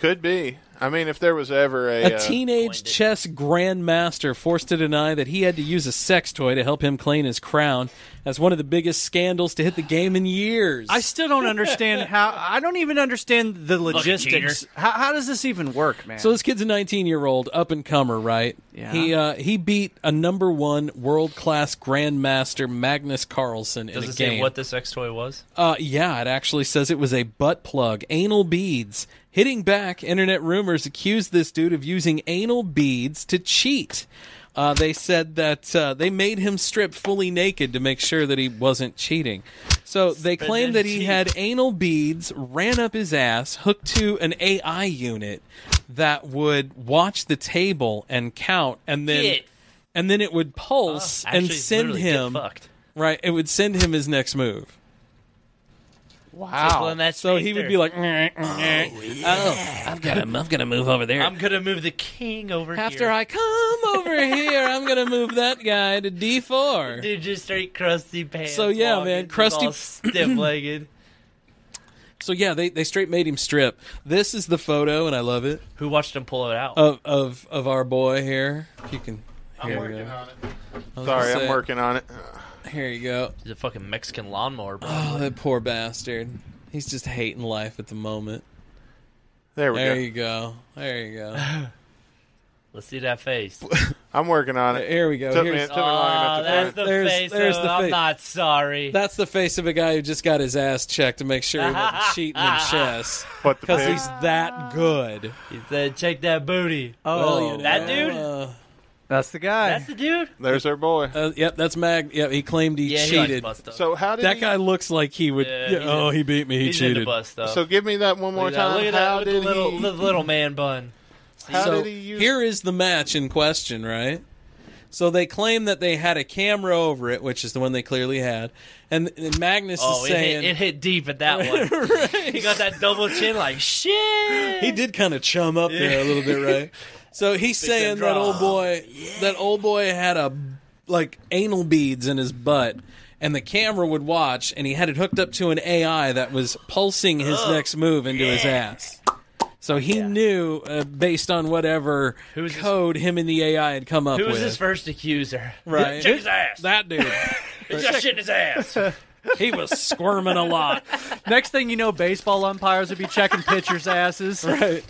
Could be. I mean, if there was ever a, A uh, teenage chess grandmaster forced to deny that he had to use a sex toy to help him claim his crown as one of the biggest scandals to hit the game in years. I still don't understand how. I don't even understand the logistics. cheater. How, how does this even work, man? So this kid's a 19 year old up and comer, right? Yeah. He uh, he beat a number one world class grandmaster Magnus Carlsen in Does a it say game. what the sex toy was? Uh, yeah, it actually says it was a butt plug, anal beads. Hitting back, internet rumors accused this dude of using anal beads to cheat. Uh, they said that uh, they made him strip fully naked to make sure that he wasn't cheating. So they Spin claimed and that he cheat. had anal beads, ran up his ass, hooked to an AI unit that would watch the table and count, and then Get. and then it would pulse Uh, and actually, send literally get him fucked. right. It would send him his next move. Wow. So he would be like, oh, I've got to, I've got to move over there. I'm gonna move the king over After here. I come over here, I'm gonna move that guy to D four. Dude, just straight crusty pants. So yeah, walking, man, all crusty, stiff legged. So yeah, they, they straight made him strip. This is the photo, and I love it. Who watched him pull it out? Of of, of our boy here. You can. I'm here working you go. on it. I was Sorry, gonna I'm say- working on it. Here you go. He's a fucking Mexican lawnmower, bro. Oh, that poor bastard. He's just hating life at the moment. There we there go. you go. There you go. Let's see that face. I'm working on it. Here we go. Took me, Here's- took me long enough Oh, to that's find the it. There's- face. there's of, the I'm face. not sorry. That's the face of a guy who just got his ass checked to make sure he wasn't cheating in chess. What the Because pig? he's that good. He said, "Check that booty." Well, you Oh, that know, dude. uh, That's the guy. That's the dude. There's our boy. Uh, yep, that's Mag. Yep, he claimed he Yeah, he likes cheated. bust up. So how did that he- guy looks like he would. Yeah, yeah, he's oh, in- he beat me. He he's into cheated. bust up. So give me that one more Look at that. time. Look at how that did look at the little, he? the little man bun. How so did he use? here is the match in question, right? So they claim that they had a camera over it, which is the one they clearly had, and, and Magnus Oh, is it hit, saying it hit deep at that one. He got that double chin, like shit. he did kind of chum up there a little bit, right? So he's Fix and saying that draw. old boy, that old boy had a like anal beads in his butt, and the camera would watch, and he had it hooked up to an AI that was pulsing his Oh, next move into his yeah. ass. So he knew, uh, based on whatever code him and the AI had come up Who was with. his first accuser? Right. Check his ass. That dude. He's just shitting his ass. he was squirming a lot. Next thing you know, baseball umpires would be checking pitchers' asses. Right.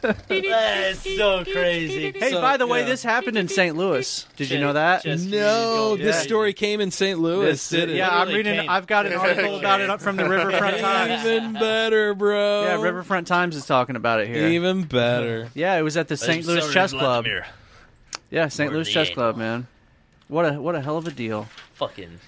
That's so crazy. Hey, So, by the way, yeah. this happened in St. Louis. Did you know that? no, Yeah. this story came in St. Louis. This- did it? yeah, I'm Literally reading- came. I've got an article about it up from the Riverfront Times. Even better, bro. Yeah, Riverfront Times is talking about it here. Even better. Yeah, it was at the St. Louis Chess Club. Yeah, St. Louis Chess Club, man. What a what a hell of a deal. Fucking.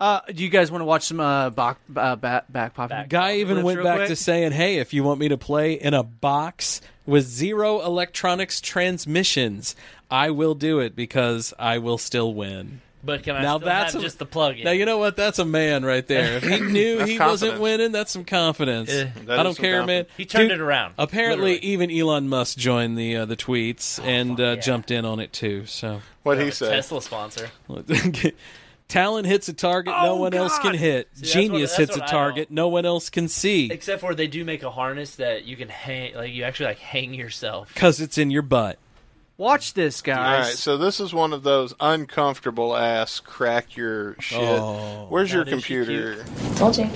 Uh, do you guys want to watch some uh, back uh, back back pop? Guy even went back to saying, "Hey, if you want me to play in a box with zero electronics transmissions, I will do it because I will still win." But can I now still that's have a- just the plug-in? Now you know what? That's a man right there. If he knew That's he confidence. wasn't winning, that's some confidence. Yeah. That I is don't some care, confidence. man. He turned it around, Apparently, even Elon Musk joined the uh, the tweets Oh, and uh, jumped in on it too. So What Uh, Tesla sponsor. Talent hits a target no Oh, one else can God! hit. See, that's what- Genius that's hits a what I target no one else can see Except for they do make a harness that you can hang, like you actually like hang yourself. because it's in your butt. Watch this, All right, so this is one of those uncomfortable ass crack your shit. Oh. Where's your Now, did she computer? Told you.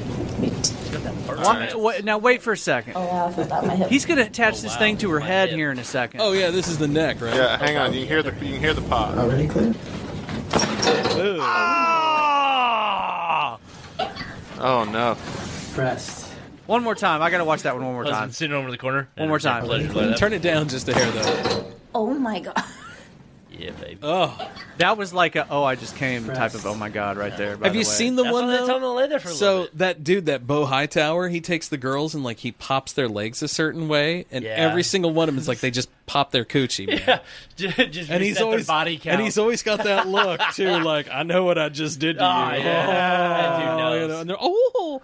Alright. now wait for a second. Oh wow, I my hip. He's gonna attach this thing to her head here in a second. Oh yeah, this is the neck, right? Yeah, hang on. You can hear the you can hear the pop. Already clear. Ah! Oh no. Pressed. One more time. I gotta watch that one one more time. Husband sitting over the corner. One more time. Turn it down just a hair though. Oh my god. Yeah, baby. Oh, that was like a oh I just came type of oh my god right there. by Have you way. seen the one though? for a so that dude, that Bo Hightower, he takes the girls and like he pops their legs a certain way, and Yeah. every single one of them is like they just pop their coochie. man. just reset And he's their always body count. and he's always got that look too, like I know what I just did to Oh, you. yeah. Oh, That dude you knows. know, and they're, oh,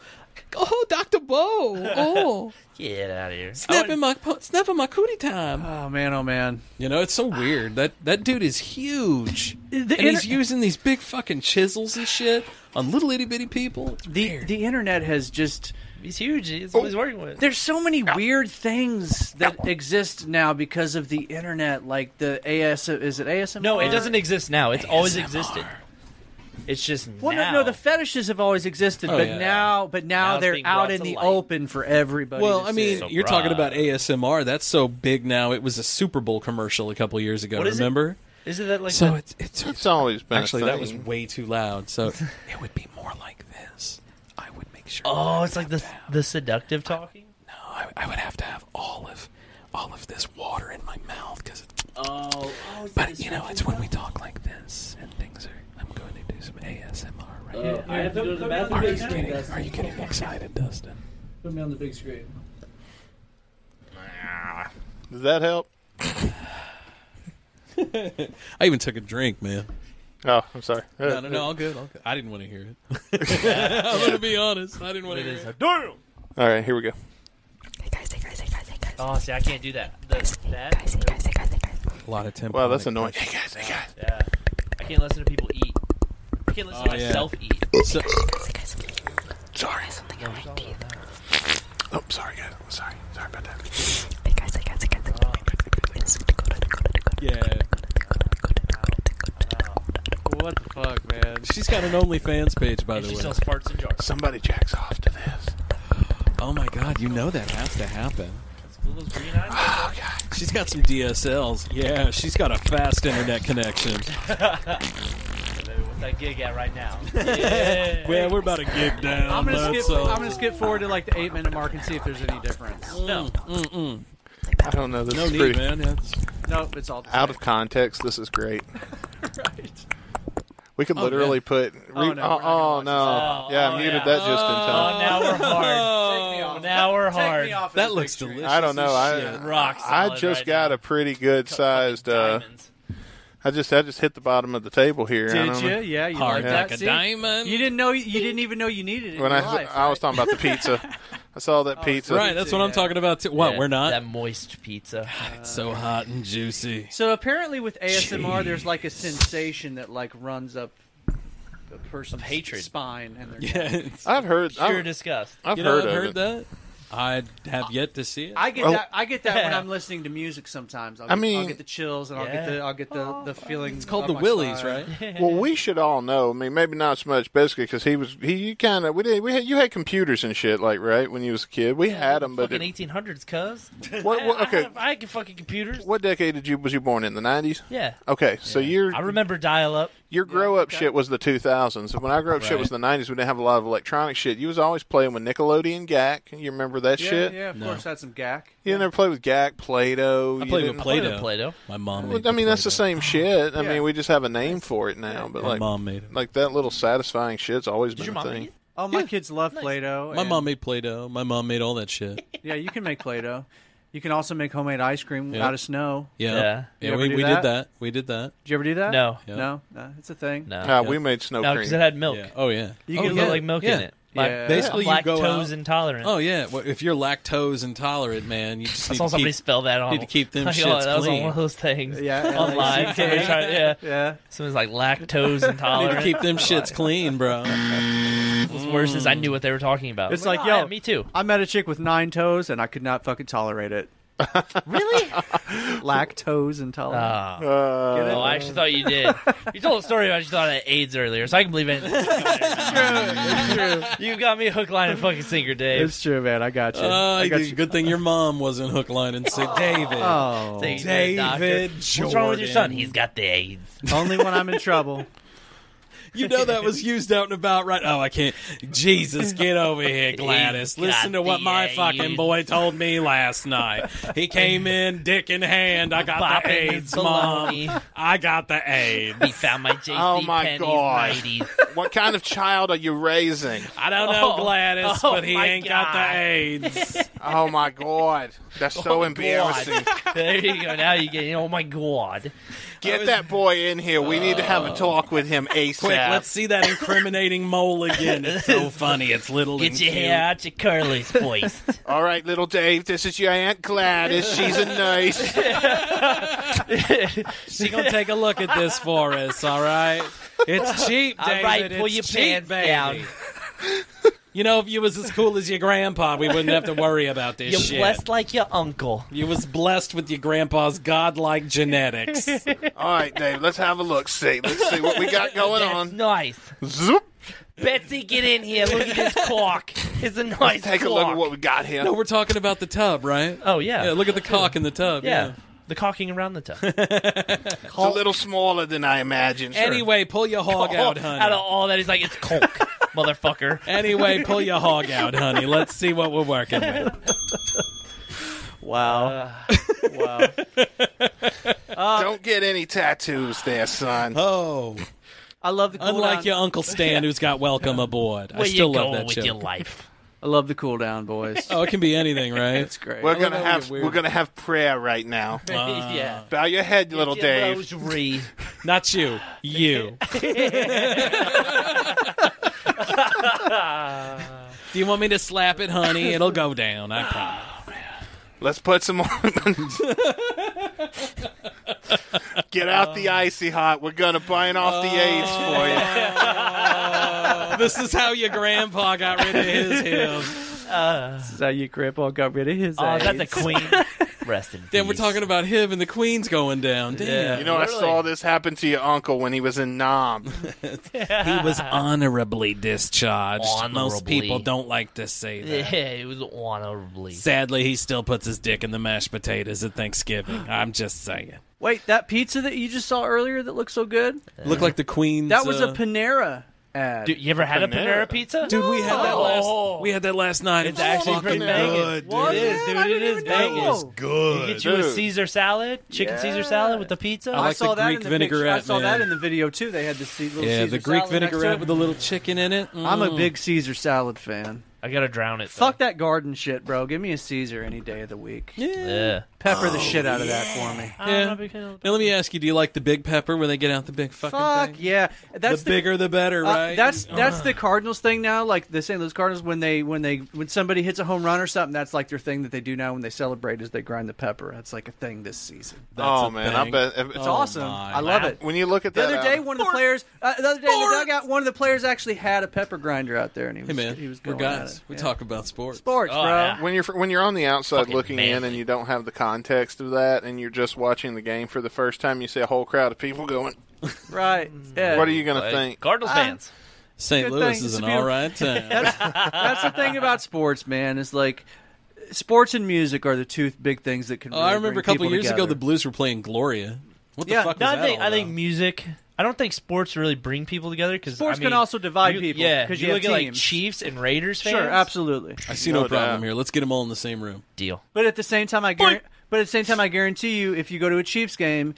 oh, Doctor Bo, oh, Get out of here. snapping my po- snapping my cootie time. Oh man, oh man. You know it's so weird that that dude is huge, and inter- he's using these big fucking chisels and shit on little itty bitty people. It's the the internet has just he's huge. Oh. He's always working with. There's so many weird things that exist now because of the internet, like the AS. Is it ASMR? No, it doesn't exist now. It's always existed. It's just Well, now. no, no, the fetishes have always existed, Oh, but yeah. now, but now, Now it's they're being out brought in to the light. open for everybody. Well, to I mean, see. you're talking about ASMR. That's so big now. It was a Super Bowl commercial a couple years ago. What is it? remember? Is it that like So the- it's it's, It's always been a actually that was thing. way too loud. So it would be more like this. I would make sure. Oh, it's like the the seductive talking. I, I would have to have all of all of this water in my mouth because. Oh, But you know, it's when we talk like this and things are. I'm going to do some ASMR right Yeah, now. I have to go to the bathroom Are you right now. getting, are you getting excited, Dustin? Put me on the big screen. Does that help? I even took a drink, man. Oh, I'm sorry. No, no, no, all good. All good. I didn't want to hear it. I'm gonna be honest. I didn't want to hear it. Damn. All right, here we go. Oh, see, I can't do that. The, that A lot of tempo. Wow, that's like annoying. that. yeah. I can't listen to people eat. I can't listen Oh, to yeah. myself eat. So- Sorry. Something I might Oh, sorry, guys. I'm Sorry. Sorry about that. Yeah. What the fuck, man? She's got an OnlyFans page, by And the she way. sells parts and jars. Somebody jacks off to this. Oh my god, you know that has to happen. Those green eyes. She's got some DSLs. Yeah, she's got a fast internet connection. Baby, what's that gig at right now? Well, we're about a gig down. I'm gonna bud, skip. so- I'm gonna skip forward to like the eight minute mark and see if there's any difference. No, Mm. Mm-mm. I don't know. This No is need, pretty, man. That's- no, it's all Out of context, this is great. right. We could Oh, literally yeah. put. Oh, no, oh, we're not oh, no. yeah, I muted that just in time. Oh, now we're hard. Now we're hard. Oh, That looks delicious. I don't know. I as shit. Rocks. I just got a pretty good sized. Uh, I just I just hit the bottom of the table here. I Did don't you? know. Yeah, you Hard like that? like a See? diamond. You didn't know. You didn't even know you needed it. When in I your life. I was talking about the pizza, I saw that pizza. Right, that's what I'm talking about too. What, Yeah, we're not? That moist pizza. It's so hot and juicy. So apparently, with ASMR, there's like a sensation that like runs up person's hatred. spine and their Yeah. I've heard. Pure I've, disgust. I've You know, heard I've of heard it. that. I have yet to see it. I get Well- that. I get that when Yeah. I'm listening to music. Sometimes I'll I get, I'll mean- get the chills and I'll get Yeah. the I'll get the the feeling. It's called the willies, right? well, we should all know. I mean, maybe not so much Biscuit because he was he. You kind of we did we had you had computers and shit like right when you was a kid. We had them, but fucking it, eighteen hundreds, cuz. What- what- okay. I, have, I can fucking computers. what decade did you was you born in the nineties? Yeah. Okay, so your I remember dial up. your grow up shit was the two thousands. When I grew up, shit was the nineties. We didn't have a lot of electronic shit. You was always playing with Nickelodeon, GAC. You remember that Yeah, shit? yeah. Of course, I had some gack. You never played with GAC, Play-Doh. I you played with didn't- Play-Doh. My mom. Well, made I the mean, that's the same shit. I Yeah. mean, we just have a name for it now. But My like, mom made it. like that little satisfying shit's always been your a mom thing. make Oh, my kids love Play-Doh. My and- mom made Play-Doh. My mom made all that shit. Yeah, you can make Play-Doh. You can also make homemade ice cream Yeah. out of snow. Yeah. Yeah. Yeah. You ever we, do we that? did that. We did that. Did you ever do that? No. Yeah. No, no, it's a thing. No. Ah, we made snow No, cream. because it had milk. Yeah. Oh yeah. You oh, could yeah. put like milk yeah. in it. Like, yeah. Basically, I'm you go lactose out- intolerant. Oh yeah. Well, if you're lactose intolerant, man, you just I need saw to somebody keep, spell that on. Need to keep them like, oh, shits That was on clean. one of those things. Yeah, yeah, online. like, Somebody yeah. tried- yeah, Yeah. Someone's like lactose Need intolerant. to keep them shits clean, bro. What's worse Mm. is I knew what they were talking about. It's I'm like, oh, yo, yeah, me too. I met a chick with nine toes, and I could not fucking tolerate it. really? Lactose intolerant. Uh, Uh, Get it? oh, I actually thought you did. You told a story about you thought I had AIDS earlier, so I can believe it. it's true. You got me hook, line, and fucking sinker, Dave. It's true, man. I got you. Uh, I got good thing your mom wasn't hook, line, and say, David. Oh. Take you to the doctor. David Jordan. What's wrong with your son? He's got the AIDS. Only when I'm in trouble. You know that was used out and about, right? Oh, I can't. Jesus, get over here, Gladys. He's Listen got to what my the fucking AIDS. boy told me last night. He came in dick in hand. I got Bopping the his AIDS, mom. baloney. I got the AIDS. He found my JC Oh my Penney's god! 90s. what kind of child are you raising? I don't know Oh. Gladys, Oh, but he my ain't got God. the AIDS. Oh my god! That's so embarrassing. There you go. Now you get. Oh my god. Get that boy in here. We need to have a talk with him asap. Quick, let's see that incriminating mole again. It's so funny. It's little and Get your cute. hair out your curlies, boys. All right, little Dave. This is your aunt Gladys. She's a nice. She gonna take a look at this for us, all right? It's cheap, All David. right, pull It's your cheap, pants baby. down. You know, if you was as cool as your grandpa, we wouldn't have to worry about this You're shit. blessed like your uncle. You was blessed with your grandpa's godlike genetics. All right, Dave. Let's have a look. See. Let's see what we got going That's on. nice. Zoop. Betsy, get in here. Look at this cork. It's a nice Take a cork. look at what we got here. no, we're talking about the tub, right? Oh yeah. Yeah, look at the cock in the tub. Yeah. Yeah. The cocking around the tub. It's a little smaller than I imagined. Anyway, pull your hog out, honey. Out of all that, he's like, it's cork, motherfucker. Anyway, pull your hog out, honey. Let's see what we're working with. Wow. wow. uh, Don't get any tattoos there, son. Oh, I love the cool unlike down. your uncle Stan, who's got welcome aboard. Where I still you love going that with show. your life? I love the cool down, boys. Oh, it can be anything, right? It's great. We're love gonna how we have get weird. we're gonna have prayer right now. yeah. Bow your head, little Your Dave. Rosary. Not you, you. Do you want me to slap it, honey? It'll go down. I promise. Let's put some on. Get out Um, the icy hot. We're gonna burn off the uh, AIDS for you. Oh, this is how your grandpa got rid of his hills. This is how your grandpa got rid of his Oh, that's a AIDS. queen. Rest in peace. Then we're talking about him and the queen's going down. Damn. You know, I saw this happen to your uncle when he was in Nam. he was honorably discharged. Most Honorably. people don't like to say Yeah, that. it was honorably. Sadly, he still puts his dick in the mashed potatoes at Thanksgiving. I'm just saying. Wait, that pizza that you just saw earlier that looked so good? Look like the queen's. That was a uh, Panera ad. Dude, you ever had a Panera. Panera pizza? Dude, we had that Oh. last. We had that last night. It's actually fucking pretty banging. Was It is, it? dude. I It didn't is even banging. know. You Good. get you a Dude. Caesar salad, chicken Caesar salad with the pizza. I like saw the that Greek in the vinaigrette, Picture. I saw that man. in the video too. They had the sea, little Yeah, Caesar the Greek salad Uh, next to vinaigrette it. with a little chicken in it. Mm. I'm a big Caesar salad fan. I gotta drown it. Fuck that garden shit, bro. Give me a Caesar any day of the week. Yeah. Pepper the Oh, shit out of that for me. Yeah. Now let me ask you: Do you like the big pepper when they get out the big fucking? Fuck thing? yeah! That's the, bigger the better, uh, right? Uh-huh. That's that's Ugh. the Cardinals thing now. Like the St. Louis Cardinals, when they when they when somebody hits a home run or something, that's like their thing that they do now when they celebrate is they grind the pepper. That's like a thing this season. oh man, I bet it's Oh awesome. I love it. When you look at the that other day, one of the players, uh, the other day, in the dugout, one of the players actually had a pepper grinder out there, and he was Hey, man, he was we're going guys. At it. We Yeah. talk about sports. Sports, Oh, bro. When you're when you're on the outside Fucking looking in manly. and you don't have the context of that, and you're just watching the game for the first time, you see a whole crowd of people going. Right. Mm. What are you gonna think? Cardinals fans. St. Good Louis thing. is It's an a beautiful- all right town. that's, that's the thing about sports, man. Is like sports and music are the two big things that can. Oh, Really I remember a couple years ago the The Blues were playing Gloria. What the fuck was no, I that think all I think music. I don't think sports really bring people together because Sports I mean, can also divide you- people, Yeah, 'cause you, you look have at like teams. Chiefs and Raiders fans. Sure, absolutely. I see No no, doubt. problem here. Let's get them all in the same room. Deal. but at the same time, I guarantee, but at the same time, I guarantee you, if you go to a Chiefs game.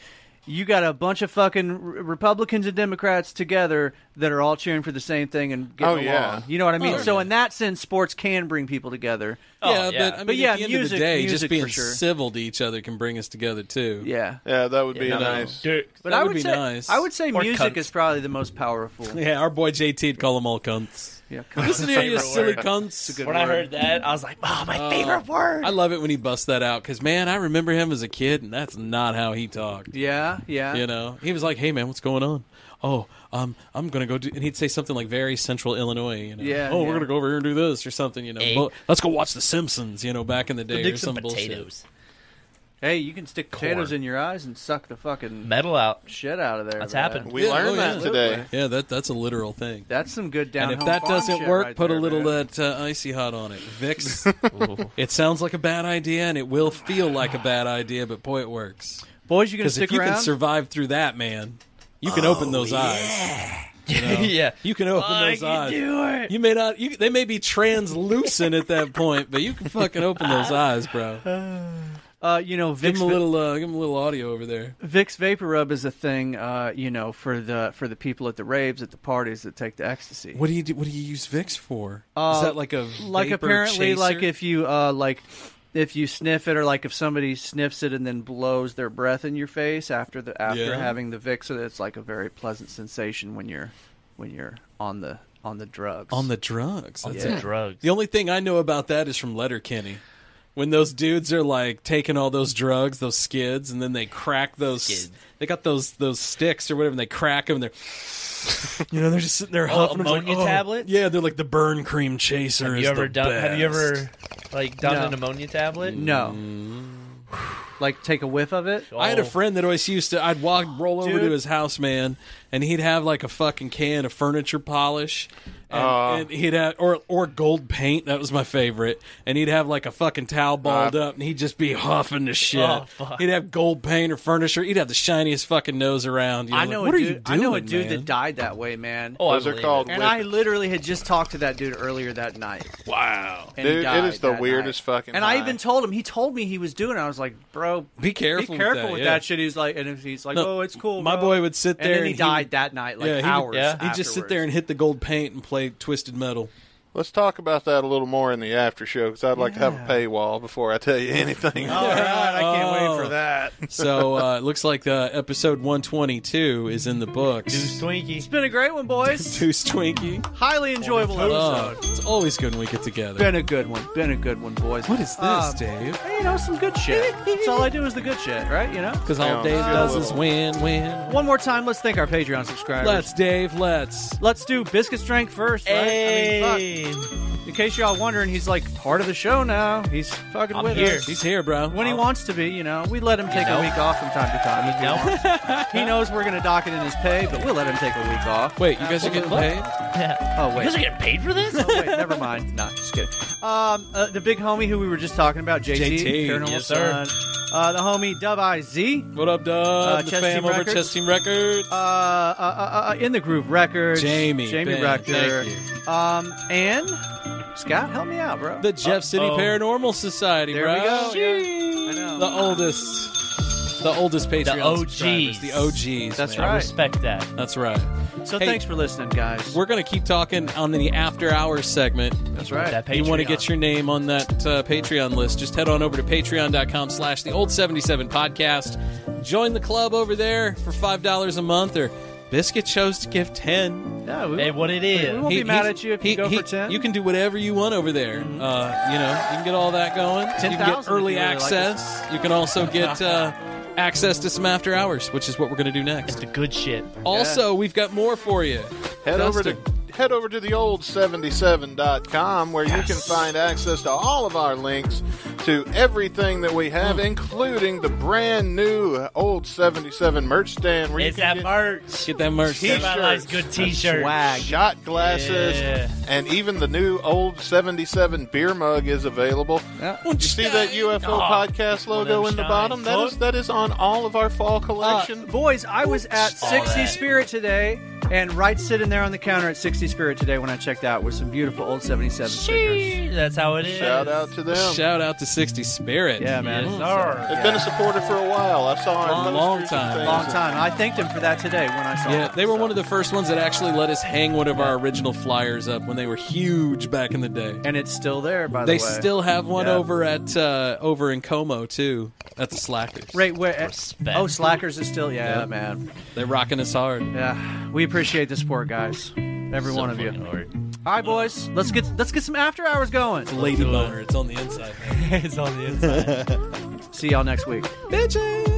You got a bunch of fucking R- Republicans and Democrats together that are all cheering for the same thing and getting Oh, yeah. along. You know what I mean? Oh, so in that sense, sports can bring people together. Oh, yeah, but I mean, Oh, yeah, at the end music, of the day, music just being for sure. civil to each other can bring us together too. Yeah, yeah, that would be nice. But that I would, would, be say, nice. I would say Or music cunts. is probably the most powerful. Yeah, our boy JT'd call them all cunts. Yeah, cunts. listen here, you Favorite silly word. It's a cunts. good When I word. heard that, I was like, "Oh, my favorite word." Uh, I love it when he busts that out because man, I remember him as a kid, and that's not how he talked. Yeah, yeah. You know, he was like, "Hey man, what's going on? Oh, um, I'm gonna go do," and he'd say something like very Central Illinois. You know, Yeah, Oh, yeah. we're gonna go over here and do this or something. You know, Eh. Hey. Well, let's go watch The Simpsons. You know, back in the day or some bullshit. Hey, you can stick potatoes Corn. in your eyes and suck the fucking metal out shit out of there. That's man. happened. We learned that today. Yeah, that that's a literal thing. That's some good down. And if that doesn't work, put a little that uh, icy hot on it. Vicks. it sounds like a bad idea, and it will feel like a bad idea, but boy, it works. Boys, you gonna 'Cause stick if you around? can survive through that, man, you can open those eyes. You know? Yeah. you can open Oh, I those can eyes. do it. You may not. You, they may be translucent at that point, but you can fucking open those eyes, bro. Uh, you know, Vicks Give him a Va- little. Uh, give him a little audio over there. Vicks Vapor Rub is a thing. Uh, you know, for the for the people at the raves at the parties that take the ecstasy. What do you do? What do you use Vicks for? Uh, Is that like a like vapor apparently chaser? like if you uh like if you sniff it or like if somebody sniffs it and then blows their breath in your face after the after Yeah. having the Vicks, so it's like a very pleasant sensation when you're when you're on the on the drugs. On the drugs. On That's the it. drugs. The only thing I know about that is from Letterkenny. When those dudes are like taking all those drugs, those skids, and then they crack those. They got those those sticks or whatever, and they crack them. And they're, you know, they're just sitting there Oh, huffing. It's like, ammonia oh, tablets? Yeah, they're like the burn cream chaser. Have you is the ever done? Have you best. ever like done No. an ammonia tablet? No. Mm. like take a whiff of Oh. it. I had a friend that always used to. I'd walk, roll over to Oh. Dude. his house, man, and he'd have like a fucking can of furniture polish, and, Uh. and he'd have or or gold paint. That was my favorite. And he'd have like a fucking Uh, towel balled up, and he'd just be huffing the shit. Oh, fuck. He'd have gold paint or furniture. He'd have the shiniest fucking nose around. You I like, know what a are dude, you doing, I know a dude man? that died that way, man. Oh, I Those are believe called it. And whip- I literally had just talked to that dude earlier that night. Wow, and he Dude, it died is the that weirdest night. fucking And I high. even told him. He told me he was doing. it. I was like, bro, Be careful be with careful that, with yeah. that shit. He's like, and he's like, No, oh, it's cool. My bro. boy would sit And there, then he would- died that night, like yeah, he would- hours. yeah. He'd just sit afterwards. there and hit the gold paint and play Twisted Metal. Let's talk about that a little more in the after show because I'd like to have a paywall before I tell you anything. All right, I can't Oh. wait for that. so uh, it looks like uh, episode 122 is in the books. Twinkie. It's been a great one, boys. Deuce Twinkie. Highly enjoyable Oh, episode. it's always good when we get together. Been a good one. Been a good one, boys. What is this, Um, Dave? You know, some good shit. That's all I do is the good shit, right? You know, Because all Dave does is win, win. One more time, let's thank our Patreon subscribers. Let's, Dave, let's. Let's do biscuit strength first, right? I mean, fuck. In case y'all wondering, he's like part of the show now. He's fucking I'm with here. Oh. us. He's here, bro. Um, When he wants to be, you know. We let him take know. a week off from time to time. if he know. wants. he knows we're gonna dock it in his pay, but we'll let him take a week off. Wait, you guys are getting Absolutely. paid? Oh wait, You guys are getting paid for this? oh wait, never mind. Nah, just kidding. Um, uh, the big homie who we were just talking about, JT, JT, Paranormal yes, sir. Sun. Uh, the homie Dub IZ. What up, Dub? Uh, the Chess fam Team over Records. Chess Team Records. Uh, uh, uh, uh, in the Groove Records. Jamie, Jamie Ben, Rector. thank Um, and Scott, help me out, bro. The Jeff City Uh-oh. Paranormal Society, There bro. we go. yeah. I know. The oldest. The oldest Patreon The subscribers, OGs. The OGs. That's man. right. I respect that. That's right. So thanks for listening, guys. We're going to keep talking on the after hours segment. That's right. That you want to Patreon. get your name on that uh, Patreon list, just head on over to patreon.com slash the old 77 podcast. Join the club over there for $5 a month or Biscuit chose to give 10 Yeah, we, Hey, what it is. We won't be mad at you if you go for 10. You can do whatever you want over there. Uh, you know, you can get all that going. you can 10,000 get if early you really like access. you can also get uh, access to some after hours, which is what we're going to do next. It's the good shit. Also, we've got more for you. Head over to Dustin. head over to the old 77.com where you can find access to all of our links to everything that we have, including the brand new old 77 merch stand where It's you can that merch. Get that merch. Everybody likes good t-shirts. Swag. Shot glasses. Yeah. And even the new old 77 beer mug is available. You see that UFO Aw. podcast One of logo them in the shines. bottom? That is, that is on all of our fall collection. Uh, boys, I was at All 60 that. Spirit today, and right sitting there on the counter at 60 Spirit today when I checked out were some beautiful old 77 stickers. That's how it is. Shout out to them. Shout out to 60 Spirit. Yeah, man. Yes, sir. They've been a supporter for a while. I saw Long- our long posters and time. things. Long time. I thanked him for that today when I saw Yeah, it. they were one of the first ones that actually let us hang one of our original flyers up when they were huge back in the day. And it's still there, by the they way. still have one Yeah. over at uh, over in Como too. That's Slackers. Right where? Oh, Slackers is still. Yeah, Yep. man. They're rocking us hard. Yeah, we appreciate the support, guys. Every So one of you. fucking All right, boys. Let's get let's get some after hours going. Lady boner. It's on the inside. it's on the inside. See y'all next week. Bitches.